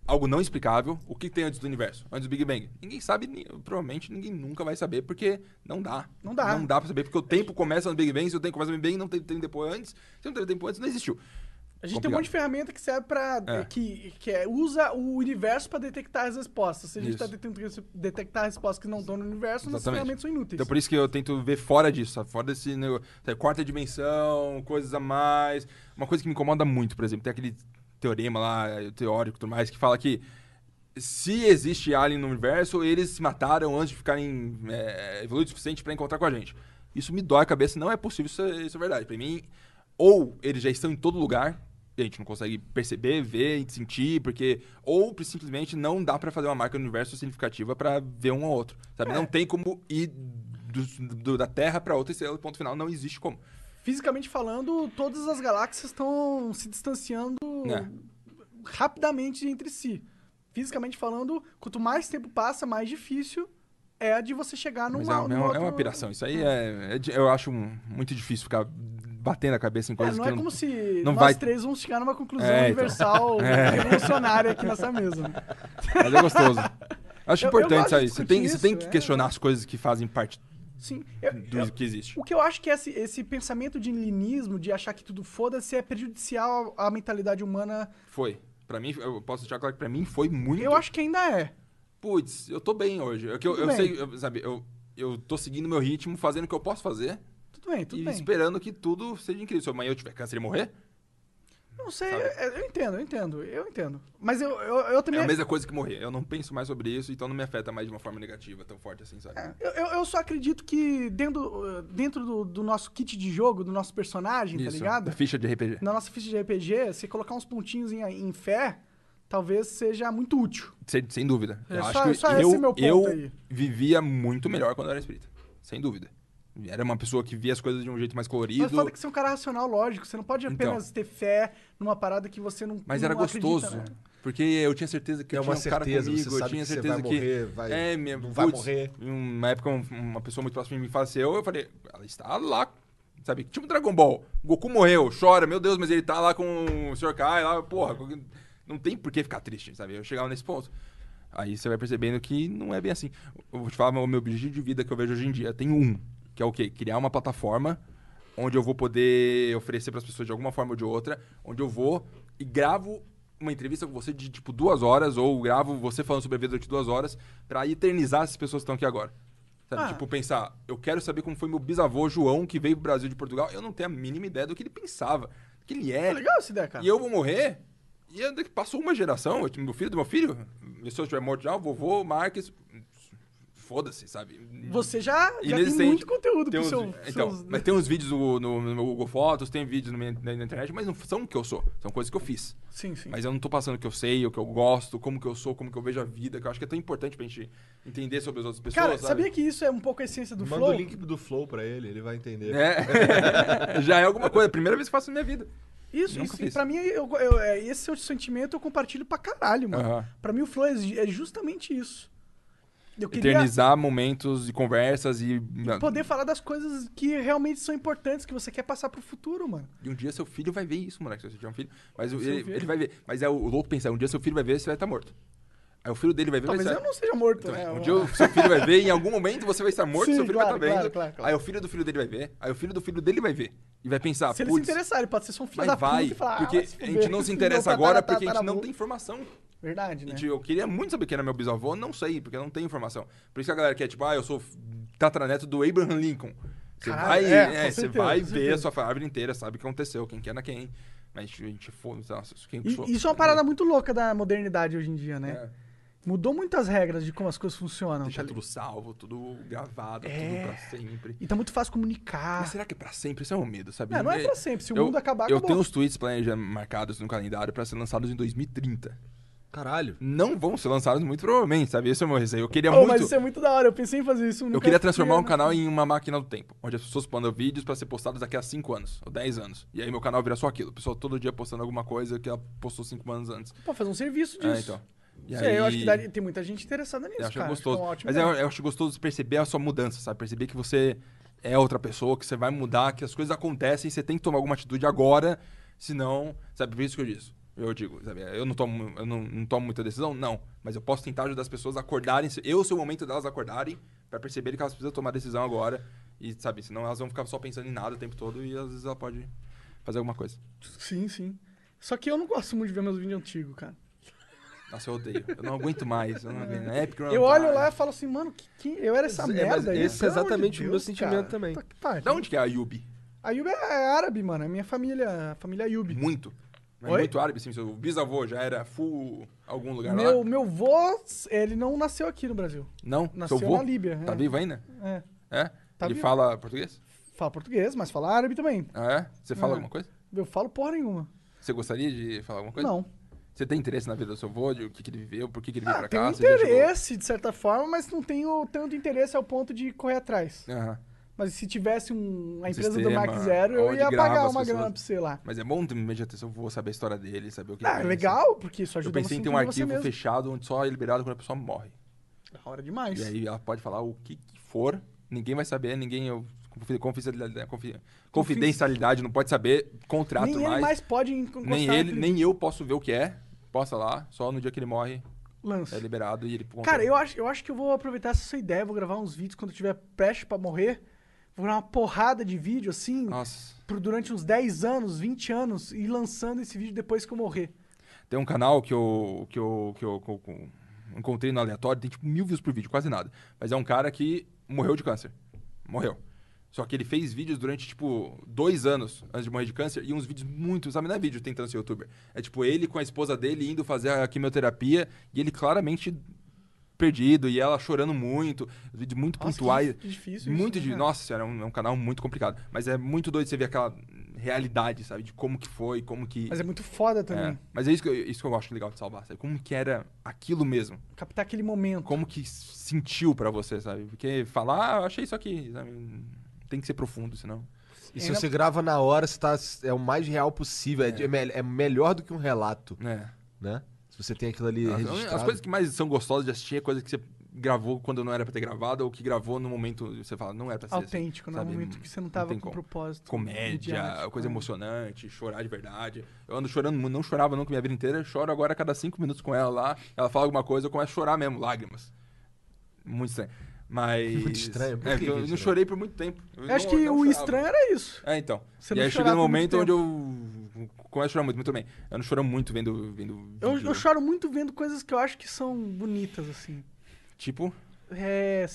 algo não explicável. O que tem antes do universo? Antes do Big Bang? Ninguém sabe, ni- provavelmente ninguém nunca vai saber, porque não dá. Não dá. Não dá pra saber, porque o tempo começa no Big Bang, se o tempo começa no Big Bang, não teve tempo depois antes. Se não teve tempo antes, não existiu. A gente tem um monte de ferramenta que serve para É. que, que é- usa o universo para detectar as resposostas. Se a gente Isso. está tentando detectar respostas que não estão no universo, nossas Exatamente. ferramentas são inúteis. Então por isso que eu tento ver fora disso, sabe? Fora desse negócio. Sabe, Quarta dimensão, coisas a mais. Uma coisa que me incomoda muito, por exemplo, tem aquele teorema lá, eh, teórico e tudo mais, que fala que se existe alien no universo, eles se mataram antes de ficarem eh, evoluídos o suficiente pra encontrar com a gente. Isso me dói a cabeça, não é possível isso, isso é verdade. Pra mim, ou eles já estão em todo lugar, e a gente não consegue perceber, ver, e sentir, porque. Ou simplesmente não dá pra fazer uma marca no universo significativa pra ver um ao outro. É. Sabe? Não tem como ir do- do- da Terra pra outra estrela, ponto final, não existe como. Fisicamente falando, todas as galáxias estão se distanciando Né? rapidamente entre si. Fisicamente falando, quanto mais tempo passa, mais difícil é a de você chegar numa. Mas é, uma- é num uma- é outro- uma piração. Isso aí é, é di- eu acho um- muito difícil ficar batendo a cabeça em É, coisas não que é como se não nós vai- três vamos chegar numa conclusão É, então. universal revolucionária aqui nessa mesa. Mas é gostoso. Acho Eu- eu gosto importante de isso aí. Você tem, discutir você tem isso, que é. questionar as coisas que fazem parte Sim, eu- do eu- que existe. O que eu acho que é esse, esse pensamento de linismo, de achar que tudo foda-se, é prejudicial à mentalidade humana. Foi. Pra mim, eu posso deixar claro que pra mim foi muito. Eu acho que ainda é. Putz, eu tô bem hoje. É que eu, Tudo eu bem. sei, eu- sabe, eu, eu tô seguindo meu ritmo, fazendo o que eu posso fazer Tudo bem, tudo e bem. esperando que tudo seja incrível. Se amanhã eu tiver câncer e morrer, Não sei, é, sabe? eu, eu entendo, eu entendo, eu entendo. Mas eu, eu, eu é também. a mesma coisa que morrer. Eu não penso mais sobre isso, então não me afeta mais de uma forma negativa tão forte assim, sabe? é, Eu, eu- eu só acredito que dentro, eh, dentro do, do nosso kit de jogo, do nosso personagem, tá Isso, ligado? da ficha de RPG. Na nossa ficha de RPG, se colocar uns pontinhos em, em fé, talvez seja muito útil. Sem, sem dúvida. É, eu só- acho que só esse eu, é meu ponto eu aí. vivia muito melhor quando eu era espírita. Sem dúvida. Era uma pessoa que via as coisas de um jeito mais colorido. Mas foda que você é um cara racional, lógico. Você não pode Então. apenas ter fé numa parada que você não. Mas não era acredita, gostoso. né? Porque eu tinha certeza que É eu tinha uma um cara certeza, comigo, você eu sabe tinha que você certeza vai que. morrer, vai- é, minha, não vai putz, morrer. Uma época, um- uma pessoa muito próxima de mim faleceu, eu falei, ela está lá. Sabe, tipo Dragon Ball. Goku morreu, chora, meu Deus, mas ele tá lá com o Sr. Kai lá, porra, não tem por que ficar triste, sabe? Eu chegava nesse ponto. Aí você vai percebendo que não é bem assim. Eu vou te falar o meu objetivo de vida que eu vejo hoje em dia. Tem um, que é o quê? Criar uma plataforma onde eu vou poder oferecer para as pessoas de alguma forma ou de outra, onde eu vou e gravo uma entrevista com você de tipo duas horas, ou gravo você falando sobre a vida durante duas horas, para eternizar essas pessoas que estão aqui agora. Sabe? Ah. Tipo, pensar, eu quero saber como foi meu bisavô João, que veio pro Brasil de Portugal. Eu não tenho a mínima ideia do que ele pensava, do que ele É era. legal essa ideia, cara. E eu vou morrer. E ainda que passou uma geração, eu tive meu filho do meu filho, se eu estiver morto já, o vovô, o Marques. Foda-se, sabe? Você já, já tem Inexistente. muito conteúdo Tem pro uns- seu. Então, seus- mas tem uns vídeos no, no- no meu Google Fotos, tem vídeos na, minha- na- na internet, mas não são o que eu sou, são coisas que eu fiz. Sim, sim. Mas eu não tô passando o que eu sei, o que eu gosto, como que eu sou, como que eu vejo a vida, que eu acho que é tão importante pra gente entender sobre as outras pessoas. Cara, sabe? sabia que isso é um pouco a essência do Manda flow? o link do Flow pra ele, ele vai entender. É. Já é alguma coisa, é a primeira vez que faço na minha vida. Isso, Nunca isso. fiz. Pra mim, eu, eu- é, esse seu sentimento eu compartilho pra caralho, mano. Aham. Pra mim, o flow é, ju- é justamente isso. Eu queria Eternizar momentos de conversas e. poder falar das coisas que realmente são importantes, que você quer passar pro futuro, mano. E um dia seu filho vai ver isso, moleque. Se você tiver um filho. Mas o- Seu ele, filho. ele vai ver. Mas é o, o louco pensar, um dia seu filho vai ver e você vai estar morto. Aí o filho dele vai ver e vai Talvez ser- eu não seja morto, Então, né? um dia o seu filho vai ver, em algum momento você vai estar morto, Sim, seu filho claro, vai estar claro, vendo. claro, claro. Aí o filho do filho dele vai ver, aí o filho do filho dele vai ver. E vai pensar, Se ele se putz, interessar, ele pode ser só um filho mas da vai. puta e falar, ah, porque vai se a gente fuder, tá, não se meu interessa tatara- agora porque a gente não tataravô. tem informação. Verdade, né? Gente, eu queria muito saber quem era meu bisavô, não sei, porque eu não tenho informação. Por isso que a galera quer, tipo, ah, eu sou tataraneto do Abraham Lincoln. Você Caralho, vai, é, com é, você certeza, vai com ver a certeza. sua árvore inteira, sabe o que aconteceu, quem que era quem. Mas a gente foi, nossa, quem que sou? E, isso é uma parada muito louca da modernidade hoje em dia, né? Tipo, É. Mudou muitas regras de como as coisas funcionam. Deixar tá tudo ligado? salvo, tudo gravado, tudo pra sempre. E tá muito fácil comunicar. Mas será que é pra sempre? Isso é um medo, sabe? Não, não Ah. é pra sempre. Se o eu, mundo acabar, Eu acabou. tenho os tweets planejados, marcados no calendário pra ser lançados em 2030. Caralho. Não vão ser lançados muito provavelmente, sabe? Esse é o meu receio. Eu queria Pô, Mas muito... isso é muito da hora, eu pensei em fazer isso. Eu queria transformar um canal né? em uma máquina do tempo, onde as pessoas mandam vídeos pra ser postados daqui a 5 anos, ou 10 anos. E aí meu canal vira só aquilo. O pessoal todo dia postando alguma coisa que ela postou 5 anos antes. Pô, fazer um serviço É, disso. então. E Sei, eu acho que aí- daria- tem muita gente interessada nisso, eu acho cara. gostoso. é uma ótima Mas ideia. eu, eu acho gostoso perceber a sua mudança, sabe? Perceber que você é outra pessoa, que você vai mudar, que as coisas acontecem, você tem que tomar alguma atitude agora, senão, sabe, por isso que eu disse. Eu digo, sabe, eu não tomo, eu não, não tomo muita decisão, não. Mas eu posso tentar ajudar as pessoas a acordarem, se- eu sou o momento delas acordarem, pra perceberem que elas precisam tomar decisão agora. E, sabe, um- senão elas vão ficar só pensando em nada o tempo todo e às vezes ela pode fazer alguma coisa. Sim, sim. Só que eu não gosto muito de ver meus vídeos antigos, cara. Nossa, eu odeio. Eu não aguento mais. Eu não tá. aguento. Na época Eu olho lá e falo assim, mano, que, que- eu era essa É, mas merda aí. esse é Pelo amor de exatamente o meu Deus, sentimento cara. também. Puta que pariu. Da onde que é a Yubi? A Yubi é árabe, mano. É minha família, a família Yubi. Muito. Mas Oi? Muito árabe, assim. Seu bisavô já era full algum lugar Meu, lá? meu vô, ele não nasceu aqui no Brasil. Não? nasceu seu vô? na Líbia, Tá é. vivo ainda? É. É? Tá Ele vivo. fala português? Fala português, mas fala árabe também. Ah, é? Você É. fala alguma coisa? Eu falo porra nenhuma. Você gostaria de falar alguma coisa? Não. Você tem interesse na vida do seu avô? De o que, que ele viveu? Por que, que ele veio Ah, pra tenho cá? Você já chegou- interesse, de certa forma, mas não tenho tanto interesse ao ponto de correr atrás. Aham. Mas se tivesse um, a Um empresa do sistema Mark Zero, eu onde ia grava pagar as uma grana pessoas. pra você lá. Mas é bom também já ter seu avô, saber a história dele, saber o que ele Ah, é pensa. legal, porque isso Eu ajuda você pensei em ter um entender você arquivo mesmo. fechado onde só é liberado quando a pessoa morre. Da hora demais. E aí ela pode falar o que, que for, ninguém vai saber, ninguém. Eu, confi- confidencialidade, confi- confidencialidade, não pode saber, contrato nem mais. ele mais pode encostar nem ele, naquele nem eu posso ver o que é. Posta lá, só no dia que ele morre lance. é liberado e ele. conta. Cara, eu acho, eu acho que eu vou aproveitar essa sua ideia, vou gravar uns vídeos quando eu tiver prestes pra morrer. Vou gravar uma porrada de vídeo, assim, Nossa. por, durante uns 10 anos, 20 anos, e ir lançando esse vídeo depois que eu morrer. Tem um canal que eu, que eu, que eu, que eu- que eu encontrei no aleatório, tem tipo mil views por vídeo, quase nada. Mas é um cara que morreu de câncer. Morreu. Só que ele fez vídeos durante, tipo, dois anos antes de morrer de câncer e uns vídeos muito. Sabe, não é vídeo tentando ser youtuber. É tipo ele com a esposa dele indo fazer a quimioterapia e ele claramente perdido e ela chorando muito. Vídeos muito Nossa, pontuais. que difícil isso, Muito né, de. cara? Nossa senhora, é um, é um canal muito complicado. Mas é muito doido você ver aquela realidade, sabe? De como que foi, como que. Mas é muito foda também. É, mas é isso que, eu, isso que eu acho legal de salvar, sabe? Como que era aquilo mesmo? Captar aquele momento. Como que s- sentiu pra você, sabe? Porque falar, ah, eu achei isso aqui, sabe? Tem que ser profundo, senão. E se Era- você grava na hora, você tá, é o mais real possível. É, de- é me- é melhor do que um relato, É. né? Se você tem aquilo ali As, registrado. as coisas que mais são gostosas de assistir é coisa que você gravou quando não era pra ter gravado ou que gravou no momento que você fala, não era pra ser assim", autêntico, no sabe? momento que você não Não tava tem com como. propósito. Comédia, midiático, coisa né? emocionante, chorar de verdade. Eu ando chorando, muito, não chorava nunca minha vida inteira, choro agora a cada cinco minutos com ela lá. Ela fala alguma coisa, eu começo a chorar mesmo, lágrimas. Muito estranho. Mas. Muito estranho, por É, que porque eu isso, não né? chorei por muito tempo. Eu Eu não- acho que não o chorava. estranho era isso. É, então. Você e não aí chega chorar no por muito momento onde tempo. eu começo a chorar muito, muito bem. Eu não choro muito vendo. vendo Eu, vídeo. né? eu choro muito vendo coisas que eu acho que são bonitas, assim. Tipo. É,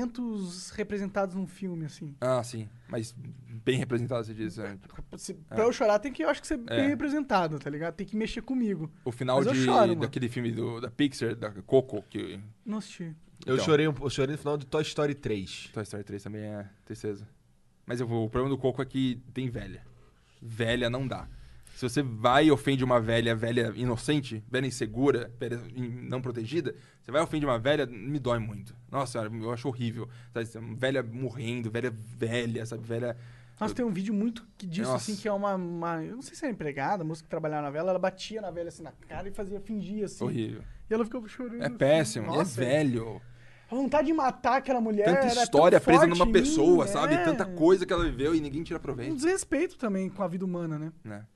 sentimentos representados num filme, assim. Ah, sim. Mas bem representado, você diz. né? Se- Pra eu chorar, tem que, eu acho que ser bem representado, tá ligado? Tem que mexer comigo. É. O final Mas eu de, choro, mano. daquele filme do, da Pixar, da Coco, que. Não assisti. Eu, Então. chorei, um- eu chorei no final do Toy Story 3. Toy Story 3 também é tristeza. Mas eu vou- o problema do Coco é que tem velha. Velha não dá. Se você vai e ofende uma velha, velha inocente, velha insegura, velha in- não protegida, você vai e ofende uma velha, me dói muito. Nossa senhora, eu acho horrível. Sabe, essa velha morrendo, velha velha, sabe? Velha. Nossa, tem um vídeo muito que disso, Nossa. assim, que é uma, uma- Eu não sei se era empregada, a moça que trabalhava na vela, ela batia na velha assim na cara e fazia fingir assim. Horrível. E ela ficava chorando. É assim. péssimo, e é Nossa, velho. A vontade de matar aquela mulher. Tanta era tão história presa forte numa em pessoa, mim, sabe? é. Tanta coisa que ela viveu e ninguém tira Um proveito. desrespeito também com a vida humana, né? Né?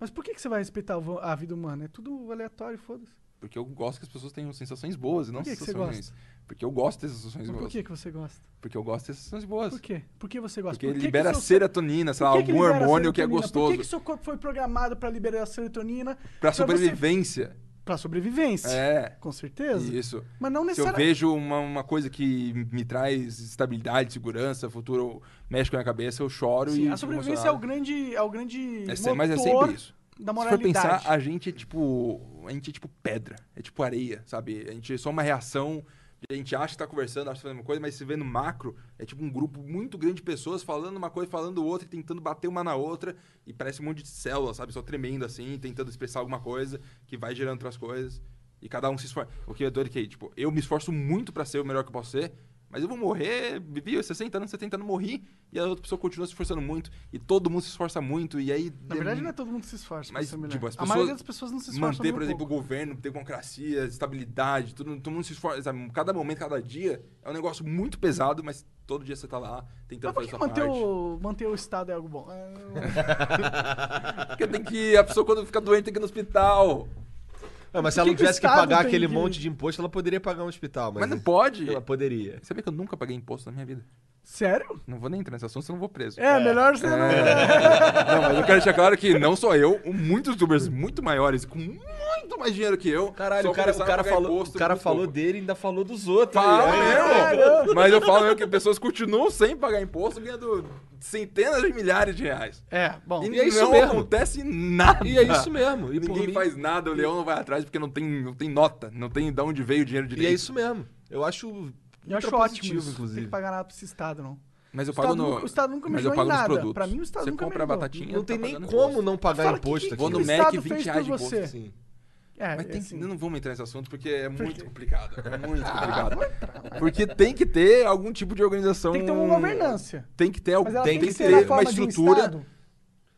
Mas por que, que você vai respeitar o- a vida humana? É tudo aleatório, foda-se. Porque eu gosto que as pessoas tenham sensações boas e não Por que que você sensações ruins. Porque eu gosto dessas sensações Mas boas. por que, que você gosta? Porque eu gosto de sensações boas. Por quê? Por que você gosta? Porque por que que libera seu- serotonina, sei lá, por que que algum libera hormônio que é serotonina? gostoso. Por que, que seu corpo foi programado pra liberar a serotonina? Pra você- sobrevivência. Pra sobrevivência. É. Com certeza. Isso. Mas não Se eu necessariamente. vejo uma, uma coisa que me traz estabilidade, segurança, futuro mexe com a minha cabeça, eu choro Sim, e. a fico sobrevivência é o emocionado. grande, é o grande É motor ser- mas é sempre isso. da Se for moralidade. pensar, a gente é tipo. A gente é tipo pedra, é tipo areia, sabe? A gente é só uma reação. A gente acha que tá conversando, acha que tá fazendo uma coisa, mas se vê no macro, é tipo um grupo muito grande de pessoas falando uma coisa, falando outra, e tentando bater uma na outra, e parece um monte de célula, sabe? Só tremendo assim, tentando expressar alguma coisa, que vai gerando outras coisas, e cada um se esforça. O que é doido é que, tipo, eu me esforço muito pra ser o melhor que eu posso ser, mas eu vou morrer, vivi 60 anos, 70 anos, morri, e a outra pessoa continua se esforçando muito, e todo mundo se esforça muito, e aí. Na verdade, não é todo mundo que se esforça. pra Mas, ser melhor. tipo, as a maioria pessoas das pessoas não se esforça. manter, nem um por exemplo, pouco. o governo, democracia, estabilidade, todo, todo mundo se esforça. sabe? Cada momento, cada dia é um negócio muito pesado, mas todo dia você tá lá Mas tentando por que fazer sua manter parte. o, manter o Estado é algo bom? É, Porque tem que. A pessoa, quando fica doente, tem que ir no hospital. Ah, mas se Por ela que que não o tivesse que, Estado pagar tem aquele que- é- monte de imposto, ela poderia pagar um hospital. Mas, Mas não pode. Ela poderia. Sabia que eu nunca paguei imposto na minha vida? Sério? Não vou nem entrar nesse assunto, senão eu vou preso. É, melhor você não. Não, mas eu quero deixar claro que não só eu, um, muitos youtubers muito maiores, com muito mais dinheiro que eu. Caralho, só o cara, o começaram a cara pagar falou, imposto o cara muito falou pouco. dele e ainda falou dos outros. Fala aí. né, né? mesmo! Mas eu falo mesmo que pessoas continuam sem pagar imposto, ganhando centenas de milhares de reais. É, bom. E, E é isso não mesmo. acontece nada. E é isso Ah, mesmo. E, por Ninguém mim- faz nada, o leão não vai atrás porque não tem, não tem nota, não tem de onde veio o dinheiro E direito. é isso mesmo. Eu acho. Eu acho ultra ótimo. Isso. positivo, Não Tem que inclusive. pagar nada pra esse Estado, não. Mas eu O pago Estado no. nunca- o Estado nunca me mas eu ajudou em pago nos nada. produtos. Pra mim, o Estado Você nunca me compra ajudou. batatinha. Não tá tem nem pagando como imposto. não pagar Fala, que- imposto que- aqui. assim. Vou no o Mac, Estado 20 fez por reais de você? imposto, Sim. É, Mas tem que, assim, não vamos entrar nesse assunto porque é muito complicado. É muito complicado. Porque tem que ter algum tipo de organização. tem que ter uma governança. Tem que ter, al- Mas ela tem tem, que que ter ser na uma forma estrutura. de um Estado.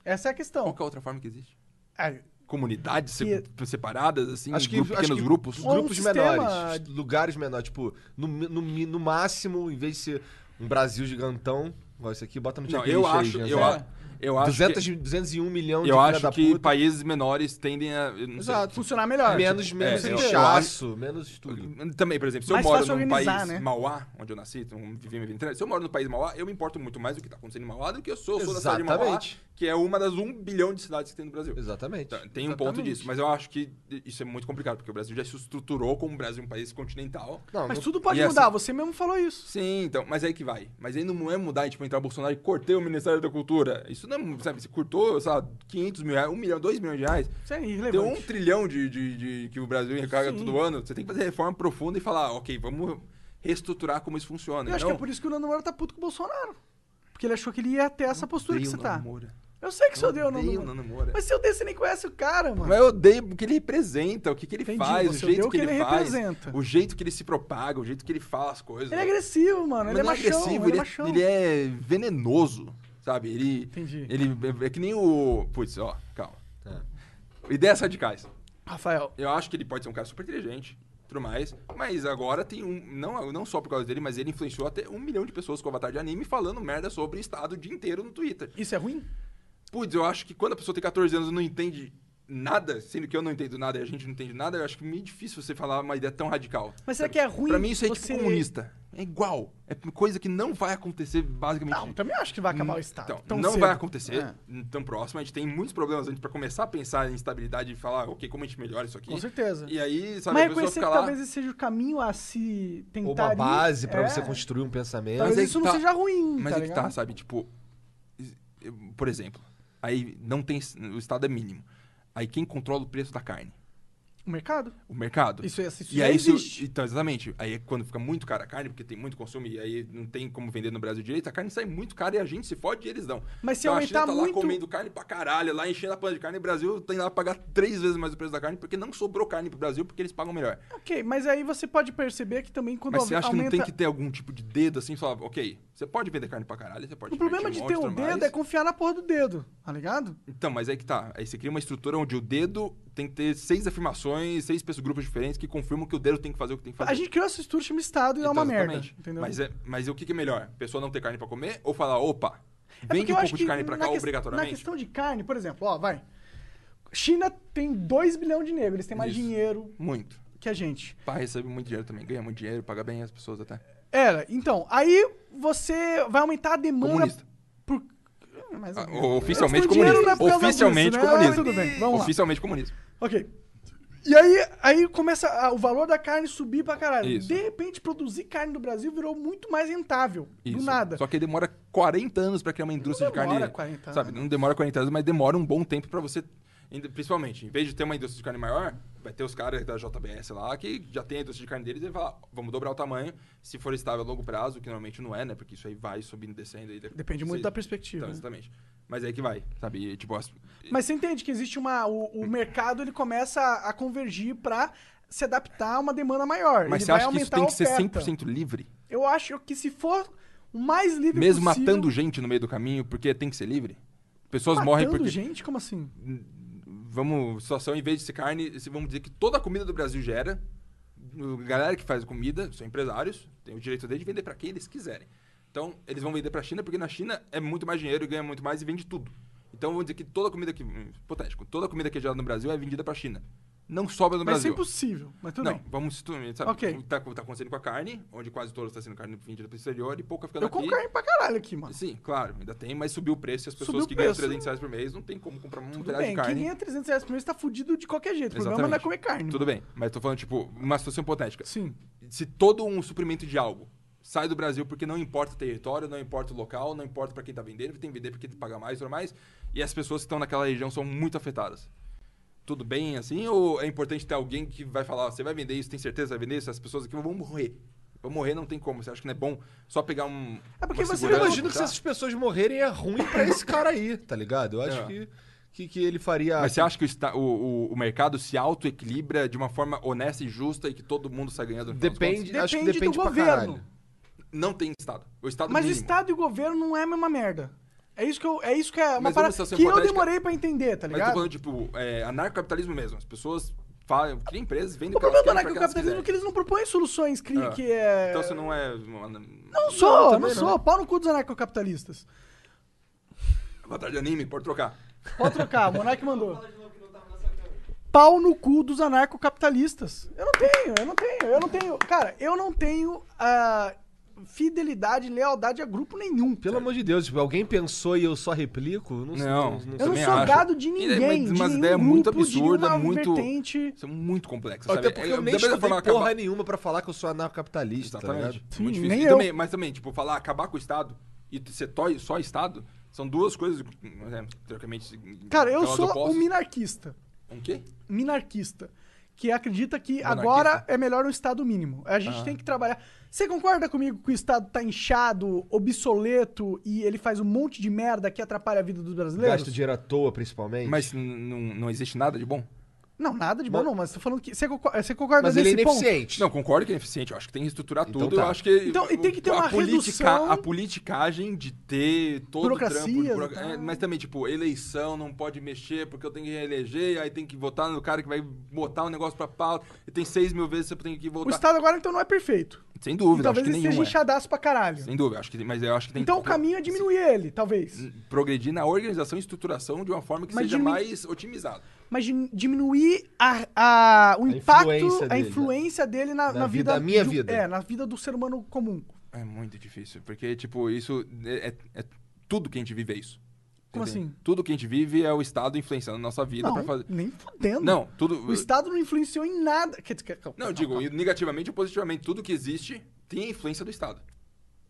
Essa é a questão. Qual que é a outra forma que existe? É, Comunidades se- separadas, assim, Acho que, grupo- acho pequenos que grupos. Ou um Grupos sistema- menores. Lugares menores. Tipo, no, mi- no, mi- no máximo, em vez de ser um Brasil gigantão, igual esse aqui, bota no né? Não, checklist eu aí, acho, Jean eu, Zé. a- eu acho. 200, que, de- 201 milhões um de eu filha acho da que puta. países menores tendem a. eu não sei. Exato. funcionar melhor. Menos, menos é, eu- inchaço, menos tudo. Também, por exemplo, se Mais eu moro fácil num país organizar, né? Mauá, onde eu nasci, então, vivi minha vida inteira, se eu moro no país Mauá, eu me importo muito mais do que está acontecendo em Mauá do que eu sou, eu sou da cidade de Mauá, Exatamente. que é uma das um bilhão de cidades que tem no Brasil. Exatamente. Tá, Tem um ponto disso, mas eu acho que isso é muito complicado, porque o Brasil já se estruturou como o Brasil é um país continental. Não, Mas não- tudo pode E mudar, assim- você mesmo falou isso. Sim, então, mas aí que vai. Mas aí não é mudar, e, tipo, entrar o Bolsonaro e cortei o Ministério da Cultura. Isso não é, sabe, se cortou, sabe, 500 mil reais, 1 milhão, 2 milhões de reais. Isso é Tem um irrelevante. trilhão de, de- de- que o Brasil recarga todo ano. Você tem que fazer reforma profunda e falar, "Ah, ok, vamos reestruturar como isso funciona. Eu acho que é por isso que o Nando Moura tá puto com o Bolsonaro. Porque ele achou que ele ia ter essa postura que você tá. Eu sei que você odeia o Nando Odeio o Moura. Nando Moura. Mas se eu odeio, você nem conhece o cara, mano. Mas eu odeio o que ele representa, o que, que ele Entendi, faz, o você jeito odeia o que, que ele, ele faz, representa. o jeito que ele se propaga, o jeito que ele fala as coisas. Ele é agressivo, mano. Mas Ele é não machão, agressivo, ele é ele, machão. é, ele é venenoso, sabe? Ele, Entendi. ele é, é que nem o... Putz, ó, calma. É. Ideias radicais. Rafael, Eu acho que ele pode ser um cara super inteligente, tudo mais. Mas agora tem um. Não, não só por causa dele, mas ele influenciou até um milhão de pessoas com o avatar de anime falando merda sobre Estado o dia inteiro no Twitter. isso é ruim? Putz, eu acho que quando a pessoa tem 14 anos e não entende nada, sendo que eu não entendo nada e a gente não entende nada, eu acho que é meio difícil você falar uma ideia tão radical. Mas será que é ruim Pra mim isso é você- tipo comunista. É igual. É coisa que não vai acontecer basicamente. Não, também acho que vai acabar o Estado. Então, tão não cedo. vai acontecer É, tão próximo. A gente tem muitos problemas antes pra começar a pensar em estabilidade e falar, ok, como a gente melhora isso aqui. Com certeza. E aí, sabe, Mas a pessoa reconhecer fica que lá. talvez esse seja o caminho a se tentar. Ou uma ali, base pra é. você construir um pensamento. Talvez Mas é isso que não tá. seja ruim. Mas tá é que tá, ligado? sabe? Tipo, eu- por exemplo, aí não tem. O estado é mínimo. Aí quem controla o preço da carne? O mercado. O mercado. Isso, isso E já aí, isso- existe. então, exatamente. Aí é quando fica muito cara a carne, porque tem muito consumo e aí não tem como vender no Brasil direito, a carne sai muito cara e a gente se fode e eles dão. Mas se então, aumentar a China tá muito- lá comendo carne pra caralho, lá enchendo a panela de carne, e o Brasil tem lá pagar três vezes mais o preço da carne, porque não sobrou carne pro Brasil, porque eles pagam melhor. Ok, mas aí você pode perceber que também quando Mas você acha aumenta... que não tem que ter algum tipo de dedo assim, só, ok, você pode vender carne pra caralho, você pode O problema divertir de um ter monte, um tudo dedo é mais. confiar na porra do dedo, tá ligado? Então, mas aí que tá. Aí você cria uma estrutura onde o dedo tem que ter seis afirmações, seis pessoas- grupos diferentes que confirmam que o dedo tem que fazer o que tem que fazer. A gente criou essa estrutura, chama Estado e é Então, uma exatamente. merda, entendeu? Mas, é, mas o que, que é melhor? A pessoa não ter carne pra comer ou falar, opa, vende É porque eu um acho pouco de que carne pra na cá ques- obrigatoriamente? Na questão de carne, por exemplo, ó, vai. China tem 2 bilhões de negros, eles têm mais Isso. dinheiro Muito. que a gente. O pai recebe muito dinheiro também, ganha muito dinheiro, paga bem as pessoas até. É, então, aí você vai aumentar a demanda... Comunista. Por... Mais ou Ah, menos. oficialmente Mas o dinheiro comunista. não é por causa Oficialmente disso, né? comunista. Mas Tudo bem, vamos lá. Oficialmente comunista. Ok. E aí, aí começa a- o valor da carne subir pra caralho. Isso. De repente, produzir carne no Brasil virou muito mais rentável. Isso. Do nada. Só que aí demora 40 anos pra criar uma indústria de carne. demora 40 Sabe, não demora 40 anos, mas demora um bom tempo pra você. ainda- Principalmente, em vez de ter uma indústria de carne maior, vai ter os caras da JBS lá que já tem a indústria de carne deles e vai falar, vamos dobrar o tamanho, se for estável a longo prazo, que normalmente não é, né? Porque isso aí vai subindo e descendo. E Depende muito você- da perspectiva, Então, né? exatamente. Mas é aí que vai, sabe? E, tipo, as- Mas você entende que existe uma. O, o mercado ele começa a, a convergir pra se adaptar a uma demanda maior. mas Ele você vai acha que isso aumentar tem a que ser oferta. 100% livre? Eu acho que se for o mais livre Mesmo é possível. matando gente no meio do caminho, porque tem que ser livre? Pessoas morrem Matando porque. gente? Como assim? vamos, situação, em vez de ser carne, se- vamos dizer que toda a comida do Brasil gera. o- Galera que faz comida são empresários, tem o direito deles de vender pra quem eles quiserem. Então, eles vão vender pra China, porque na China é muito mais dinheiro, ganha muito mais e vende tudo. Então, vamos dizer que toda a comida que. hum, Hipotético, toda a comida que é gerada no Brasil é vendida pra China. não sobra no Mas isso é Brasil. impossível. Mas tudo não, bem. vamos situar, sabe? Ok. O que tá, tá acontecendo com a carne, onde quase todas está sendo carne vendida para o exterior e pouca ficando Eu aqui. como carne pra caralho aqui, mano. Sim, claro, ainda tem, mas subiu o preço e as pessoas Subiu o que ganham preço. 300 reais por mês não tem como comprar um Tudo pedaço de bem. Quem carne. ganha 300 reais por mês tá fudido de qualquer jeito. O problema não é Exatamente. comer carne. Tudo bem, mas tô falando, tipo, uma situação hipotética. Sim. Se todo um suprimento de algo sai do Brasil porque não importa o território, não importa o local, não importa pra quem tá vendendo, tem que vender porque tem que pagar mais ou mais, e as pessoas que estão naquela região são muito afetadas. Tudo bem assim? Ou é importante ter alguém que vai falar, "Ó, você vai vender isso, tem certeza que vai vender isso? As pessoas aqui vão morrer. Vão morrer, não tem como. Você acha que não é bom só pegar um. É porque uma você segurança, imagino que se tá? essas pessoas morrerem é ruim pra esse cara aí, tá ligado? Eu acho É. que, que, que ele faria. Tá. Mas você acha que o, esta- o- o- o mercado se autoequilibra de uma forma honesta e justa e que todo mundo sai ganhando? no final das Depende, Depende acho que do depende pra governo. caralho. contas? Não tem Estado. O Estado Mas o mínimo. Estado e o governo não é a mesma merda. É isso que, eu, é, isso que é uma Mas parada uma situação que eu hipotética- demorei pra entender, tá Mas eu tô ligado? falando, tipo, é, anarcocapitalismo mesmo. As pessoas falam, criam empresas, vendem O problema elas não é querem que o pra elas capitalismo é que quiserem. eles não propõem soluções que, Ah. que é... Então você não é... Não sou, não, também não. sou. Pau no cu dos anarcocapitalistas. Batalha de anime, pode trocar. Pode trocar, o Monark mandou. Pau no cu dos anarcocapitalistas. Eu não tenho, eu não tenho, eu não tenho. Cara, eu não tenho ah, fidelidade, lealdade a grupo nenhum. Pelo amor de Deus, tipo, alguém pensou e eu só replico? Não, sei- Não. sei. eu não também sou acho. dado de E daí, ninguém. mas- de mas nenhum ideia é muito grupo, de absurda, nenhuma muito- vertente. Isso é muito complexo, sabe? Até porque É, eu, da nem mesma estudei forma, porra acabar- nenhuma pra falar que eu sou anarcocapitalista, tá Exatamente. ligado? Sim, Muito nem difícil. E eu. também, mas também, tipo, falar acabar com o Estado e t- ser tó- só Estado são duas coisas, né, teoricamente... Cara, eu elas sou opostas. um minarquista. Um quê? Minarquista. Que acredita que Monarquista. agora é melhor um Estado mínimo. A gente tem que trabalhar. Você concorda comigo que o Estado tá inchado, obsoleto e ele faz um monte de merda que atrapalha a vida dos brasileiros? Gasto dinheiro à toa, principalmente. Mas n- n- não existe nada de bom? Não, nada de bom, Mas- não, mas tô falando que. Você concorda, você concorda Mas ele nesse é ponto? ineficiente. Não, concordo que é eficiente. Eu acho que tem que estruturar Então tudo. tá. Eu acho que. Então, e tem que ter uma redução- A politicagem de ter todo Burocracias o trampo. de buro- e tal. é, mas também, tipo, eleição não pode mexer porque eu tenho que reeleger, aí tem que votar no cara que vai botar o negócio pra pauta. E tem seis mil vezes que você tem que O votar. Estado agora então não é perfeito. Sem E dúvida, acho talvez que ele nenhum. seja É. inchadaço pra caralho. Sem dúvida, acho que tem, mas eu acho que tem Hum. então que- o caminho é diminuir ele, talvez. Progredir na organização e estruturação de uma forma que Mas seja diminui- mais otimizada. Mas din- diminuir a, a- o impacto, influência a dele, né? influência dele na, né? Na na vida. vida- na minha de um- vida. É, na vida do ser humano comum. É muito difícil, porque, tipo, isso é, é- é tudo que a gente vive é isso. Como Entende? assim? Tudo que a gente vive é o Estado influenciando a nossa vida Não, pra fazer. nem fudendo. Não, tudo. O Estado não influenciou em nada. Quer dizer, calma, Não, calma, digo, calma. negativamente ou positivamente, tudo que existe tem a influência do Estado.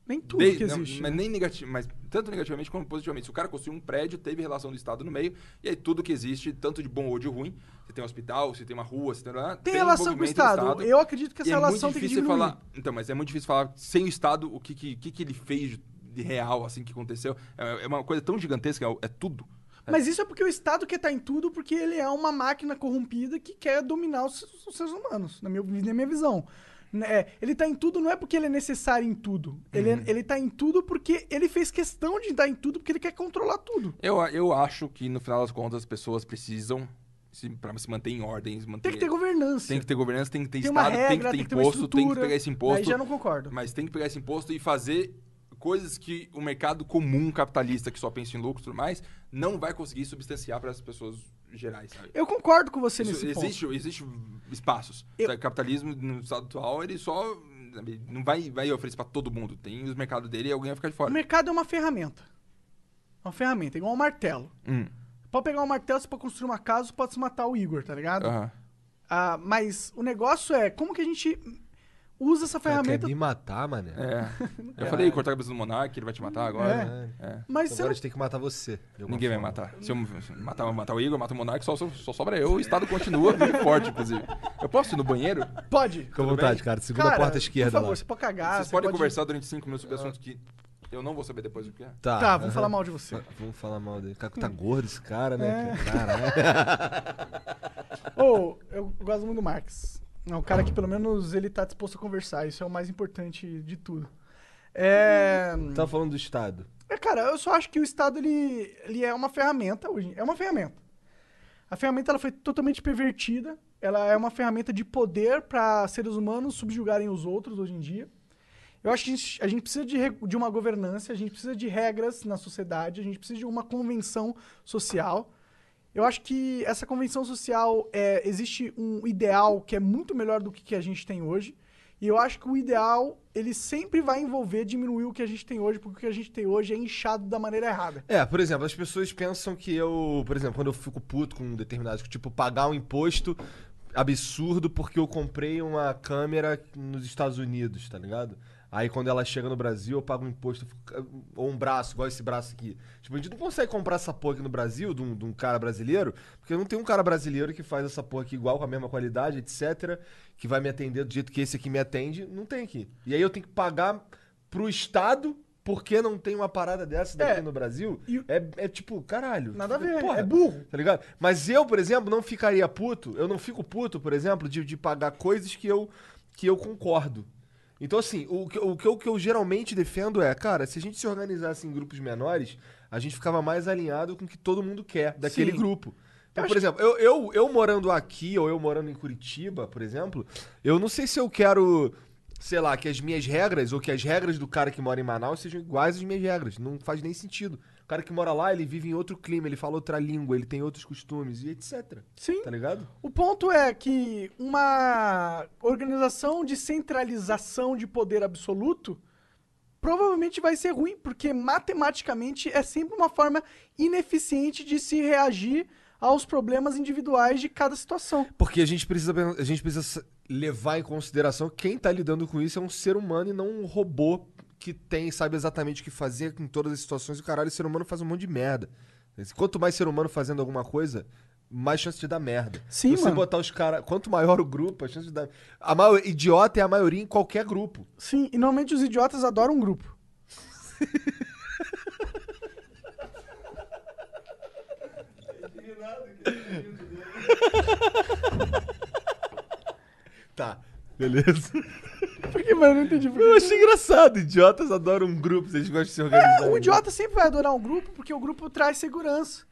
Nem tudo De- que não, existe. né? mas nem negati- mas tanto negativamente como positivamente. Se o cara construiu um prédio, teve relação do Estado no meio, e aí tudo que existe, tanto de bom ou de ruim, se tem um hospital, se tem uma rua, se tem. um Tem, relação com o envolvimento do Estado. Eu acredito que essa E é relação muito tem que difícil diminuir. falar. Então, mas é muito difícil falar sem o Estado o que, que, que, que ele fez de real, assim, que aconteceu. É, é uma coisa tão gigantesca, é, é tudo. Mas isso é porque o Estado quer estar em tudo, porque ele é uma máquina corrompida que quer dominar os, os seres humanos, na minha, na minha visão. Né, ele tá em tudo não é porque ele é necessário em tudo. Ele, Uhum. é- ele tá em tudo porque ele fez questão de estar em tudo, porque ele quer controlar tudo. Eu, eu acho que, no final das contas, as pessoas precisam, se, pra se manter em ordem, se manter. Tem que ter governança. Tem que ter governança, tem que ter Tem uma Estado, tem regra, que ter tem que ter uma imposto, tem que estrutura. pegar esse imposto. Aí já não concordo. Mas tem que pegar esse imposto e fazer coisas que o mercado comum capitalista, que só pensa em lucro e tudo mais, não vai conseguir substanciar para as pessoas gerais, sabe? Eu concordo com você Isso, nesse ponto. existe, existe espaços. Eu- Sabe, O capitalismo no estado atual, ele só sabe, não vai, vai oferecer para todo mundo. Tem os mercados dele e alguém vai ficar de O fora. mercado é uma ferramenta. É uma ferramenta, é igual um martelo. Hum, Pode pegar um martelo, você pode construir uma casa, você pode se matar o Igor, tá ligado? aham. Ah, mas o negócio é como que a gente usa essa Cara, ferramenta Quer me matar, mané. É. Eu falei, cortar a cabeça do Monark, ele vai te matar agora. É. Mas você Agora a não... gente tem que matar você. de alguma Ninguém vai forma. matar. Se eu se eu matar, matar o Igor, matar o Monark, só, só, só sobra eu. O Estado continua vivo e forte, inclusive. Eu posso ir no banheiro? Pode. Fica à vontade, cara. Segunda Cara, porta esquerda Por favor, lá. você pode cagar. Vocês você podem pode- conversar durante cinco minutos sobre assuntos que eu não vou saber depois o que é. Tá, Tá, vamos aham. falar mal Hum. de você. Fa- Vamos falar mal dele. Cara, tá gordo esse cara, né? É. cara? Caralho. Ou, eu gosto muito do Marx. É um cara que pelo menos ele tá disposto a conversar. Isso é o mais importante de tudo. É. Tava Tá falando do Estado. é, Cara, eu só acho que o Estado ele, ele é uma ferramenta hoje. É uma ferramenta. A ferramenta ela foi totalmente pervertida. Ela é uma ferramenta de poder para seres humanos subjugarem os outros hoje em dia. Eu acho que a gente, a gente precisa de, re- de uma governança, a gente precisa de regras na sociedade, a gente precisa de uma convenção social. Eu acho que essa convenção social é, existe um ideal que é muito melhor do que, que a gente tem hoje. E eu acho que o ideal, ele sempre vai envolver diminuir o que a gente tem hoje, porque o que a gente tem hoje é inchado da maneira errada. É, por exemplo, as pessoas pensam que eu, por exemplo, quando eu fico puto com um determinado, tipo, pagar um imposto absurdo porque eu comprei uma câmera nos Estados Unidos, tá ligado? Aí quando ela chega no Brasil, eu pago um imposto, eu fico- ou um braço, igual esse braço aqui. Tipo, a gente não consegue comprar essa porra aqui no Brasil, de um, de um cara brasileiro, porque não tem um cara brasileiro que faz essa porra aqui igual, com a mesma qualidade, etc., que vai me atender do jeito que esse aqui me atende, não tem aqui. E aí eu tenho que pagar pro Estado porque não tem uma parada dessa daqui É. no Brasil. E o- É, é tipo, caralho. Nada a ver, Porra, é burro. Tá ligado? Mas eu, por exemplo, não ficaria puto. Eu não fico puto, por exemplo, de, de pagar coisas que eu, que eu concordo. Então, assim, o, que- o, que eu- o que eu geralmente defendo é, cara, se a gente se organizasse em grupos menores, a gente ficava mais alinhado com o que todo mundo quer daquele Sim. grupo. Então, por exemplo, eu, eu, eu morando aqui ou eu morando em Curitiba, por exemplo, eu não sei se eu quero, sei lá, que as minhas regras ou que as regras do cara que mora em Manaus sejam iguais às minhas regras. Não faz nem sentido. O cara que mora lá, ele vive em outro clima, ele fala outra língua, ele tem outros costumes e etc. Sim. Tá ligado? O ponto é que uma organização de centralização de poder absoluto provavelmente vai ser ruim, porque matematicamente é sempre uma forma ineficiente de se reagir aos problemas individuais de cada situação. Porque a gente precisa, pen- a gente precisa s- levar em consideração que quem tá lidando com isso é um ser humano e não um robô que tem, sabe exatamente o que fazer em todas as situações. E caralho, o ser humano faz um monte de merda. Quanto mais ser humano fazendo alguma coisa, mais chance de dar merda. Sim, Se Você mano. botar os caras. Quanto maior o grupo, a chance de dar. A maior, idiota é a maioria em qualquer grupo. Sim, e normalmente os idiotas adoram um grupo. Tá. Beleza. Porque, mano, eu não entendi por Eu quê. achei engraçado. Idiotas adoram um grupo, eles gostam de se organizar. O idiota sempre vai adorar um grupo, porque o grupo traz segurança.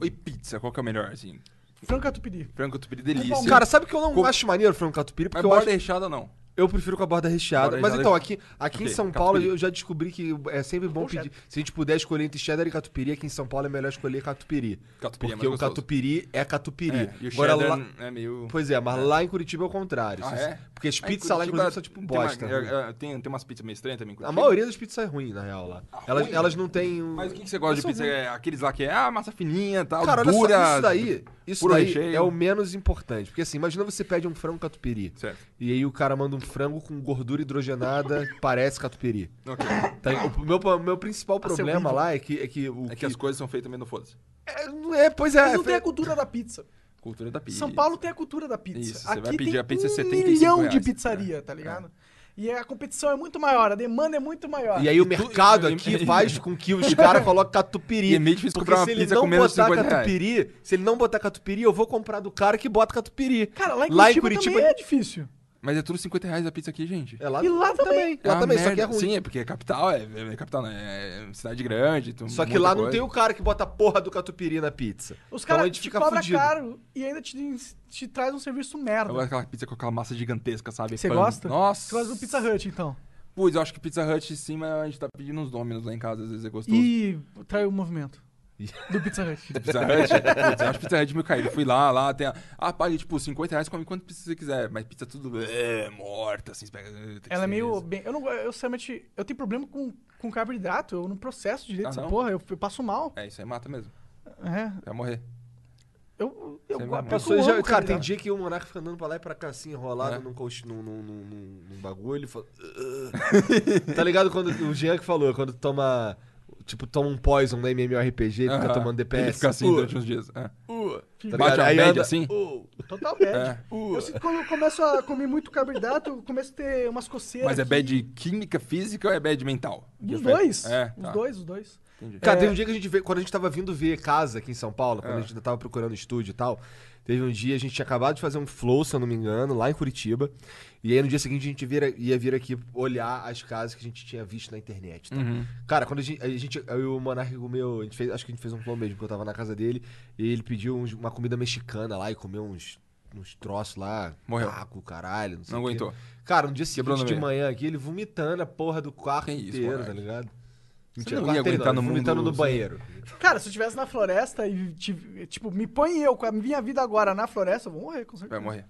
Oi, pizza, qual que é o melhor, assim? Franca Tupiri. Frango tupiri delícia. é Cara, sabe que eu não Com- acho maneiro frango catupiry? mas Porque eu borda acho... recheada não. Eu prefiro com a borda recheada. Borda mas recheada então, e- aqui, aqui em Ok, São Paulo catupiry. eu já descobri que é sempre bom pedir. Se a gente puder escolher entre cheddar e catupiry, aqui em São Paulo é melhor escolher catupiry. Catupiry é porque mais o gostoso. catupiry é catupiry. É, e o Agora, cheddar lá- é meio... Pois é, mas lá em Curitiba é o contrário. Ah, Se- é? Porque as Ah, em pizzas lá, Curitiba inclusive, são tipo tem bosta. uma- né? é, é, tem, tem umas pizzas meio estranhas também. em a Curitiba. maioria das pizzas é ruim, na real, lá. elas, elas não têm... um- Ah, Mas o que, que você gosta de pizza? É aqueles lá que é ah, massa fininha e tal, Cara, olha dura... só, isso daí, isso puro daí recheio. é o menos importante. Porque assim, imagina você pede um frango catupiry. Certo. E aí o cara manda um frango com gordura hidrogenada que parece catupiry. Ok. Tá, o meu, o meu principal problema lá é que, é que o É que as coisas são feitas meio no foda-se. É, não é, pois é. Mas não foi- tem a cultura da pizza. Cultura da pizza. São Paulo tem a cultura da pizza. Isso, você Aqui vai pedir tem a pizza é um 75 milhão de reais. é, pizzaria, tá ligado? E a competição é muito maior, a demanda é muito maior. E aí o mercado e- aqui e- faz com que os caras coloquem catupiry. E é meio difícil Porque comprar uma se ele pizza não com menos de botar 50 reais. catupiry, se ele não botar catupiry, eu vou comprar do cara que bota catupiry. Cara, lá em Curitiba, também é difícil. Mas é tudo 50 reais a pizza aqui, gente. É lá, E lá também. É Lá uma também, só que é merda. ruim. Sim, é porque é capital, é, é- é capital, né? É cidade grande. tem Só que muita lá não coisa. tem o cara que bota a porra do catupiry na pizza. Os Então a caras gente te fica cobram fudido. caro e ainda te, te traz um serviço merda. Eu gosto daquela pizza com aquela massa gigantesca, sabe? Você Pão. gosta? Nossa. Você gosta do Pizza Hut, então. Putz, eu acho que Pizza Hut sim, mas a gente tá pedindo uns Dominos lá em casa, às vezes é gostoso. E traiu o movimento do Pizza Hut. Pizza Hut? Putz, eu acho Pizza Hut meio caído. Fui lá, lá tem a... Ah, pague, tipo, 50 reais, come quanto pizza você quiser. Mas pizza tudo é, morta, assim, você pega... tem que Ela é ser meio. isso. Bem, eu, não, eu sinceramente. Eu tenho problema com, com carboidrato. Eu não processo direito Ah, essa não? porra. Eu, eu passo mal. É, isso aí mata mesmo. É. Vai morrer. Eu. eu, Você eu, vai- pior que eu Pessoas já- é amo cara, tem carboidrato. dia que o monarca fica andando pra lá e pra cá, assim, enrolado É. num, colch- num, num, num, num- num bagulho. Ele fala, "Ugh". tá ligado quando o Jean que falou, quando toma. Tipo, toma um poison na MMORPG, ele fica Aham. tomando DPS. Ele fica assim "Uh, durante uns dias. É. uh", tá Bate ligado? a Aí média, anda, assim? "Uh". Total bad. É. Eu sinto que quando eu começo a comer muito carboidrato, eu começo a ter umas coceiras. Mas é que- bad química, física ou é bad mental? Dos dois. É, Os tá. dois, os dois. Cara, É. teve um dia que a gente veio, quando a gente tava vindo ver casa aqui em São Paulo, quando a gente ainda tava procurando estúdio e tal, teve um dia, a gente tinha acabado de fazer um flow, se eu não me engano, lá em Curitiba, e aí no dia seguinte a gente vira- ia vir aqui olhar as casas que a gente tinha visto na internet, tá? Uhum. Cara, quando a gente, a gente- eu e o Monark comeu, a gente fez, acho que a gente fez um flow mesmo, porque eu tava na casa dele, e ele pediu uns- uma comida mexicana lá e comeu uns, uns troços lá, Morreu. taco, caralho, não sei Não o quê. aguentou. Cara, no dia Quebrou seguinte no de meio. manhã aqui, ele vomitando a porra do quarto Que isso, inteiro, tá Monark. ligado? Você não ia aguentar tá no mundo. Vomitando tá no banheiro. Cara, se eu estivesse na floresta e, tive- tipo, me põe eu com a minha vida agora na floresta, eu vou morrer, com certeza. Vai morrer.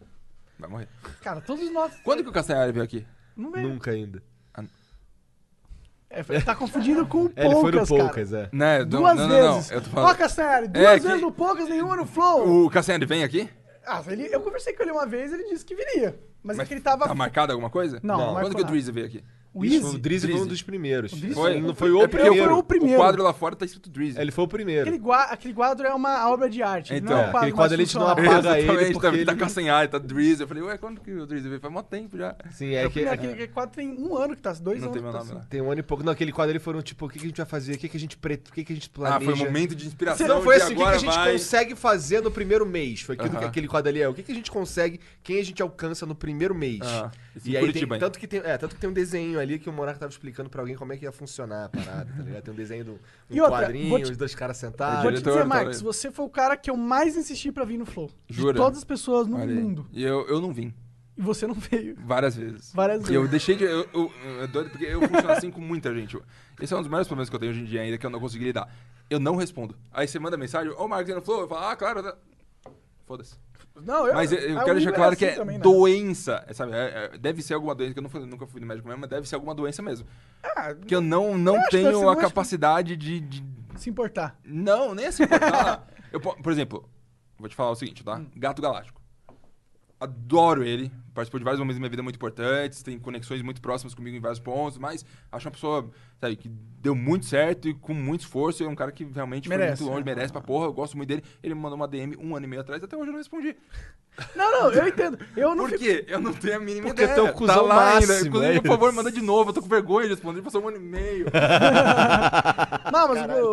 Vai morrer. Cara, todos nós. Quando que o Castanhari veio aqui? Não vem. Nunca ainda. É, tá confundindo com o Poucas, É, ele foi cara. no Poucas, é. Né, não- Duas não, não, vezes. Não, eu tô Ó, falando. Castanhari, duas É, que- vezes no Poucas, nenhuma no Flow. O Castanhari vem aqui? Ah, ele, eu conversei com ele uma vez ele disse que viria. Mas, é que ele tava. Tá marcado alguma coisa? Não, não Quando marcou que o nada. Drizzy veio aqui? o Isso, Easy, o Drizzy foi um Drizzy. é dos primeiros. Drizzy Foi, foi- não foi o porque eu- primeiro. É o primeiro. O quadro lá fora tá escrito Drizzy. Ele foi o primeiro. aquele, gua- aquele quadro é uma obra de arte. ele Então, não é um é, quadro aquele quadro mais ele te dá uma funcional. paga ele Exatamente, porque tá, ele- tá Castanhari, tá Drizzy. Eu falei, ué, quando que o Drizzy veio? Faz mó tempo já. Sim, é que. Não, Aquele, aquele quadro tem um ano que tá, dois Não anos tem que meu tá nome assim. lá. Tem um ano e pouco. Não, aquele quadro ele falou, tipo, o que, que a gente vai fazer? O que, que a gente pre... o que, que a gente planeja? Ah, foi um momento de inspiração. Não, foi de assim, o que, que agora a gente vai. consegue fazer no primeiro mês? Foi aquilo que Aham. aquele quadro ali é. O que, que a gente consegue, quem a gente alcança no primeiro mês? Ah, esse e em aí tem, Curitiba, hein? tanto, que tem, é, tanto que tem um desenho ali que o Monarca tava explicando pra alguém como é que ia funcionar a parada, tá ligado? Tem um desenho do um E outra, vou quadrinho, te- os dois caras Vou sentados. te diretor, dizer, tá Marcos, aí. você foi o cara que eu mais insisti pra vir no Flow. De Jura? todas as pessoas no Olha aí. mundo. E eu, eu não vim. E você não veio. Várias vezes. Várias E eu vezes. deixei de. Eu, eu, é doido, porque eu funciono assim com muita gente. Esse é um dos maiores problemas que eu tenho hoje em dia ainda, que eu não consegui lidar. Eu não respondo. Aí você manda mensagem, ô Marcos, você não falou? Eu falo, ah, claro. tá." Foda-se. Não, eu. Mas eu, eu Ah, o quero deixar Igor claro assim que é também, né? doença. é, sabe, é- é- deve ser alguma doença, que eu não fui- nunca fui no médico mesmo, mas deve ser alguma doença mesmo. Ah, Que eu não, não Eu acho que deve ser tenho a doença. capacidade de- de se importar. não, nem assim. Tá? Eu, po- por exemplo, vou te falar o seguinte, tá? Hum. Gato Galáctico. Adoro ele. Participou de vários momentos da minha vida muito importantes. Tem conexões muito próximas comigo em vários pontos. Mas acho uma pessoa, sabe, que deu muito certo e com muito esforço. É um cara que realmente Merece, foi muito longe, né? merece pra porra. Eu gosto muito dele. Ele me mandou uma DM um ano e meio atrás. Até hoje eu não respondi. Não, não, eu entendo. Eu não Por quê? Eu não tenho a mínima Porque ideia. um tu é o tá cuzão lá ainda. máximo, Inclusive, é por favor, isso. manda de novo. Eu tô com vergonha de responder. Passou um ano e meio. Não, mas o,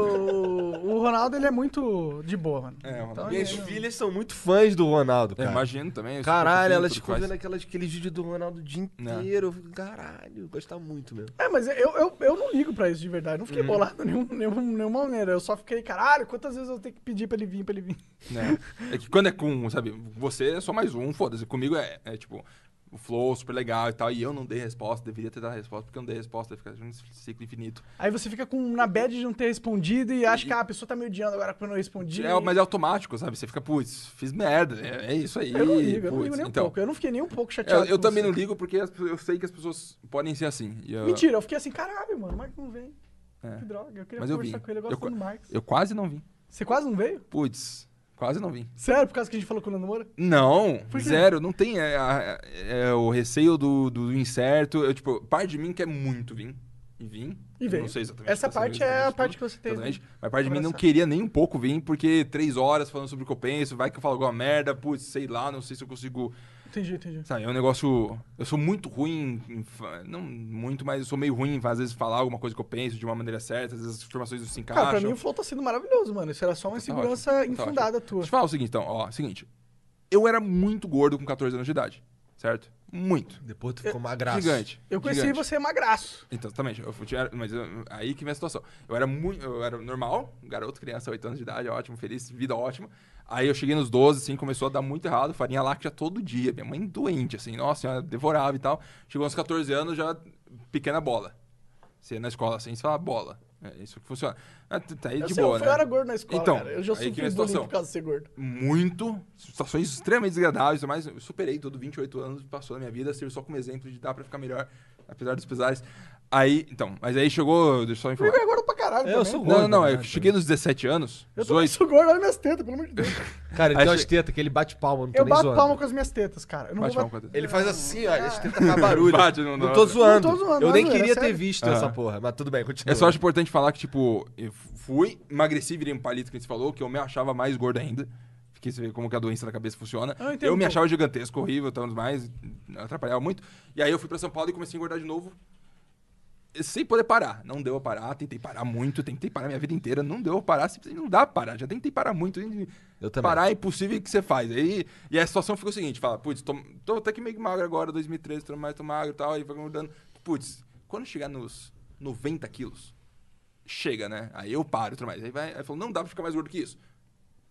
o Ronaldo ele é muito de boa, mano. É, mano. Então, E aí, Minhas filhas são muito fãs do Ronaldo, eu cara. Imagino também. eu sou Caralho, fofinho, elas tudo ficam faz. vendo aquelas, aqueles vídeos do Ronaldo o dia Né. inteiro. Eu fico, Caralho, gostar muito mesmo. É, mas eu, eu, eu não ligo pra isso de verdade. Eu não fiquei Uhum. bolado de nenhum, nenhum, nenhuma maneira. Eu só fiquei, caralho, quantas vezes eu tenho que pedir pra ele vir, pra ele vir. né? É que quando é com, sabe, você é só mais um, foda-se. Comigo é, é, tipo, o flow super legal e tal, e eu não dei resposta, deveria ter dado resposta, porque eu não dei resposta, aí fica um ciclo infinito. Aí você fica com, na bad de não ter respondido e acha que ah, a pessoa tá me odiando agora porque eu não respondi. É, mas é automático, sabe? Você fica, putz, fiz merda, é, é isso aí. Eu não ligo, eu não putz. ligo nem um então, pouco. Eu não fiquei nem um pouco eu, chateado. eu com também você. não ligo porque as pe- eu sei que as pessoas podem ser assim. e eu- Mentira, eu fiquei assim, caralho, mano, o Marcos não vem. É. Que droga, eu queria Mas eu conversar vim. com ele, eu Eu gosto qua- do Marcos. Eu quase não vim. Você quase não veio? Putz, quase não vim. Sério, por causa que a gente falou com o Nando Moura? Não, Por quê? zero, não tem é, a- é, o receio do, do incerto. Eu, tipo, parte de mim quer muito vir. E vim. E eu veio. Não sei exatamente. Essa o que tá sendo parte é a exatamente parte tudo, que você tem. Exatamente. Mas parte de mim não abraçar. queria nem um pouco vir, porque três horas falando sobre o que eu penso, vai que eu falo alguma merda, putz, sei lá, não sei se eu consigo. Entendi, entendi. Sabe, é um negócio. Eu sou muito ruim, em fa- não muito, mas eu sou meio ruim, em, às vezes, falar alguma coisa que eu penso de uma maneira certa, às vezes as informações não se encaixam. Cara, pra mim o flow tá sendo maravilhoso, mano. Isso era só uma Tá insegurança ótimo, tá infundada ótimo. tua. Deixa eu falar o seguinte, então. Ó, seguinte. Eu era muito gordo com 14 anos de idade, certo? Muito. Depois tu ficou magraço. Gigante. Eu conheci gigante. você magraço. Então, exatamente. Eu fui, era- mas eu- aí que vem a situação. Eu era muito. Eu era normal, um garoto, criança, 8 anos de idade, ótimo, feliz, vida ótima. Aí eu cheguei nos 12, assim, começou a dar muito errado, farinha láctea todo dia. Minha mãe doente, assim, nossa senhora, devorava e tal. Chegou aos 14 anos, já pequena bola. Você ia na escola assim, você fala bola. É isso que funciona. Ah, tá- tá aí Eu, de sei, boa, eu, fui- né? eu era gordo na escola, Então, cara. Eu já aí que sofri vem a bullying situação. por causa de ser gordo. muito, situações extremamente desagradáveis, mas eu superei tudo, 28 anos passou na minha vida, serviu só como exemplo de dar pra ficar melhor, apesar dos pesares. Aí, então, mas aí chegou, deixa eu só O Igor informar. é gordo pra caralho É, eu também. sou Não, não, gordo, não, né? eu cheguei nos 17 anos, Eu também 18, sou gordo, olha minhas tetas, pelo amor de Deus. Cara, ele tem Aí che- umas tetas que ele bate palma, não tô Eu nem bato zoando. palma com as minhas tetas, cara. Eu não bate vou palma com a Ele faz assim, ó, eles tentam dar barulho. Bate no- não no- tô zoando. Não tô zoando, Eu não, nem é queria ter sério. visto Aham. essa porra, mas tudo bem, continua. Eu só acho importante falar que, tipo, eu fui, emagreci, virei um palito que a gente falou, que eu me achava mais gordo ainda. Porque você vê como que a doença da cabeça funciona. Ah, eu entendo eu me como. achava gigantesco, horrível, tal, mais, atrapalhava muito. E aí eu fui pra São Paulo e comecei a engordar de novo. Sem poder parar. Não deu a parar, tentei parar muito, tentei parar minha vida inteira, não deu a parar, simplesmente não dá a parar. Já tentei parar muito. e Eu também. Parar é impossível que você faz. Aí, e a situação fica o seguinte: fala, putz, tô, tô até que meio que magro agora, 2013, tô mais tô magro e tal, aí vai mudando. Putz, quando chegar nos 90 quilos, chega, né? Aí eu paro e tudo mais. Aí vai, aí falou, não dá pra ficar mais gordo que isso.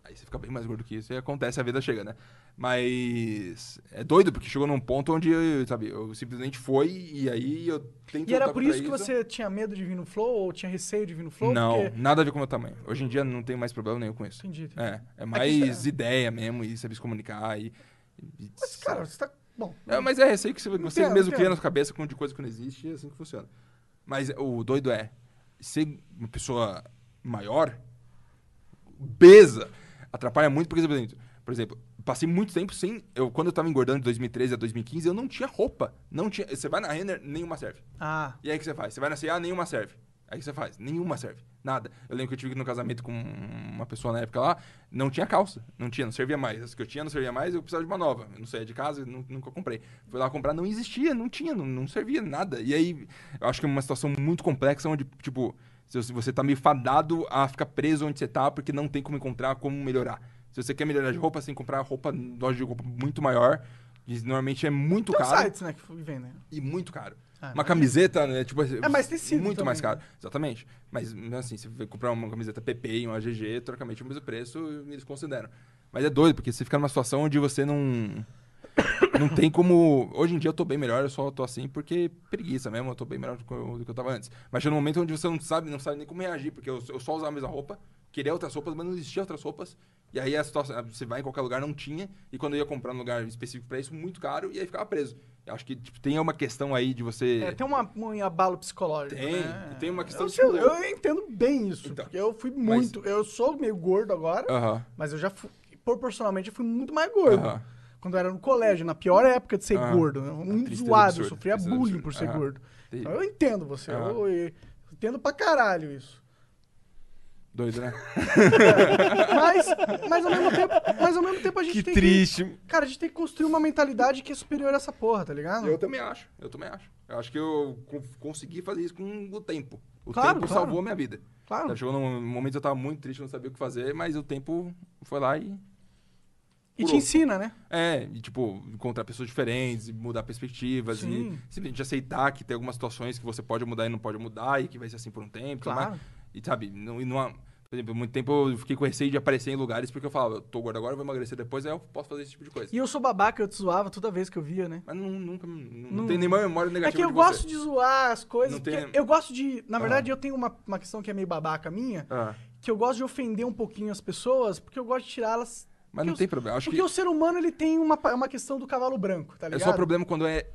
Aí você fica bem mais gordo que isso e acontece, a vida chega, né? Mas é doido, porque chegou num ponto onde, sabe, eu simplesmente foi e aí eu tento E era lutar por contra isso que você tinha medo de vir no Flow ou tinha receio de vir no Flow? Não, Porque... nada a ver com o meu tamanho. Hoje em dia não tenho mais problema nenhum com isso. Entendi, entendi. É, é mais ideia mesmo e saber se comunicar e... e- Mas, cara, você tá. Bom. É, mas é receio que você, você Entendo, mesmo cria entendo. na sua cabeça com um de coisa que não existe e é assim que funciona. Mas o doido é ser uma pessoa maior, beza, atrapalha muito, porque, por exemplo, por exemplo, passei muito tempo sem. Eu, quando eu tava engordando de 2013 a 2015, eu não tinha roupa. Não tinha. Você vai na Renner, nenhuma serve. Ah, E aí o que você faz? Você vai na CA, nenhuma serve. Aí o que você faz? Nenhuma serve. Nada. Eu lembro que eu tive que ir no casamento com uma pessoa na época lá, não tinha calça. Não tinha, não servia mais. As que eu tinha não servia mais, eu precisava de uma nova. Eu não saía de casa, nu- nunca comprei. Fui lá comprar, não existia, não tinha, não, não servia nada. E aí, eu acho que é uma situação muito complexa onde, tipo, se você- você tá meio fadado a ficar preso onde você tá, porque não tem como encontrar como melhorar. Se você quer melhorar de roupa, você tem que comprar roupa, loja de roupa muito maior. E normalmente é muito tem caro sites, né, que vem, né? e muito caro. Ah, uma camiseta, né? Tipo, é mais tecido Muito também, mais caro. né? Exatamente. Mas assim, você vai comprar uma camiseta PP e uma GG, trocamente o mesmo preço, eles consideram. Mas é doido, porque você fica numa situação onde você não. Não tem como. Hoje em dia eu tô bem melhor, eu só tô assim porque preguiça mesmo, eu tô bem melhor do que eu, do que eu tava antes. Mas chega um momento onde você não sabe, não sabe nem como reagir, porque eu, eu só usava a mesma roupa, queria outras roupas, mas não existia outras roupas. E aí a situação, você vai em qualquer lugar, não tinha, e quando eu ia comprar num lugar específico pra isso, muito caro, e aí ficava preso. Eu acho que tipo, tem uma questão aí de você. É, tem uma, um abalo psicológico. Tem, né? tem uma questão eu, de- sei, eu entendo bem isso. Então, porque eu fui muito. Eu sou meio gordo agora, Aham. mas eu já fui. Proporcionalmente, eu fui muito mais gordo. Aham. Quando eu era no colégio, na pior época de ser Aham. gordo. né? Muito tristeza zoado, eu absurda, sofria tristeza bullying absurda. por ser Aham. gordo. Entendi. Então, eu entendo você. Aham. Eu, eu entendo pra caralho isso. Doido, né? Mas, mas, ao mesmo tempo, mas ao mesmo tempo a gente Que tem triste. que. Cara, a gente tem que construir uma mentalidade que é superior a essa porra, tá ligado? Eu também acho, eu também acho. Eu acho que eu co- consegui fazer isso com o tempo. O Claro, tempo claro. salvou a minha vida. Claro. Sabe, Chegou num momento que eu tava muito triste, não sabia o que fazer, mas o tempo foi lá e. E te ensina, né? É, e, tipo, encontrar pessoas diferentes, e mudar perspectivas, Sim. e simplesmente aceitar que tem algumas situações que você pode mudar e não pode mudar, e que vai ser assim por um tempo. tudo Claro. mais. E sabe, não, e não há- Por exemplo, muito tempo eu fiquei com receio de aparecer em lugares porque eu falava, eu tô gordo agora, eu vou emagrecer depois, aí eu posso fazer esse tipo de coisa. E eu sou babaca, eu te zoava toda vez que eu via, né? Mas não, nunca. Não, Não- não tem nenhuma memória É negativa que eu de você. gosto de zoar as coisas. Não tem- porque Eu gosto de. Na verdade, eu tenho uma, uma questão que é meio babaca minha, Ah. que eu gosto de ofender um pouquinho as pessoas, porque eu gosto de tirá-las. Mas porque não os- tem problema. Acho porque que o ser humano ele tem uma, pa- uma questão do cavalo branco, tá é ligado? só problema quando é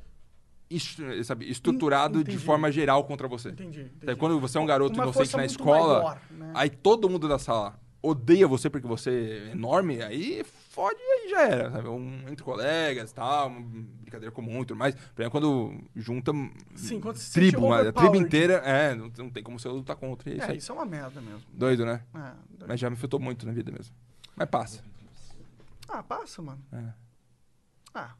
est- sabe, estruturado de entendi. forma geral contra você. Entendi, Sabe, entendi. Quando você é um garoto Uma inocente força na muito escola, maior, né? aí todo mundo da sala odeia você porque você é enorme, aí fode e aí já era. Sabe? Um, entre colegas tal, uma brincadeira comum e tudo mais. Por exemplo, quando junta Sim, quando se sente tribo, uma- a tribo overpowered. inteira, é, não, não tem como você lutar contra isso. É, aí. isso é uma merda mesmo. Doido, né? Ah, Mas já me afetou muito na vida mesmo. Mas passa. ah, passa, mano. É. Ah.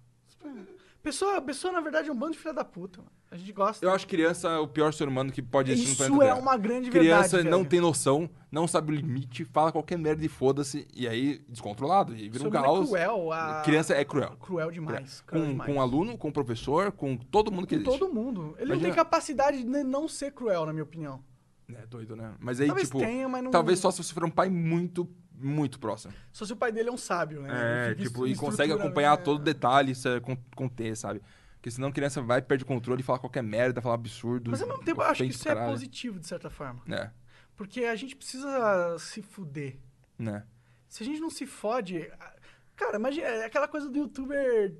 Pessoa, pessoa, na verdade, é um bando de filha da puta. mano. A gente gosta. Eu acho criança é o pior ser humano que pode existir no Isso planeta é Terra. uma grande Criança verdade, não velho. tem noção, não sabe o limite, fala qualquer merda e foda-se, e aí descontrolado, e vira Ser um humano é caos. cruel, a- Criança é cruel. Cruel demais. Cruel É, Com, demais. com aluno, com professor, com todo mundo que Com existe. todo mundo. Ele não Imagina- tem capacidade de não ser cruel, na minha opinião. É doido, né? Mas aí, Talvez tipo. tenha, mas não- Talvez só se você for um pai muito, muito próximo. Só se o pai dele é um sábio, né? É, Ele fica tipo, e estru- consegue estrutura- acompanhar é. todo detalhe, isso é con- conter, sabe? Porque senão a criança vai, perde o controle, fala qualquer merda, fala absurdo. Mas ao mesmo tempo, eu acho que ofende isso pra é caralho. positivo, de certa forma. É, Porque a gente precisa se fuder. né? Se a gente não se fode. a- Cara, imagina, é aquela coisa do youtuber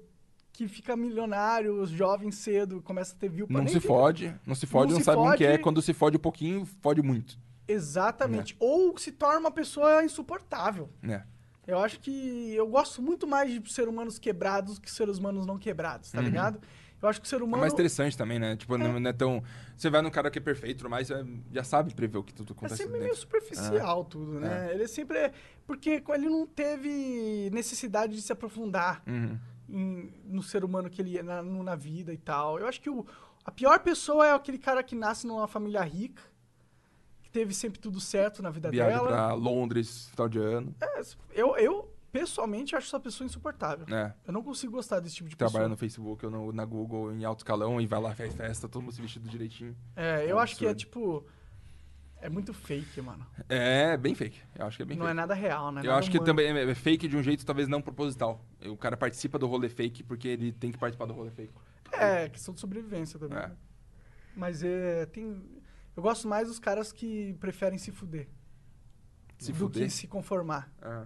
que fica milionário, os jovens cedo, começa a ter view Não nem se fica- fode, não se fode, Não não, se sabe nem o que é. fode. Quando se fode um pouquinho, fode muito, Exatamente. Ou se torna uma pessoa insuportável. né? Eu acho que eu gosto muito mais de ser humanos quebrados que seres humanos não quebrados, tá ligado? Eu acho que o ser Uhum. É humano. mais interessante também, né? Tipo, não, não é tão... Você vai num cara que é perfeito, mas você já sabe prever o que tudo É acontece sempre dentro. É. meio superficial tudo, né? Ele sempre é. Porque ele não teve necessidade de se aprofundar Uhum. em- no ser humano que ele é, na, no- na vida e tal. Eu acho que o- a pior pessoa é aquele cara que nasce numa família rica, que teve sempre tudo certo na vida Viaja dela. pra Londres, final de ano, É, eu, eu, pessoalmente, acho essa pessoa insuportável. né? Eu não consigo gostar desse tipo de Trabalha pessoa. no Facebook ou no- na Google em alto escalão e vai lá, faz festa, todo mundo se vestido direitinho. É, eu um acho que é absurdo. tipo. É muito fake, mano. É bem fake. Eu acho que é bem Não é fake. nada real, né? eu acho que também é é fake de um jeito talvez não proposital. O cara participa do rolê fake porque ele tem que participar do rolê fake. É, questão de sobrevivência também. Uhum. né? É. Mas é, tem... Eu gosto mais dos caras que preferem se fuder. Se do fuder. que se conformar. Ah.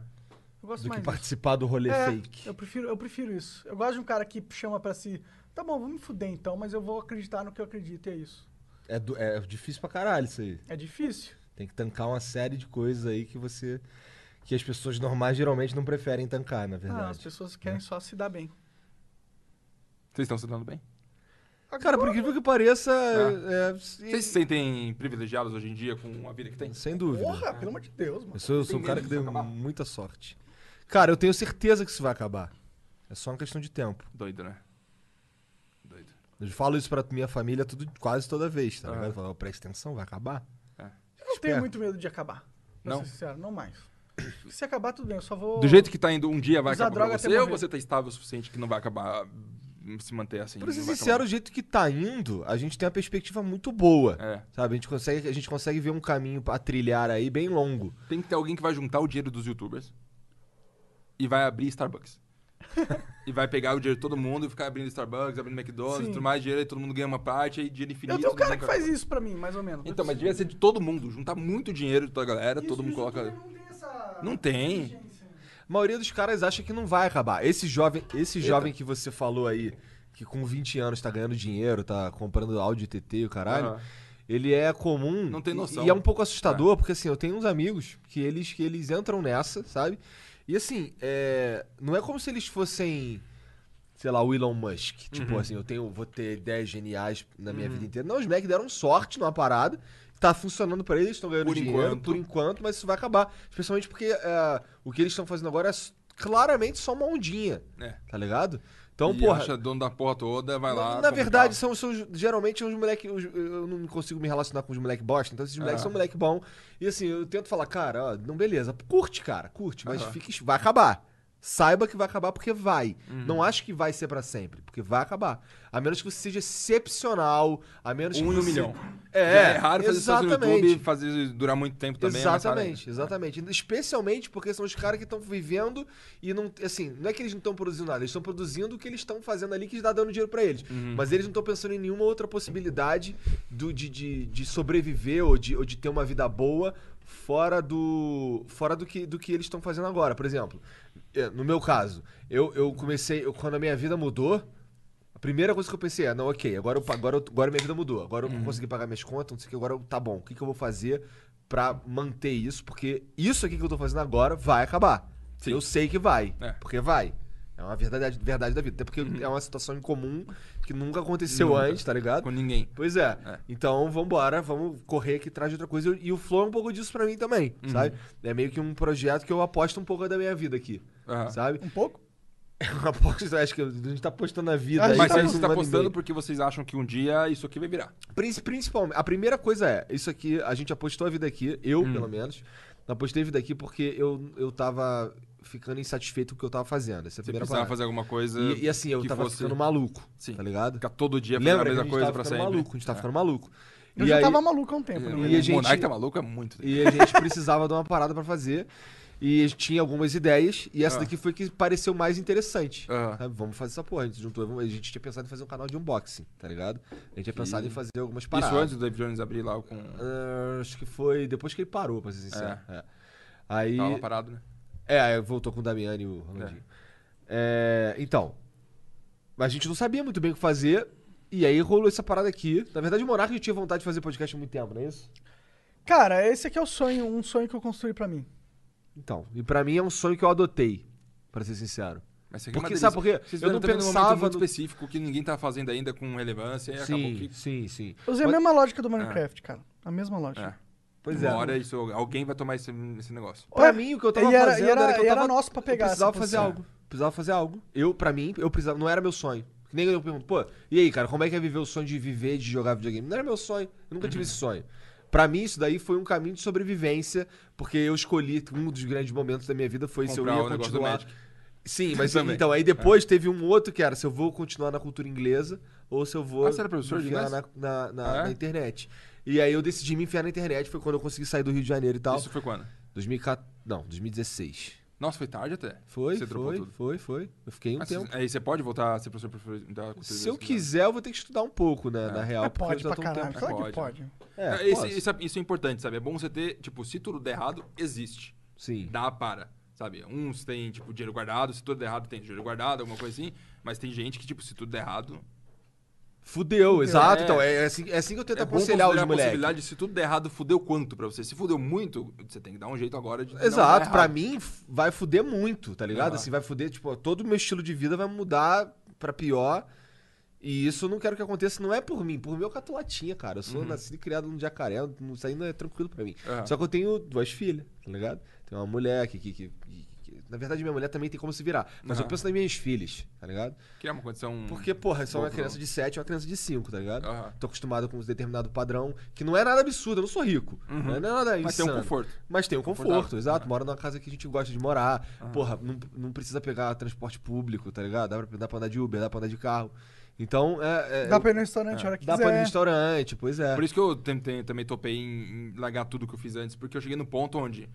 Eu gosto do que mais disso. participar do rolê É, fake. Eu prefiro, eu prefiro isso. Eu gosto de um cara que chama pra si, tá bom, vamos me fuder então, mas eu vou acreditar no que eu acredito, e é isso. É, do- é difícil pra caralho isso aí. É difícil. Tem que tancar uma série de coisas aí que você. que as pessoas normais geralmente não preferem tancar, Ah, na as verdade. pessoas É. querem só se dar bem. Vocês estão se dando bem? Cara, por incrível que pareça. é, se- Ah. Vocês se sentem privilegiados hoje em dia com a vida que tem? sem dúvida. Porra, pelo amor de Deus, mano. Eu sou, eu sou Tem um cara medo que disso deu acabar? muita sorte. Cara, eu tenho certeza que isso vai acabar. É só uma questão de tempo. Doido, né? Doido. Eu falo isso pra minha família tudo, quase toda vez, tá Ah. ligado? Eu falo, "Ó, presta atenção, vai acabar. Eu não tenho Espera. muito medo de acabar. Pra Não? ser sincero, não mais. Se acabar, tudo bem, eu só vou. Do jeito que tá indo, um dia vai Usar acabar pra droga até você ou morrer. você tá estável o suficiente que não vai acabar hum, se manter assim? Pra ser não vai sincero, o jeito que tá indo, a gente tem uma perspectiva muito boa. acabar? É. Sabe? A gente, consegue, a gente consegue ver um caminho a trilhar aí bem longo. Tem que ter alguém que vai juntar o dinheiro dos youtubers e vai abrir Starbucks. e vai pegar o dinheiro de todo mundo e ficar abrindo Starbucks, abrindo McDonald's, Sim. tudo mais dinheiro, aí todo mundo ganha uma parte, aí dinheiro infinito. Eu tenho um todo cara mundo que ganha- faz isso pra mim, mais ou menos. Então, mas devia ser de todo mundo, juntar muito dinheiro da galera, Isso, todo mundo isso, coloca. tudo bem, Não tem essa. Não tem. exigência. A maioria dos caras acha que não vai acabar. Esse jovem, esse jovem que você falou aí, que com 20 anos tá ganhando dinheiro, tá comprando áudio TT e o caralho, Aham. ele é comum. Não tem e- noção. E é um pouco assustador, porque assim, eu tenho uns amigos que eles, que eles entram nessa, sabe? E assim, é, não é como se eles fossem, sei lá, o Elon Musk. Uhum. Tipo assim, eu tenho, vou ter ideias geniais na minha vida inteira. Não, os Mac deram sorte numa parada. Tá funcionando pra eles, estão ganhando Por dinheiro enquanto. por enquanto, mas isso vai acabar. Especialmente porque é, o que eles estão fazendo agora é s- claramente só uma ondinha, É. tá ligado? Então, e porra, acha dono da porra toda, vai lá. na compra verdade, um são, são os- geralmente são os moleques. Eu não consigo me relacionar com os moleques bosta, então esses moleques Ah. são moleque bom. E assim, eu tento falar, cara, ó, não beleza, curte, cara, curte, mas Aham. fique, vai acabar. Saiba que vai acabar porque vai. Uhum. Não acho que vai ser pra sempre, porque vai acabar. A menos que você seja excepcional, a menos carro. que um em um você- milhão. É, Já é raro fazer isso no exatamente. YouTube, fazer isso durar muito tempo também. é mais raro ainda. exatamente, exatamente. Especialmente porque são os caras que estão vivendo e não. Assim, não é que eles não estão produzindo nada, eles estão produzindo o que eles estão fazendo ali que está dando dinheiro pra eles. Uhum. Mas eles não estão pensando em nenhuma outra possibilidade do- de, de, de sobreviver ou de, ou de ter uma vida boa fora do. fora do que, do que eles estão fazendo agora. Por exemplo, eh, no meu caso, eu, eu comecei. eu- quando a minha vida mudou. A primeira coisa que eu pensei é, não, ok, agora, eu, pa- agora, eu- agora minha vida mudou. Agora eu Uhum. consegui pagar minhas contas, não sei o que, agora eu- tá bom. O que, que eu vou fazer pra manter isso? Porque isso aqui que eu tô fazendo agora vai acabar. Sim. Eu sei que vai, É. Uhum. porque vai. É uma verdade, verdade da vida. Até porque é uma situação incomum que nunca aconteceu Nunca. antes, tá ligado? Com ninguém. Pois é. É. Então, vambora, vamos correr aqui atrás de outra coisa. E o Flow é um pouco disso pra mim também, Uhum. sabe? É meio que um projeto que eu aposto um pouco da minha vida aqui, Aham. sabe? Um pouco? Eu aposto, acho que a gente tá apostando a vida. Ah, aí Mas faz vocês um estão ano e meio. tá apostando porque vocês acham que um dia isso aqui vai virar. Princi- Principalmente, a primeira coisa é, isso aqui, a gente apostou a vida aqui, eu Hum. pelo menos, apostei a vida aqui porque eu, eu tava ficando insatisfeito com o que eu tava fazendo. Essa é a Você primeira precisava parada. fazer alguma coisa. E, e assim, eu que tava fosse... ficando maluco, Sim. tá ligado? Ficar todo dia fazendo Lembra a que a mesma gente coisa tava pra ficando sempre. maluco, a gente tava ficando maluco. Eu e já aí, tava maluco há um tempo, É, né? E o a gente- Monark tá maluco é muito. e a gente precisava de uma parada pra fazer. E tinha algumas ideias, e essa Ah. daqui foi que pareceu mais interessante. Ah. Sabe, Vamos fazer essa porra. A gente juntou, a gente tinha pensado em fazer um canal de unboxing, tá ligado? A gente tinha pensado em fazer algumas paradas. Isso antes do David Jones abrir lá com. Ah, acho que foi depois que ele parou, pra ser sincero. É. Aí. Tava lá parado, né? É, aí voltou com o Damiani e o Ronaldinho. É, então. A gente não sabia muito bem o que fazer. E aí rolou essa parada aqui. Na verdade, o Monarca já tinha vontade de fazer podcast há muito tempo, não é isso? Cara, esse aqui é o sonho, um sonho que eu construí pra mim. Então. E pra mim é um sonho que eu adotei, pra ser sincero. Mas isso aqui é uma Porque, delícia. sabe por quê? Vocês Eu não também num momento pensava. muito no- específico que ninguém tá fazendo ainda com relevância e acabou Sim, que. sim, sim. Eu usei a Mas- mesma lógica do Minecraft, cara. A mesma lógica. É. Pois uma é. hora isso, alguém vai tomar esse, esse negócio. Pra É, mim, o que eu tava e era- fazendo e era- era que eu e tava, era nosso pra pegar eu precisava essa fazer posição. algo. Precisava fazer algo. Eu, pra mim, eu precisava. Não era meu sonho. Que nem eu pergunto, pô, e aí, cara, como é que é viver o sonho de viver, de jogar videogame? Não era meu sonho. Eu nunca Uhum. tive esse sonho. Pra mim, isso daí foi um caminho de sobrevivência, porque eu escolhi, um dos grandes momentos da minha vida foi Comprar se o eu ia negócio do continuar. Magic. Sim, mas Também. É. então, aí depois teve um outro que era se eu vou continuar na cultura inglesa ou se eu vou Ah, você era professor de enfiar inglês? na, na, na- Ah, é? na internet. E aí eu decidi me enfiar na internet, foi quando eu consegui sair do Rio de Janeiro e tal. Isso foi quando? 2014. Não, 2016. Nossa, foi tarde até. Foi, Você dropou foi, tudo. foi, foi. Eu fiquei um Ah, tempo. cê- aí você pode voltar a ser professor profe- da cultura Se eu brasileira? quiser, eu vou ter que estudar um pouco, né? Na real. Mas porque eu É, pode já pra tô um caralho. tempo- Claro que Pode. pode. É, É, esse- posso. isso, é- isso é importante, sabe? É bom você ter, tipo, se tudo der errado, existe. Sim. Dá para, sabe? Uns têm, tipo, dinheiro guardado, se tudo der errado, tem dinheiro guardado, alguma coisa assim. Mas tem gente que, tipo, se tudo der errado... Fudeu, exato. É. Então, é, é assim, é assim que eu tento é bom aconselhar os considerar a moleques. possibilidade de se tudo der errado, fudeu quanto pra você? Se fudeu muito, você tem que dar um jeito agora de não Exato, dar pra errado. mim f- vai fuder muito, tá ligado? Aham. Assim, vai fuder, tipo, todo o meu estilo de vida vai mudar pra pior. E isso eu não quero que aconteça, não é por mim, por mim eu cato latinha, cara. Eu sou nascido e criado no jacaré, não- isso ainda é tranquilo pra mim. Uhum. Aham. Só que eu tenho duas filhas, tá ligado? Tem uma mulher que. que- que- que- que- na verdade, minha mulher também tem como se virar. Mas eu Aham. penso nas minhas filhas, tá ligado? Que é uma condição... Porque, porra, só Boa uma pra criança não. de 7 e uma criança de 5, tá ligado? Aham. Tô acostumado com um determinado padrão, que não é nada absurdo, eu não sou rico. Não é nada Mas tem um insano. conforto. Mas tem um conforto, Confortável. É. exato. Mora numa casa que a gente gosta de morar. Porra, não, não precisa pegar transporte público, tá ligado? Dá pra, dá pra andar de Uber, dá pra andar de carro. Então, é. é- Dá pra ir no restaurante a hora que dá pra ir no quiser. restaurante, pois é. Por isso que eu tentei- também topei em, em largar tudo que eu fiz antes, porque eu cheguei no ponto onde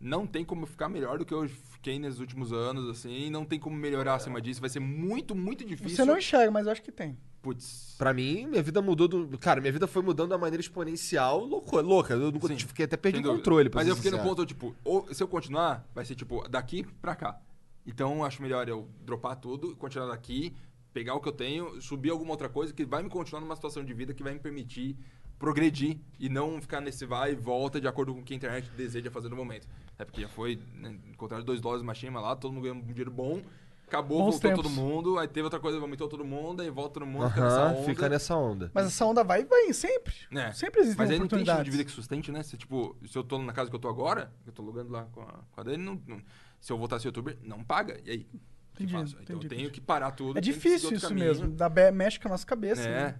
não tem como eu ficar melhor do que eu fiquei nesses últimos anos, assim, não tem como melhorar acima disso, vai ser muito, muito difícil. É. Você não enxerga, mas eu acho que tem. Putz. Pra mim, minha vida mudou do. Cara, minha vida foi mudando da maneira exponencial louco, louca. Eu nunca, Sim, tipo, fiquei até perdi sem o dúvida. controle, pra Mas ser eu fiquei no sincero. ponto, tipo, ou, se eu continuar, vai ser tipo daqui pra cá. Então acho melhor eu dropar tudo, continuar daqui, pegar o que eu tenho, subir alguma outra coisa que vai me continuar numa situação de vida que vai me permitir progredir e não ficar nesse vai e volta de acordo com o que a internet deseja fazer no momento. É porque já foi, né, encontraram dois dólares uma chima lá, todo mundo ganhou um dinheiro bom. Acabou, Bons voltou tempos. todo mundo, aí teve outra coisa, vomitou todo mundo, aí volta todo mundo, fica nessa Aham, onda. fica nessa onda. Mas essa onda vai e vai sempre. É. Sempre existem Mas aí não tem estilo de oportunidades. vida que sustente, né? Se, tipo, se eu tô na casa que eu tô agora, que eu tô alugando lá com a, com a Dani, não, não- se eu voltar a ser youtuber, não paga. E aí? O que Entendi, faço? Então entendi, eu tenho entendi. que parar tudo. É tenho que difícil seguir outro isso caminho. né? mesmo. Dá be- mexe com a nossa cabeça. É. né?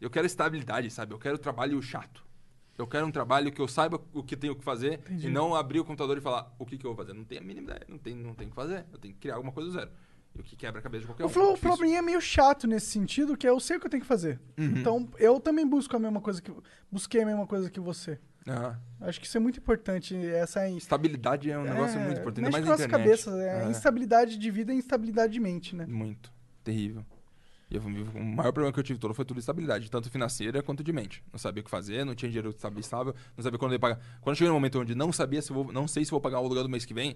Eu quero estabilidade, sabe? Eu quero trabalho chato. Eu quero um trabalho que eu saiba o que tenho que fazer e não abrir o computador e falar o que, que eu vou fazer. Não tenho a mínima ideia, não tenho, não tenho o que fazer. Eu tenho que criar alguma coisa do zero. E o que quebra a cabeça de qualquer O um. Flow, o é difícil. Flow pra mim é meio chato nesse sentido, que eu sei o que eu tenho que fazer. Então, eu também busco a mesma coisa que... Busquei a mesma coisa que você. Aham. Acho que isso é muito importante, essa... é- Estabilidade é um negócio é, muito importante, Mexe ainda mais com na as internet. cabeças, é, É. instabilidade de vida e instabilidade de mente, né? Muito. Terrível. E eu- o maior problema que eu tive todo foi tudo estabilidade, tanto financeira quanto de mente. Não sabia o que fazer, não tinha dinheiro estável, estável, não sabia quando eu ia pagar. Quando chega no momento onde não sabia se eu vou, não sei se eu vou pagar o aluguel do mês que vem,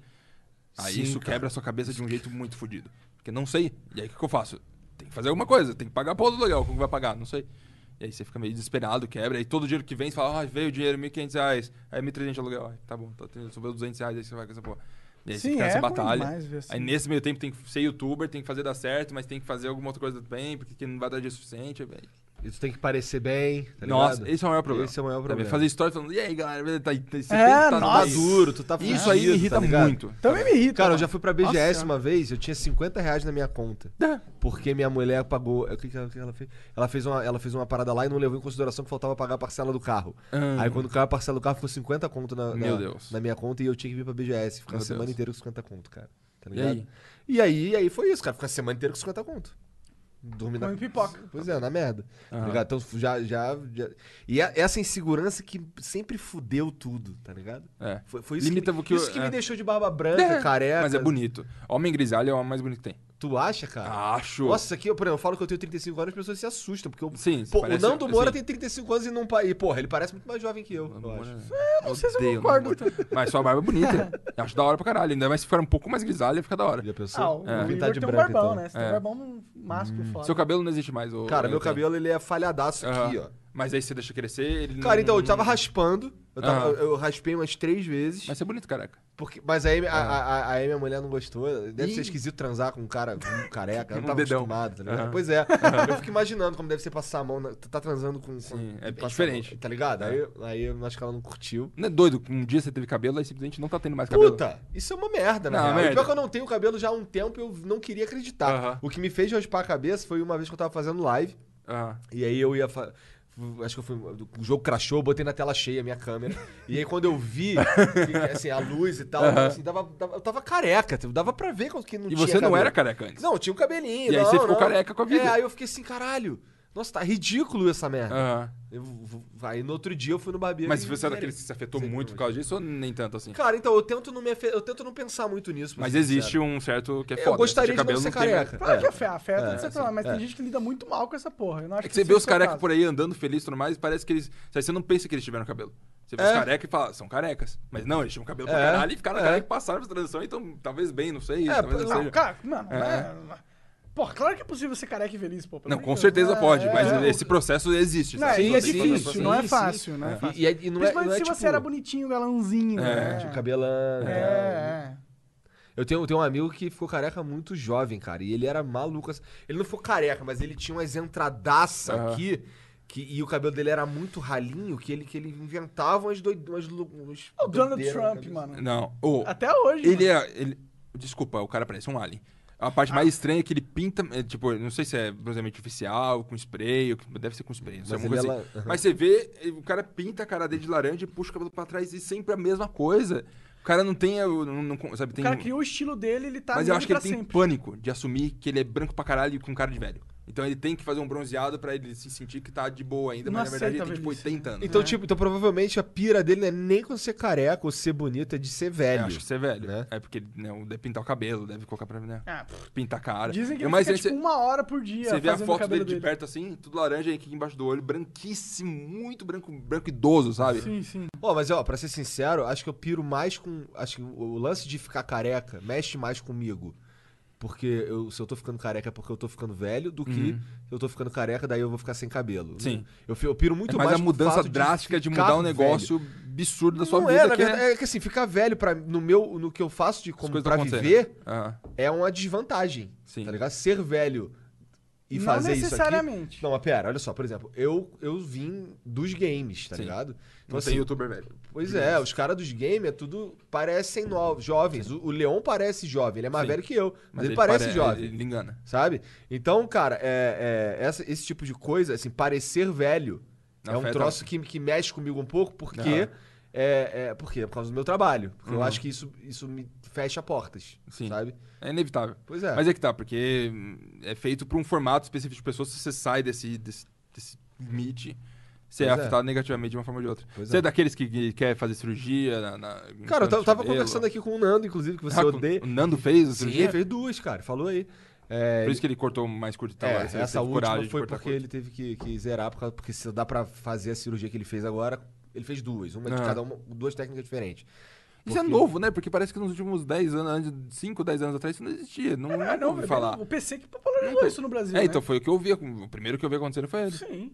aí Sim, isso cara. quebra a sua cabeça de um jeito muito fodido. Porque não sei. E aí o que, que eu faço? Tem que fazer alguma coisa, tem que pagar a porra do aluguel, como vai pagar? Não sei. E aí você fica meio desesperado, quebra, aí todo dinheiro que vem, você fala, ah, veio o dinheiro, 1.500 reais, aí 1.300 de aluguel, Ai, tá bom, tá, tendo- sobrou 200 reais, aí você vai com essa porra. E aí você Sim, fica é nessa ruim batalha. demais ver assim. Aí nesse meio tempo tem que ser youtuber, tem que fazer dar certo, mas tem que fazer alguma outra coisa também, porque que não vai dar dia suficiente. velho. Isso tem que parecer bem, tá ligado? Nossa, esse é o maior problema. Esse é o maior Sabe, problema. Fazer história falando, e aí galera, beleza, tá, tá, você É, tem que nossa. tá Tá nice." duro, tu tá Isso aí me fudido, irrita tá ligado? muito. Também me irrita. né? Cara, eu mano. já fui pra BGS tá. Nossa. É. uma vez, eu tinha 50 reais na minha conta. Porque minha mulher pagou. O que, que ela, o que ela fez? Ela fez, uma, ela fez uma parada lá e não levou em consideração que faltava pagar a parcela do carro. Ah. Aí quando caiu a parcela do carro, ficou 50 conto na, na- Meu Deus. na minha conta e eu tinha que vir pra BGS. Ficar a Meu semana Deus. inteira com 50 conto, cara. Tá E ligado? aí? E aí, e aí foi isso, cara. Ficar a semana inteira com 50 conto. Dormir na Comendo pipoca. Pois é, na merda. Tá Aham. ligado? Então já, já, já- E a- essa insegurança que sempre fudeu tudo, tá ligado? É. Foi, foi isso Limita que, me- o que eu- isso que me é. deixou de barba branca, careca. Mas é bonito. Ah, Homem grisalho é o homem mais bonito que tem. Tu acha, cara? Acho. Nossa, isso aqui, eu, por exemplo, eu falo que eu tenho 35 anos, as pessoas se assustam, porque eu, Sim, pô, parece- assim. o Nando Moura sim. tem 35 anos e não... pa- E, porra, ele parece muito mais jovem que eu, eu acho. Eu não sei se eu concordo. Mas sua barba é bonita. Eu acho da hora pra caralho. Ainda mais se ficar um pouco mais grisalha, fica da hora. Já pensou? Ah, o Vou Igor pintar de tem um branco, barbão, então. né? Você tem um É. Hum. barbão másculo foda. Seu cabelo não existe mais. ô- é Cara, ô, meu Ethan. cabelo, ele é falhadaço aqui, ó. Aham. Mas aí você deixa crescer, ele Cara, não- então, eu tava raspando, eu, tava- Aham. eu- eu raspei umas três vezes, Mas mas, você é bonito, careca. porque, mas aí, a, a- a- aí minha mulher não gostou, deve ser Ah. Ih. esquisito transar com um cara com um careca, eu não Um tava dedão. acostumado, tá ligado? Aham. Pois é, eu fico imaginando como deve ser passar a mão, na- tu tá transando com... com- Sim, é- é passar a diferente. É. mão, Tá ligado? Aí, aí eu acho que ela não curtiu. Não é doido? que Um dia você teve cabelo, aí simplesmente não tá tendo mais cabelo. Puta, isso é uma merda, né? Não, real. E merda. Pior que eu não tenho cabelo já há um tempo, eu não queria acreditar. Aham. O que me fez raspar a cabeça foi uma vez que eu tava fazendo live, Ah. e aí eu ia. fa- Acho que eu fui. O jogo crashou, eu botei na tela cheia a minha câmera. E aí quando eu vi, que, assim, a luz e tal, assim, dava, dava- eu tava careca, eu dava pra ver que não E tinha. você não cabelo. era careca antes? Não, tinha um cabelinho. E aí não, você ficou não. careca com a vida. É, aí eu fiquei assim, caralho. Nossa, tá ridículo essa merda. Aham. Eu vou- aí no outro dia eu fui no barbeiro. ah. Mas e- você é daquele que se afetou Sei muito como por causa disso ou nem tanto assim? Cara, então eu tento não, me afe- eu tento não pensar muito nisso. pra Mas ser existe sincero. um certo que é Eu foda. gostaria de de não cabelo ser tem mais- careca. Claro É. que afeta, afeta, não sei pra lá, mas é. tem gente que lida muito mal com essa porra. Eu não acho É que você vê os carecas carecas por aí andando feliz e tudo mais, parece que eles. sabe, Você não pensa que eles tiveram cabelo. Você vê os É. carecas e fala, "Ah, são carecas. Mas não, eles tinham cabelo pra É. caralho e ficaram É. carecas e passaram essa transição, então talvez bem, não sei. É, talvez não, Não, seja. cara, mano, É. é. Porra, claro que é possível ser careca e feliz, pô. pelo Não, amor de com Deus. certeza né? É, pode, é, mas é, esse processo existe. Não, sabe? e Você é tem que difícil, fazer- não é sim, fácil, não é fácil. E, e- e não é, Principalmente não é, se tipo, você era bonitinho, galãozinho, É. né? Tipo, Tinha o cabelão. É, né? é. Eu tenho, eu tenho um amigo que ficou careca muito jovem, cara. E ele era maluco. assim. Ele não ficou careca, mas ele tinha umas entradaças Aham. aqui. Que, e o cabelo dele era muito ralinho, que ele, que ele inventava umas doideiras. É O Donald Trump, mano. Não. Ô, Até hoje. Ele mano. é. Ele... Desculpa, o cara parece um alien. A parte Ah. mais estranha é que ele pinta. é, tipo, não sei se é bronzeamento artificial, com spray, ou que- deve ser com spray, não sei, Mas alguma ele é coisa assim. la- Aham. Mas você vê, e o cara pinta a cara dele de laranja e puxa o cabelo pra trás e sempre a mesma coisa. O cara não tem. é, o- Não, não con- sabe, O tem... um cara criou o estilo dele, ele tá Mas eu nele acho que ele pra tem sempre. pânico de assumir que ele é branco pra caralho e com cara de velho. Então ele tem que fazer um bronzeado pra ele se sentir que tá de boa ainda, Não mas na verdade ele aceita tem a tipo velhice, 80 anos. Então, tipo, então provavelmente a pira dele não é nem com ser careca ou ser bonito, é de ser É, velho. acho que você é velho. né? É porque ele né, deve pintar o cabelo, deve colocar pra. Né, Ah, pff. pintar a cara. Dizem que ele Mas fica, aí tipo, você- uma hora por dia Você vê a fazendo o foto dele, cabelo de perto assim, tudo laranja e aqui embaixo do olho, branquíssimo, muito branco, branco idoso, sabe? Sim, sim. Ó, mas ó, pra ser sincero, acho que eu piro mais com. Acho que o- o lance de ficar careca mexe mais comigo. Porque eu, se eu tô ficando careca é porque eu tô ficando velho, do que eu tô ficando careca, daí eu vou ficar sem cabelo. Uhum. né? Sim. Eu, fi- eu piro muito É mais. mais a com o mudança fato drástica de, ficar mudar um negócio absurdo da velho. sua Não vida. é, na que é- verdade, é... que assim, ficar velho pra, no, meu, no que eu faço de como coisas pra acontecem, viver né? Ah, é uma desvantagem. Sim. Tá ligado? Ser velho e Não fazer isso aqui. necessariamente. Não, mas pera, olha só, por exemplo, eu, eu vim dos games, tá Sim. ligado? não tem youtuber velho. Pois é, os caras dos games é tudo parecem novos, jovens. O, o Leon parece jovem, ele é mais Sim. velho que eu, mas, ele, ele parece pare- é, jovem, Ele engana. sabe? Então, cara, é, é, essa- esse tipo de coisa, assim, parecer velho é um Afeta. troço que, que mexe comigo um pouco, porque Aham. é, é, por quê? por causa do meu trabalho. Porque eu Uhum. acho que isso, isso me fecha portas, Sim. sabe? É inevitável. Pois é. Mas é que tá, porque hum, é feito pra um formato específico de pessoas, se você sai desse, desse, desse limite, você é Pois é. afetado negativamente de uma forma ou de outra. Pois você é. é. daqueles que, que quer fazer cirurgia na, na- Cara, eu tava, no tava cabelo. conversando aqui com o Nando, inclusive, que você Ah, com- odeia. O Nando fez a Sim, cirurgia? ele fez duas, cara, falou aí. É, Por isso que ele cortou mais curto tá e tal. É, Essa, essa última foi porque porque ele teve que, que zerar, por causa- porque se dá pra fazer a cirurgia que ele fez agora, ele fez duas, uma de Ah. cada uma, duas técnicas diferentes. Isso é novo, né? Porque parece que nos últimos 10 anos, antes- 5, 10 anos atrás, isso não existia. Não, Ah, não, não ouvi velho, falar. O PC que popularizou isso no Brasil. é, né? então foi o que eu vi. O primeiro que eu vi acontecendo foi ele. Sim.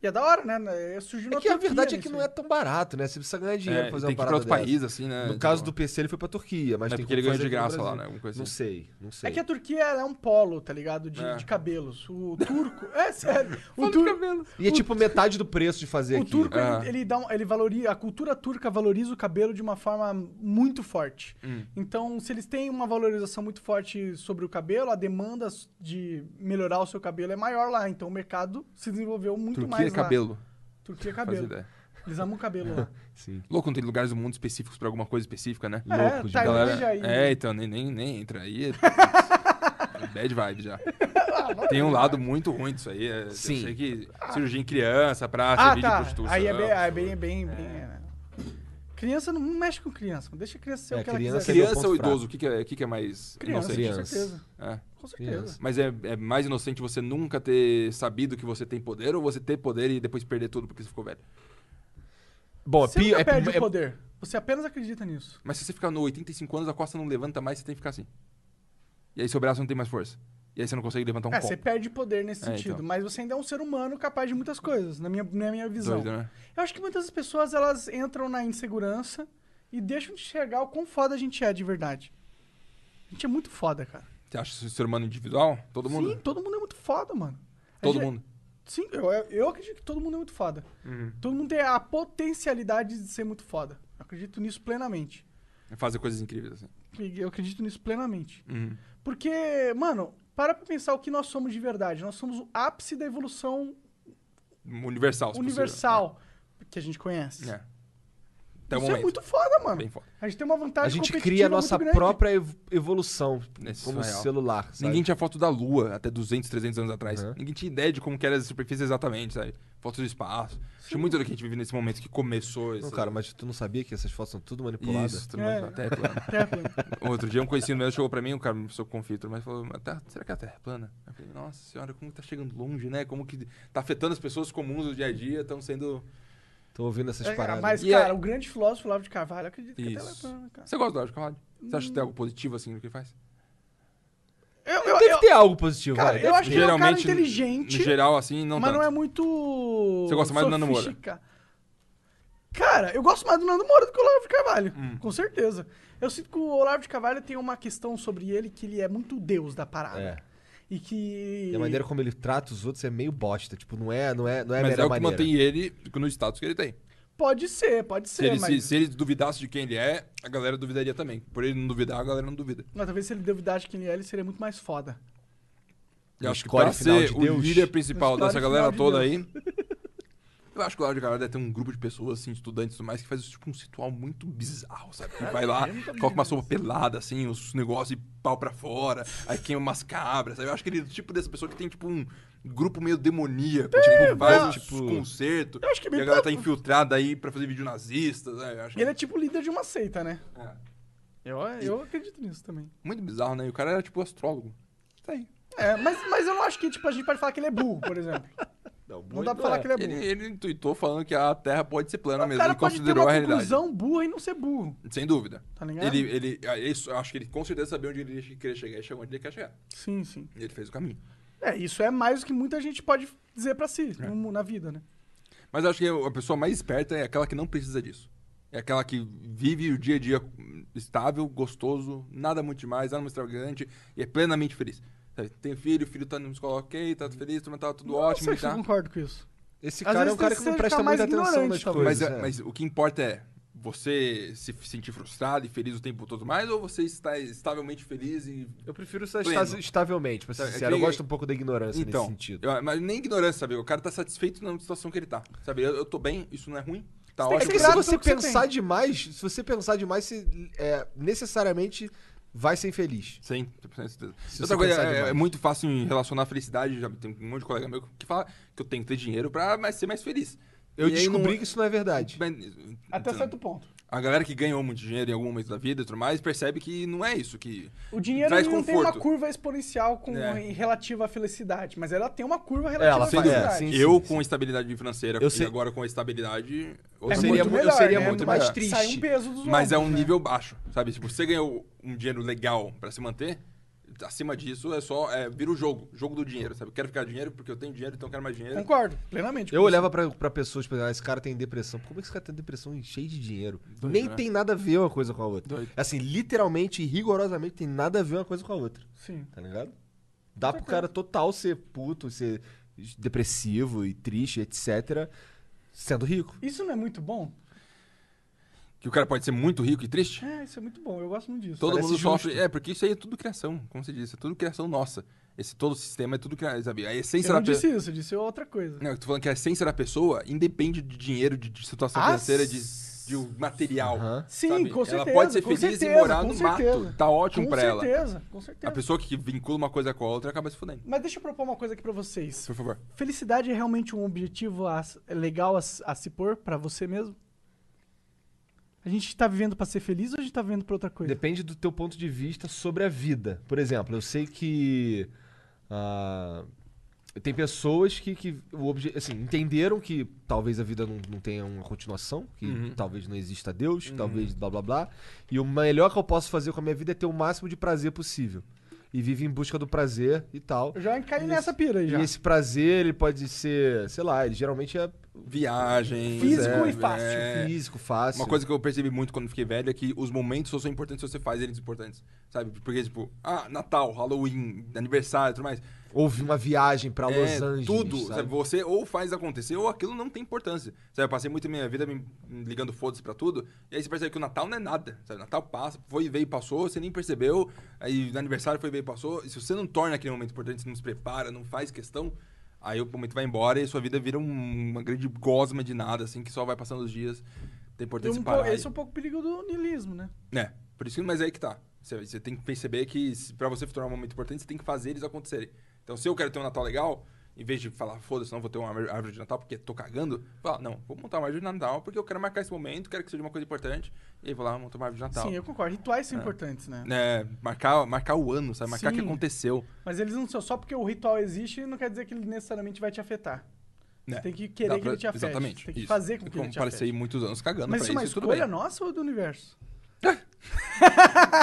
E é da hora, né? Surgiu É na que a Turquia verdade é que nisso não é aí. tão barato, né? Você precisa ganhar dinheiro pra É, fazer tem uma que ir pra parada outro dessa. país, assim, né? No Então, caso do PC, ele foi pra Turquia, mas É tem porque ele como ganhou fazer aqui de no graça lá, Brasil. né? Alguma coisa Não assim. sei, não sei. É que a Turquia ela é um polo, tá ligado? De, É. de cabelos. O turco. É sério. O, Fala tur... de cabelo. E é tipo metade do preço de fazer o aqui. ah. turco, É. ele, ele dá um- ele valoriza. A cultura turca valoriza o cabelo de uma forma muito forte. Hum. Então, se eles têm uma valorização muito forte sobre o cabelo, a demanda s- de melhorar o seu cabelo é maior lá. Então, o mercado se desenvolveu muito Turquia mais. é cabelo. Lá. Turquia é Faz cabelo. ideia. Eles amam o cabelo lá. Sim. Louco, não tem lugares do mundo específicos pra alguma coisa específica, né? é, de Tailândia aí. É, então, nem, nem, nem entra aí. é- Bad vibe já. Tem um lado muito ruim disso aí. é- Eu Sim. sei que cirurgia em criança, pra Ah, servir de tá. prostituição. Aí é né? bem, é bem, é bem, bem- é. Criança não mexe com criança, mano. deixa a criança ser É, o que ela criança- quiser. Esse é meu Criança ponto ou fraco. idoso, o que, que, é, o que, que é mais Criança, inocente? com criança. certeza. É. Com certeza. Criança. Mas é, é mais inocente você nunca ter sabido que você tem poder ou você ter poder e depois perder tudo porque você ficou velho? Bom, Você pi- nunca é- perde é- o poder. Você apenas acredita nisso. Mas se você ficar no 85 anos, a costa não levanta mais, você tem que ficar assim. E aí seu braço não tem mais força. E aí você não consegue levantar um é, copo. você perde poder nesse É, sentido. então. Mas você ainda é um ser humano capaz de muitas coisas, na minha, na minha visão. Doido, né? Eu acho que muitas pessoas elas entram na insegurança e deixam de enxergar o quão foda a gente é de verdade. A gente é muito foda, cara. Você acha isso um ser humano individual? Todo mundo? Sim, todo mundo é muito foda, mano. A Todo gente- é- mundo. Uhum. Sim, eu, eu- eu acredito que todo mundo é muito foda. Todo mundo tem a potencialidade de ser muito foda. Eu acredito nisso plenamente. Fazer coisas incríveis assim. Eu acredito nisso plenamente. Uhum. Porque, mano, para pra pensar o que nós somos de verdade. Nós somos o ápice da evolução Universal, se possível. universal que a gente conhece. É. né? Até o Isso momento. é muito foda, mano. Bem foda. A gente tem uma vantagem A gente competitiva cria a tá é muito nossa grande. própria ev- evolução Isso como é real. celular. sabe? Ninguém tinha foto da Lua até 200, 300 anos atrás. Uhum. Ninguém tinha ideia de como que era a superfície exatamente, sabe? Fotos do espaço. Tinha muito do que a gente vive nesse momento que começou esse... Não, cara, mas tu não sabia que essas fotos são tudo manipuladas? Isso, tudo mais É. na Terra é plana. É, pô. Outro dia um conhecido meu chegou pra mim, um cara, uma pessoa com filtro, mas falou, "Mas tá, será que a Terra é plana? Eu falei, nossa senhora, como tá chegando longe, né? Como que tá afetando as pessoas comuns do dia a dia, estão sendo... Tô ouvindo essas É, cara, paradas. mas, E é- cara, o grande filósofo Olavo de Carvalho, eu acredito que até Isso. lá é plano, cara. Hum. Você gosta do Áudio Carvalho? Você acha que tem algo positivo, assim, no que ele faz? Eu, eu, Deve eu- ter algo positivo, cara, vai. eu acho que ele é um cara Geralmente, inteligente, No geral, assim, não mas tanto. não é muito. Você gosta mais do Nando Moura? sofistica- Cara, eu gosto mais do Nando Moura do que o Olavo de Carvalho, Hum. com certeza. Eu sinto que o Olavo de Carvalho tem uma questão sobre ele que ele é muito deus da parada. É. E que. E a maneira como ele trata os outros é meio bosta. Tipo, não é, não é, não é a Mas melhor é o que maneira. mantém ele no status que ele tem. Pode ser, pode ser, Se ele, se- É, mas. se ele duvidasse de quem ele é, a galera duvidaria também. Por ele não duvidar, a galera não duvida. mas talvez se ele duvidasse de quem ele é, ele seria muito mais foda. Eu No acho que score pra final ser de o Deus. líder principal No score dessa galera final de toda aí... Eu acho que o Áudio Carvalho deve ter um grupo de pessoas, assim, estudantes e tudo mais, que faz tipo um ritual muito bizarro, sabe? É, Que vai lá, coloca uma sopa pelada, assim, os negócios de pau pra fora, aí queima umas cabras, sabe? Eu acho que ele é o tipo dessa pessoa que tem, tipo, um grupo meio demoníaco, mas- tipo, faz, tipo, concerto, Eu acho que e bem a galera tá pelo- infiltrada aí pra fazer vídeo nazista, sabe? Eu acho que... Ele é tipo o líder de uma seita, né? É. Eu, eu acredito nisso também. Muito bizarro, né? E o cara era tipo astrólogo. Tá aí. É, mas, mas eu não acho que, tipo, a gente pode falar que ele é burro, por exemplo. Não dá pra falar que ele é Ele, burro. ele intuitou falando que a Terra pode ser plana o mesmo. cara Ele pode ter considerou a uma realidade. conclusão burra e não ser burro. Sem dúvida. Tá ligado? Ele, ele, ah, isso, eu acho que ele com certeza sabia onde ele queria chegar e chegou onde ele quer chegar. Sim, sim. E ele fez o caminho. É, isso é mais do que muita gente pode dizer pra si no mu- na vida, né? Mas eu acho que a pessoa mais esperta é aquela que não precisa disso. É aquela que vive o dia a dia estável, gostoso, nada muito demais, nada muito extravagante e é plenamente feliz. Sabe, Tem filho, o filho tá numa escola ok, tá feliz, turma tá tudo ótimo não sei e se eu tá. concordo com isso. Esse Às cara é vezes um cara tem que que não ser presta ficar muita mais atenção ignorante, nas talvez. Mas, coisas. é- é. mas o que importa é você se f- sentir frustrado e feliz o tempo todo mais ou você está estavelmente feliz e. Eu prefiro estar Pleno. esta- estavelmente, pra ser Sabe, é sincero. Eu que- gosto um pouco da ignorância Então, nesse sentido. eu- mas nem ignorância, sabe? O cara tá satisfeito na situação que ele tá. Sabe? Eu, eu tô bem, isso não é ruim, tá Você tem que É ótimo. que ser se grato você pelo que você pensar tem. demais, se você pensar demais, você é, necessariamente vai ser infeliz. Sim, 100% certeza. Se você Outra coisa, pensar é- é, demais. muito fácil em relacionar a felicidade. Já tem um monte de colega meu que fala que eu tenho que ter dinheiro pra mais- ser mais feliz. Eu E aí descobri não- que isso não é verdade. Mas- Até Então. certo ponto. A galera que ganhou muito dinheiro em algum momento da vida e tudo mais percebe que não é isso que. O dinheiro Traz ele não tem uma conforto. curva exponencial com, É. em relativa à felicidade, mas ela tem uma curva relativa ela à faz- é, felicidade. sim, eu com estabilidade financeira Eu e sei- agora com a estabilidade. outra É coisa. seria muito mu- eu melhor, seria né? muito mais Sai triste. um peso dos Mas é um ombros, né? nível baixo, sabe? Se você ganhou um dinheiro legal pra se manter, acima disso é só. É, vira o jogo, jogo do dinheiro, sabe? Eu quero ficar dinheiro porque eu tenho dinheiro, então eu quero mais dinheiro. Concordo, tipo plenamente. Eu assim- com olhava pra, pra pessoas, tipo, ah, esse cara tem depressão. Como é que esse cara tem depressão e cheio de dinheiro? Nem né? tem nada a ver uma coisa com a outra. Doido. Assim, literalmente e rigorosamente tem nada a ver uma coisa com a outra. isso. Sim. Tá ligado? Dá pro cara total ser puto, ser depressivo e triste, etc. Sendo rico. Isso não é muito bom? Que o cara pode ser muito rico e triste. É, isso é muito bom. Eu gosto muito disso. Todo Parece mundo justo. sofre. É, porque isso aí é tudo criação, como você disse, é tudo criação nossa. Esse todo sistema é tudo criação, sabe? A essência Eu não da pessoa. disse isso, eu disse outra coisa. Não, eu tô falando que a essência da pessoa independe de dinheiro, de, de situação Ah, financeira, de, s- de um material. Aham. Sim, sabe? com certeza. Ela pode ser com feliz certeza, e morar com no mato. certeza. Tá ótimo com pra ela. certeza, com certeza. A pessoa que vincula uma coisa com a outra acaba se fudendo. Mas deixa eu propor uma coisa aqui pra vocês. Por favor. Felicidade é realmente um objetivo a- legal a, a se pôr pra você mesmo? A gente tá vivendo pra ser feliz ou a gente tá vivendo pra outra coisa? Depende do teu ponto de vista sobre a vida. Por exemplo, eu sei que. ah, tem pessoas que, que o obje- assim, entenderam que talvez a vida não, não tenha uma continuação, que talvez não exista Deus, talvez blá blá blá. E o melhor que eu posso fazer com a minha vida é ter o máximo de prazer possível. E vive em busca do prazer e tal. Eu já caí nessa pira aí já. E esse prazer, ele pode ser, sei lá, ele geralmente é né? Viagem. Físico é, e fácil. é. físico, fácil. Uma coisa que eu percebi muito quando fiquei velho é que os momentos só são importantes se você faz eles importantes. Sabe? Porque, tipo, ah, Natal, Halloween, aniversário e tudo mais. Houve uma viagem pra É, Los Angeles. Tudo. sabe? sabe? Você ou faz acontecer ou aquilo não tem importância. Sabe? Eu passei muito a minha vida me me ligando foda-se pra tudo. E aí você percebe que o Natal não é nada. Sabe? Natal passa, foi, veio e passou, você nem percebeu. Aí no aniversário foi, veio e passou. E se você não torna aquele momento importante, você não se prepara, não faz questão, aí o momento vai embora e sua vida vira um- uma grande gosma de nada, assim, que só vai passando os dias. E Tem importância um parar. po- esse e- é um pouco o perigo do niilismo, né? É, por isso que, mas é aí que tá. Você, você tem que perceber que se- pra você tornar um momento importante, você tem que fazer eles acontecerem. Então, se eu quero ter um Natal legal, em vez de falar, foda-se, não vou ter uma árvore árvore de Natal porque tô cagando, fala, não, vou montar uma árvore de Natal porque eu quero marcar esse momento, quero que seja uma coisa importante, e aí vou lá montar uma árvore de Natal. Sim, eu concordo. Rituais são importantes, né? É, marcar, marcar o ano, sabe? Marcar o que Sim. aconteceu. Mas eles não são só porque o ritual existe, não quer dizer que ele necessariamente vai te afetar. Você É, tem que querer dá que pra- ele te afete. Exatamente. Tem que isso. fazer com que Como ele te afete. passei muitos anos cagando Mas pra isso é uma isso, tudo escolha bem. nossa ou do universo?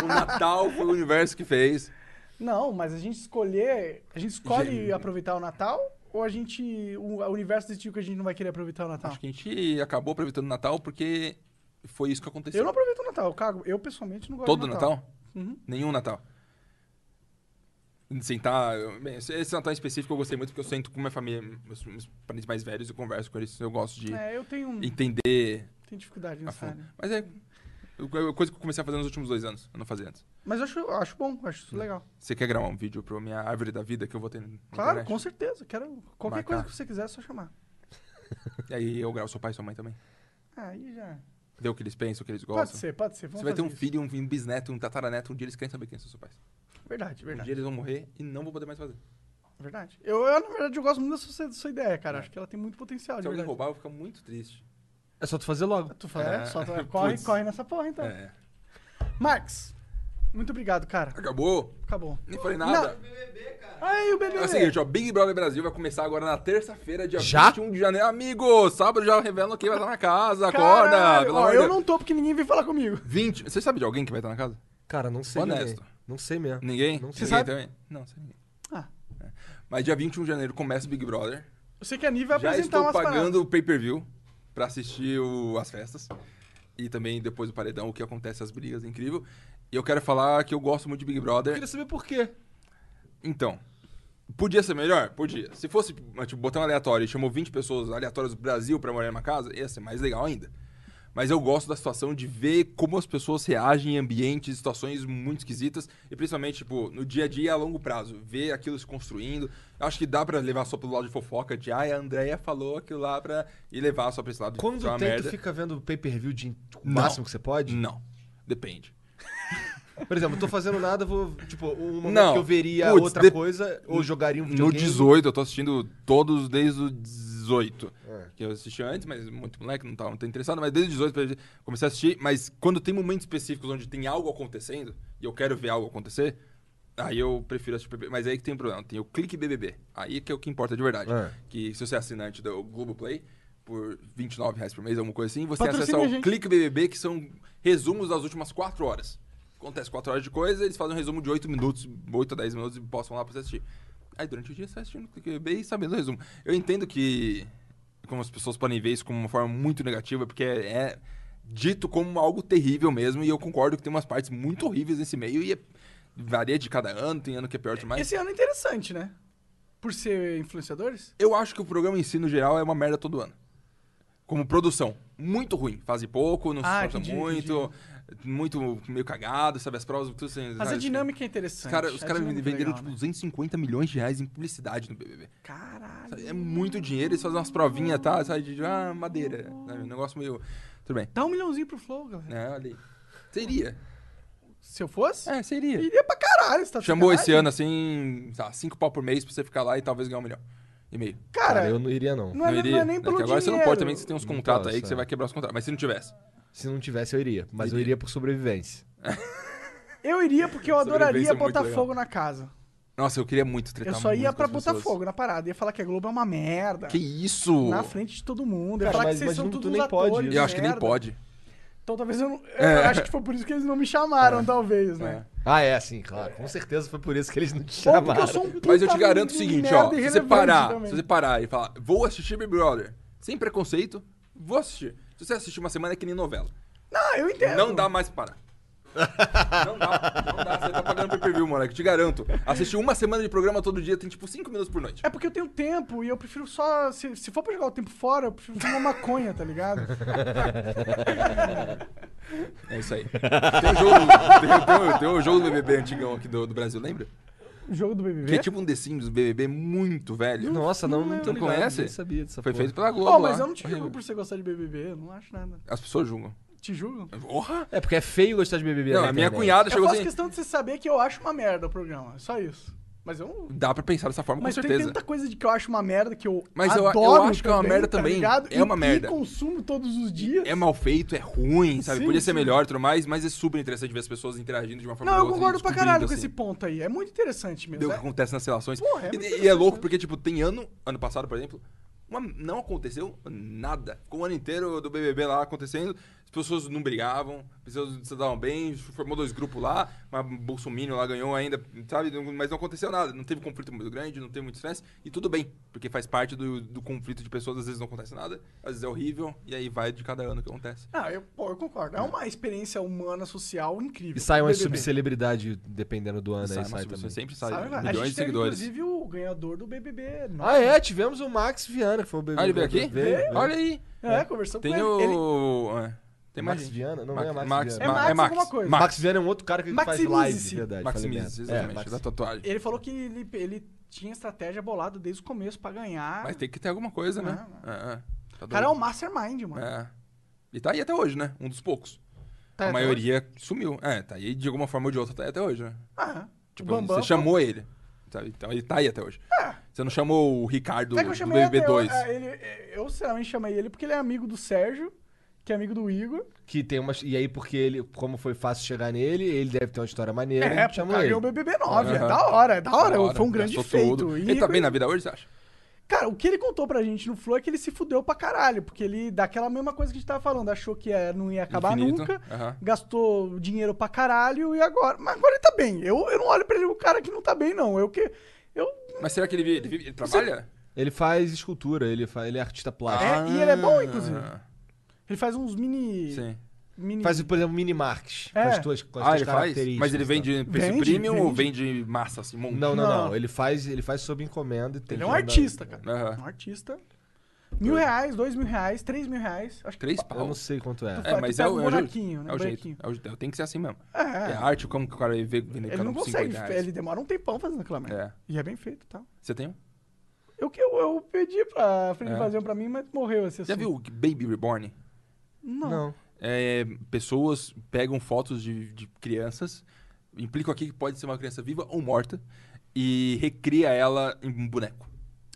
O Natal foi o universo que fez. Não, mas a gente escolher. A gente escolhe Gente. aproveitar o Natal ou a gente. O, o universo decidiu que a gente não vai querer aproveitar o Natal? Acho que a gente acabou aproveitando o Natal porque foi isso que aconteceu. Eu não aproveito o Natal, eu cago. Eu pessoalmente não gosto Todo do Natal? é Natal. Uhum. Nenhum Natal. Sentar. eu- Bem, esse esse Natal em específico eu gostei muito porque eu sento com minha família, meus, meus parentes mais velhos, eu converso com eles, eu gosto de É, eu tenho, entender tenho dificuldade a nessa fundo. área. Mas é é coisa que eu comecei a fazer nos últimos dois anos, eu não fazia antes. Mas eu acho, eu acho bom, eu acho Hum, isso legal. Você quer gravar um vídeo pra minha árvore da vida que eu vou ter na Claro, internet? com certeza. Quero qualquer Marcar. coisa que você quiser, é só chamar. E aí eu gravo seu pai e sua mãe também. Ah, Aí já. Dê o que eles pensam, o que eles Pode gostam. ser, pode ser. Vamos Você vai ter um fazer isso. filho, um um bisneto, um tataraneto, um dia eles querem saber quem são seus pais. Verdade, Um verdade. dia eles vão morrer e não vou poder mais fazer. Verdade. Eu, eu, na verdade, eu gosto muito dessa sua, sua ideia, É. cara. Acho que ela tem muito potencial. Se Ah, De alguém verdade. roubar, eu vou ficar muito triste. É só tu fazer logo. Tu fala, é, É. só corre, Putz. corre nessa porra, então. É. Marx, muito obrigado, cara. Acabou? Acabou. Nem falei nada. Aí o bebê. É o seguinte, ó, Big Brother Brasil vai começar agora na terça-feira, dia Já? 21 de janeiro. Amigo, sábado já revelam quem vai estar na casa, acorda, Caralho, pelo ó, amor de eu Deus. não tô porque ninguém veio falar comigo. 20, você sabe de alguém que vai estar na casa? Cara, não sei Honesto. ninguém. Não sei mesmo. Ninguém? Não Você sei. sabe? também? Não, sei ninguém. Ah. É. Mas dia 21 de janeiro começa o Big Brother. Eu sei que a Nive vai Já apresentar estou umas pagando paradas. o pay-per-view pra assistir o- as festas. E também depois do paredão, o que acontece, as brigas, é incrível. E eu quero falar que eu gosto muito de Big Brother. Queria saber por quê. Então, podia ser melhor? Podia. Se fosse, tipo, botão aleatório e chamou 20 pessoas aleatórias do Brasil pra morar em uma casa, ia ser mais legal ainda. Mas eu gosto da situação de ver como as pessoas reagem em ambientes, situações muito esquisitas, e principalmente, tipo, no dia a dia e a longo prazo. Ver aquilo se construindo. Eu acho que dá pra levar só pelo lado de fofoca, de ai, a Andrea falou aquilo lá pra. e levar só pra esse lado Quando de ser é uma tem, merda. tu fica vendo pay-per-view de tipo, o Não. máximo que você pode? Não. Depende. Por exemplo, eu tô fazendo nada, eu vou, tipo, um momento Não. que eu veria Putz, outra de- coisa, ou jogaria um No videogame. 18, eu tô assistindo todos desde o 18. Que eu assisti antes, mas muito moleque, não tá, não tá interessado. Mas desde o 18 pra- comecei a assistir. Mas quando tem momentos específicos onde tem algo acontecendo, e eu quero ver algo acontecer, aí eu prefiro assistir BBB. Mas aí que tem um problema, tem o clique BBB. Aí que é o que importa de verdade. É. Que se você é assinante do Globoplay, por R$ 29 reais por mês, alguma coisa assim, você Patrocina acessa a o gente. clique BBB, que são resumos das últimas 4 horas. Acontece 4 horas de coisa, eles fazem um resumo de 8 minutos, 8 a 10 minutos e postam lá pra você assistir. Aí durante o dia você vai assistindo o clique BBB e sabendo o resumo. Eu entendo que como as pessoas podem ver isso como uma forma muito negativa, porque é, é dito como algo terrível mesmo, e eu concordo que tem umas partes muito horríveis nesse meio, e é- varia de cada ano, tem ano que é pior demais. Esse ano é interessante, né? Por ser influenciadores? Eu acho que o programa em si, no geral, é uma merda todo ano. Como produção, muito ruim. Fazem pouco, não Ah, se esforça entendi, muito, muito meio cagado, sabe? As provas, tudo sem. Mas a dinâmica é Os interessante. caras os A cara dinâmica é venderam, legal, tipo, né? 250 milhões de reais em publicidade no BBB. Caralho. Sabe, É muito dinheiro, eles fazem umas provinhas, tá? Sabe, de ah, madeira. Sabe? Um negócio meio. Tudo bem. Dá um milhãozinho pro Flow, galera. É, olha aí. Seria. Se eu fosse, É, seria. iria pra caralho. Você tá de Chamou esse sacanagem? ano, assim, sei lá, cinco pau por mês pra você ficar lá e talvez ganhar um milhão e meio. Cara, Cara, eu não iria não. não, é, iria. não é nem que pelo agora você não dinheiro. pode também, que você tem uns Não contratos aí posso, que você é. vai quebrar os contratos. Mas se não tivesse. Se não tivesse, eu iria. Mas eu Iria. iria por sobrevivência. Eu iria porque eu Sobrevivência adoraria é muito botar legal. fogo na casa. Nossa, eu queria muito tretar Eu só ia muito com pra as botar pessoas. fogo na parada. Ia falar que a Globo é uma merda. Que isso? Na frente de todo mundo. Ia Cara, falar que mas- vocês mas são não- todos tu nem atores, pode isso. Tipo, Eu acho que nem merda. pode. Então talvez eu não... eu É. acho que foi por isso que eles não me chamaram, talvez, né? Ah, é, sim, claro. Com certeza foi por isso que eles não te Ou porque chamaram. eu sou um puta Mas eu te garanto o de seguinte, merda ó. Se você irrelevante parar, também. se você parar e falar, vou assistir Big Brother, sem preconceito, vou assistir. Se você assistir uma semana é que nem novela. Não, eu entendo. Não dá mais pra parar. Não dá, não dá. Você tá pagando pay per view, moleque, te garanto. Assistir uma semana de programa todo dia tem tipo 5 minutos por noite. É porque eu tenho tempo e eu prefiro só... Se, se for pra jogar o tempo fora, eu prefiro fumar maconha, tá ligado? É isso aí. Tem o jogo, tem, o- tem o- tem o jogo do BBB antigão aqui do, do Brasil, lembra? Jogo do Que BBB? é tipo um The Sims do BBB muito velho. Nossa, não, não, tô Não ligado, conhece? nem sabia dessa Foi porra. feito pela Globo. Oh, mas lá. eu não te julgo por você gostar de BBB, eu não acho nada. As pessoas julgam. Te julgo? Porra! É porque é feio gostar de BBB. Não, na a minha internet. cunhada Eu chegou faço assim. questão de você saber que eu acho uma merda o programa, é só isso. Mas eu não... Dá pra pensar dessa forma, Mas com tem certeza. tanta coisa de que eu acho uma merda que eu Mas eu- eu adoro acho que é uma merda tá também. ligado? É E- uma merda. E consumo todos os dias. É mal feito, é ruim, sabe? Sim, Podia ser sim. melhor e tudo mais, mas é super interessante ver as pessoas interagindo de uma forma Não, eu ou outra e concordo pra descobrindo, caralho com assim. esse ponto aí. É muito interessante mesmo. Deu o que É- acontece nas relações. Porra, é E- muito e, é interessante, louco, né? porque, tipo, tem ano, ano passado, por exemplo, uma- não aconteceu nada. Com o ano inteiro do BBB lá acontecendo, as pessoas não brigavam, as pessoas se davam bem, formou dois grupos lá, mas Bolsonaro lá ganhou ainda, sabe? Não- Mas não aconteceu nada, não teve conflito muito grande, não teve muito estresse, e tudo bem, porque faz parte do, do conflito de pessoas, às vezes não acontece nada, às vezes é horrível, e aí vai de cada ano que acontece. Ah, eu, pô, eu concordo. É uma experiência humana, social incrível. E sai uma BBB. subcelebridade dependendo do ano. Sai, aí mas sai você também. sempre sai, Sabe, a gente milhões de teve, seguidores. Inclusive o ganhador do BBB. nosso. Ah, é, tivemos o Max Viana, que foi o BBB. Ah, ele veio aqui? Veio, veio. Olha aí. É, conversou Tem com ele. ele. o. é, Tem Max mais gente. Viana? Não, Max- é Max Max, Viana. É Ma- Max é Max. alguma coisa. Max. Max Viana é um outro cara que faz live, Maximize-se. verdade. falei merda. Maximize, exatamente, É, Max- da tatuagem. Ele falou que ele, ele tinha estratégia bolada desde o começo pra ganhar. Mas tem que ter alguma coisa, né? Não, É, é. Tá O cara é um doido. mastermind, mano. É. E tá aí até hoje, né? Um dos poucos. Tá aí até a maioria sumiu. É, tá aí de alguma forma ou de outra, tá aí até hoje, né? Ah, Tipo, o Bambam, você chamou ele. sabe? Então ele tá aí até hoje. Você não chamou o Ricardo pô. É que eu do chamei até eu- BBB2. ah, ele- Eu, sinceramente, chamei ele porque ele é amigo do Sérgio, que é amigo do Igor. Que tem umas. E aí, porque ele, como foi fácil chegar nele, ele deve ter uma história maneira. É, É, pô, o chama cara ele. ganhou o BBB 9. É Aham. da hora, é da hora. Da hora, Foi um grande gastou feito. tudo. E Ele tá bem na vida hoje, você acha? Cara, o que ele contou pra gente no Flow é que ele se fudeu pra caralho, porque ele dá aquela mesma coisa que a gente tava falando, achou que é, não ia acabar Infinito, nunca, aham. gastou dinheiro pra caralho e agora. Mas agora ele tá bem. Eu, eu não olho pra ele o cara que não tá bem, não. Eu que. Eu. Mas será que ele, vive- ele, vive- ele trabalha? Ele faz escultura, ele, fa- ele é artista plástico. É, e ele é bom, inclusive. Ah, Ele faz uns mini. Sim. mini... Faz, por exemplo, mini marques. É. Com as tuas, com as Ah, tuas ele faz? características. Mas ele tá? vende preço Vende, premium ou vende. vende massa, assim, um monte? Não, não, Não. não. Ele faz, ele faz sob encomenda. e tem Ele é que um mandar- artista, cara. né? Aham. Um artista. Mil reais, dois mil reais, três mil reais. Acho que Três pa- pau? Eu não sei quanto é. Tu faz- É, mas tu é pega o, um é o bonequinho, jeito. né? É o jeito. Bonequinho. É o jeito. Tem que ser assim mesmo. É. É arte, como que o cara vai ver- vender Ele cara não por 50 consegue, reais? ele demora um tempão fazendo aquela merda. É. E é bem feito e tal. Você tem um? Eu, que- eu, eu pedi pra pra ele É. fazer um pra mim, mas morreu esse Já assunto. viu o Baby Reborn? Não. É, pessoas pegam fotos de, de crianças, implico aqui que pode ser uma criança viva ou morta, e recria ela em um boneco.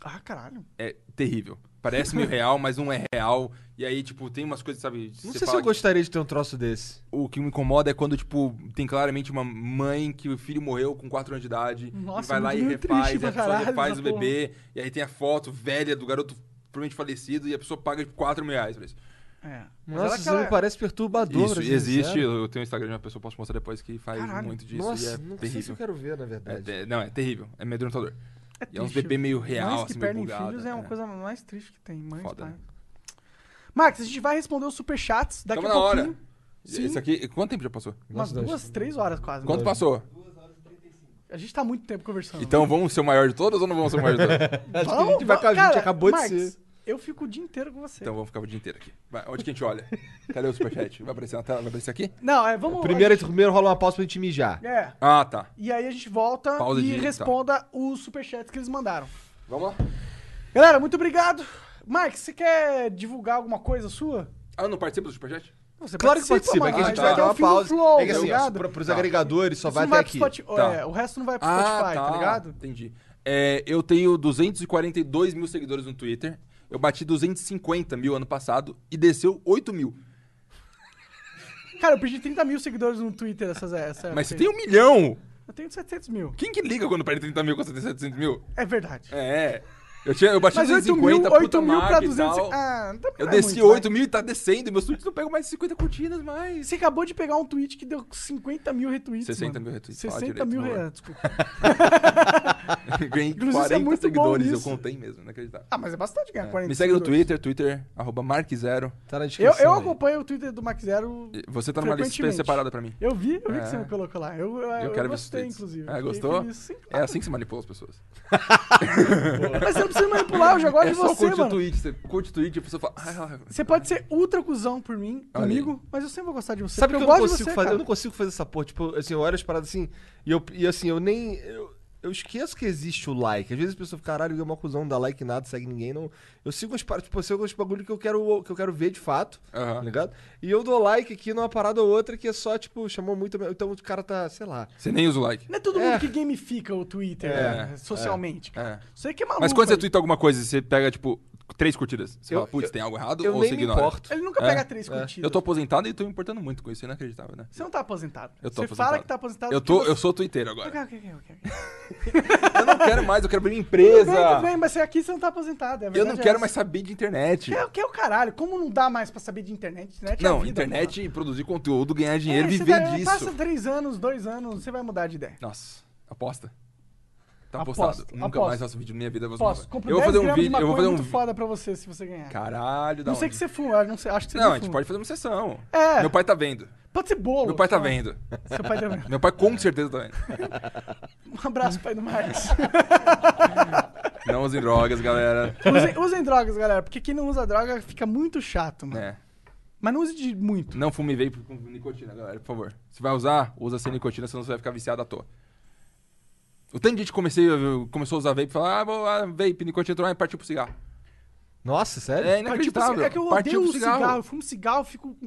Ah, caralho. É terrível. Parece meio real, mas não é real. E aí, tipo, tem umas coisas, sabe? Não sei você se fala eu gostaria de ter um troço desse. O que me incomoda é quando, tipo, tem claramente uma mãe que o filho morreu com 4 anos de idade. Nossa, é e vai lá e muito refaz, triste e a pra pessoa caralho refaz essa o bebê. E aí tem a foto velha do garoto provavelmente falecido e a pessoa paga tipo, 4 mil reais pra isso. É. Mas Nossa, era isso aquela- me parece perturbador. assim, isso pra ser existe, sincero. eu tenho o Instagram de uma pessoa, posso mostrar depois, que faz Caralho. muito disso Nossa, e é não sei se terrível. eu quero ver, na É verdade. te- não, é terrível, é amedrontador. É E é uns triste. bebê meio real, Mães que assim, meio perdem bugado, filhos é uma é. coisa mais triste que tem. Mães, Foda, pais. né? Max, a gente vai responder os superchats daqui Tamo a na hora. pouquinho. Sim. Isso aqui, é quanto tempo já passou? Umas Nossa, duas, três horas quase. Quanto né? passou? A gente tá muito tempo conversando. Então vamos ser o maior de todas ou não vamos ser o maior de todas? Acho que a Vamos, gente, vai, vamos- a gente cara, acabou de Max, ser. Eu fico o dia inteiro com você. então vamos ficar o dia inteiro aqui. Vai, onde que a gente olha? Cadê o superchat? Vai aparecer na tela? Vai aparecer aqui? Não, é, vamos. Primeiro, a gente- primeiro rola uma pausa pra gente mijar. É. Ah, tá. E aí a gente volta Pausa e de- tá. responda os superchats que eles mandaram. Vamos lá. Galera, muito obrigado. Max, você quer divulgar alguma coisa sua? Ah, não participa do Superchat? Você Claro que participa, mano. é que a gente tá. vai até dar o uma fim do pausa. um Flow, é que tá assim, ó, ligado? pro- pros agregadores só Isso vai não até pro aqui. Ah, Spotify, Tá. é, o resto não vai pro Spotify, tá. ligado? Entendi. É, eu tenho 242 mil seguidores no Twitter. Eu bati 250 mil ano passado e desceu 8 mil. Cara, eu perdi 30 mil seguidores no Twitter essas essa Mas você época aí. tem um milhão! Eu tenho 700 mil. Quem que liga quando perde 30 mil quando você tem 700 mil? É verdade. É. Eu, tinha, eu bati Mas 8 mil, 250, 8 puta mil pra marca e 200... tal. Ah, também eu não é desci muito, vai. 8 mil e tá descendo. Meus tweets não pegam mais 50 curtidas mais. Você acabou de pegar um tweet que deu 50 mil retweets, 60 mano. mil retweets, fala 60 direito, é. mil por favor. reais, desculpa. Ganhei Inclusive, 40 isso é muito bom seguidores. Eu nisso. contei mesmo, não acreditava. Ah, mas é bastante ganhar 40 Me segue no seguidores. Twitter, Twitter, arroba Mark Zero. Tá na Eu, descrição. eu aí. é. acompanho o Twitter do Max Zero Você tá numa lista Frequentemente. separada pra mim. Eu vi, eu vi que você É. me colocou lá. Eu, eu, quero ver eu gostei, seus tweets. inclusive. É, Fiquei gostou? feliz, sim. É assim que você manipula as pessoas. Mas você não precisa manipular, eu já gosto é de só você, curte o mano. tweet. Você curte o tweet e a pessoa fala... "Ah, ah, Você pode ser ultra cuzão por mim, Olha comigo, mas eu sempre vou gostar de você. Sabe o porque que eu eu não gosto de consigo você, fazer? cara. Eu não consigo fazer essa porra. Tipo, assim, eu olho as paradas assim. E, eu, e assim, eu nem. Eu, Eu esqueço que existe o like. Às vezes a pessoa fica, caralho, é uma cuzão, não dá like nada, segue ninguém. Não... Eu sigo uns, par- tipo, eu sigo uns bagulho que eu, quero, que eu quero ver de fato, Aham. tá ligado? E eu dou like aqui numa parada ou outra que é só, tipo, chamou muito. Então o cara tá, sei lá. Você nem usa o like. Não é todo mundo que gamifica o Twitter É, né, socialmente. cara. É. Você que é maluco. Mas quando você aí. twitta alguma coisa, você pega, tipo, três curtidas. Você Eu- fala, putz, eu- tem algo errado? Eu ou nem você me ignora? importo. Ele nunca É, pega três curtidas. Eu tô aposentado e tô me importando muito com isso. É inacreditável, né? Você não tá aposentado. Eu tô você aposentado. fala que tá aposentado. Eu, tô, porque eu sou twitteiro você- agora. Ok, ok, ok, ok. Eu não quero mais, eu quero abrir minha Tudo bem, tudo empresa. bem, mas você- aqui você não tá aposentado. é Eu verdade não é quero essa. mais saber de internet. Que é, que é o caralho. Como não dá mais pra saber de internet? internet é a Não, vida, internet, produzir conteúdo, ganhar porra. dinheiro, É, você viver vai- disso. Passa três anos, dois anos, você vai mudar de ideia. Nossa, aposta. Tá Aposto, apostado. Nunca aposto. mais faço vídeo na minha vida. Eu, vou- Posso. Compre eu vou 10 fazer um gramas de vídeo. Eu maconha vou fazer um muito vi- foda pra você, se você ganhar. Caralho, da não sei onde? que você fuma, eu não sei, acho que você Não, não a gente fuma. pode fazer uma sessão. É. Meu pai tá vendo. Pode ser bolo. Meu pai tá sei lá. vendo. Seu pai tá vendo. Meu pai com certeza tá vendo. Um abraço, pai do Marcos. Não usem drogas, galera. usem, usem drogas, galera, porque quem não usa droga fica muito chato, mano. É. Mas não use de muito. Não fume vape com nicotina, galera, por favor. Se vai usar, usa sem nicotina, senão você vai ficar viciado à toa. O tanto de gente que comecei, começou a usar vape e falou, ah, vou ah, vape, nicotina, entrou, ah, e partiu pro cigarro. Nossa, sério? Mas, É tipo, inacreditável. é que eu partiu odeio pro cigarro. cigarro. Eu fumo cigarro, eu fico.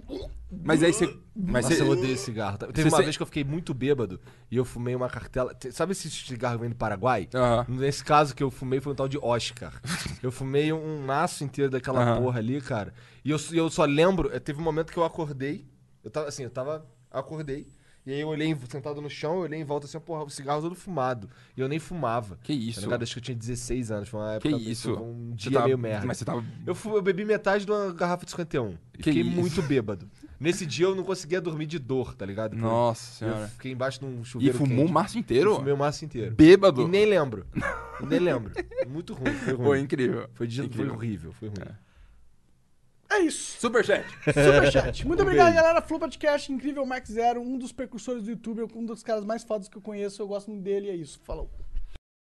Mas aí você... Mas Nossa, você... eu odeio esse cigarro. tá? Teve Você- uma você- vez que eu fiquei muito bêbado e eu fumei uma cartela. Te- Sabe esse cigarro que vem do Paraguai? Aham. Nesse caso que eu fumei foi um tal de Oscar. eu fumei um maço inteiro daquela Aham. porra ali, cara. E eu, e eu só lembro, eh, teve um momento que eu acordei. Eu tava assim, eu tava. Acordei. E aí eu olhei em- sentado no chão, eu olhei em volta assim, porra, o cigarro todo fumado. E eu nem fumava. Que isso? Tá ligado? acho que eu tinha 16 anos. Foi uma Que época. isso? foi Um Você dia tava- meio merda. Mas você tava... Eu, fu- eu bebi metade de uma garrafa de 51. E Que fiquei isso? muito bêbado. Nesse dia eu não conseguia dormir de dor, tá ligado? Porque Nossa Eu senhora. fiquei embaixo de um E chuveiro. fumou o quente. maço inteiro? Fumei o maço inteiro. Bêbado. E nem lembro. E nem lembro. Muito ruim. Foi ruim. Foi incrível. Foi, de... foi incrível. horrível. Foi ruim. É isso. Superchat. Superchat. Muito obrigado, galera. Flow Podcast, incrível Max Zero, um dos precursores do YouTube, um dos caras mais fodas que eu conheço. Eu gosto muito dele. É isso. Falou.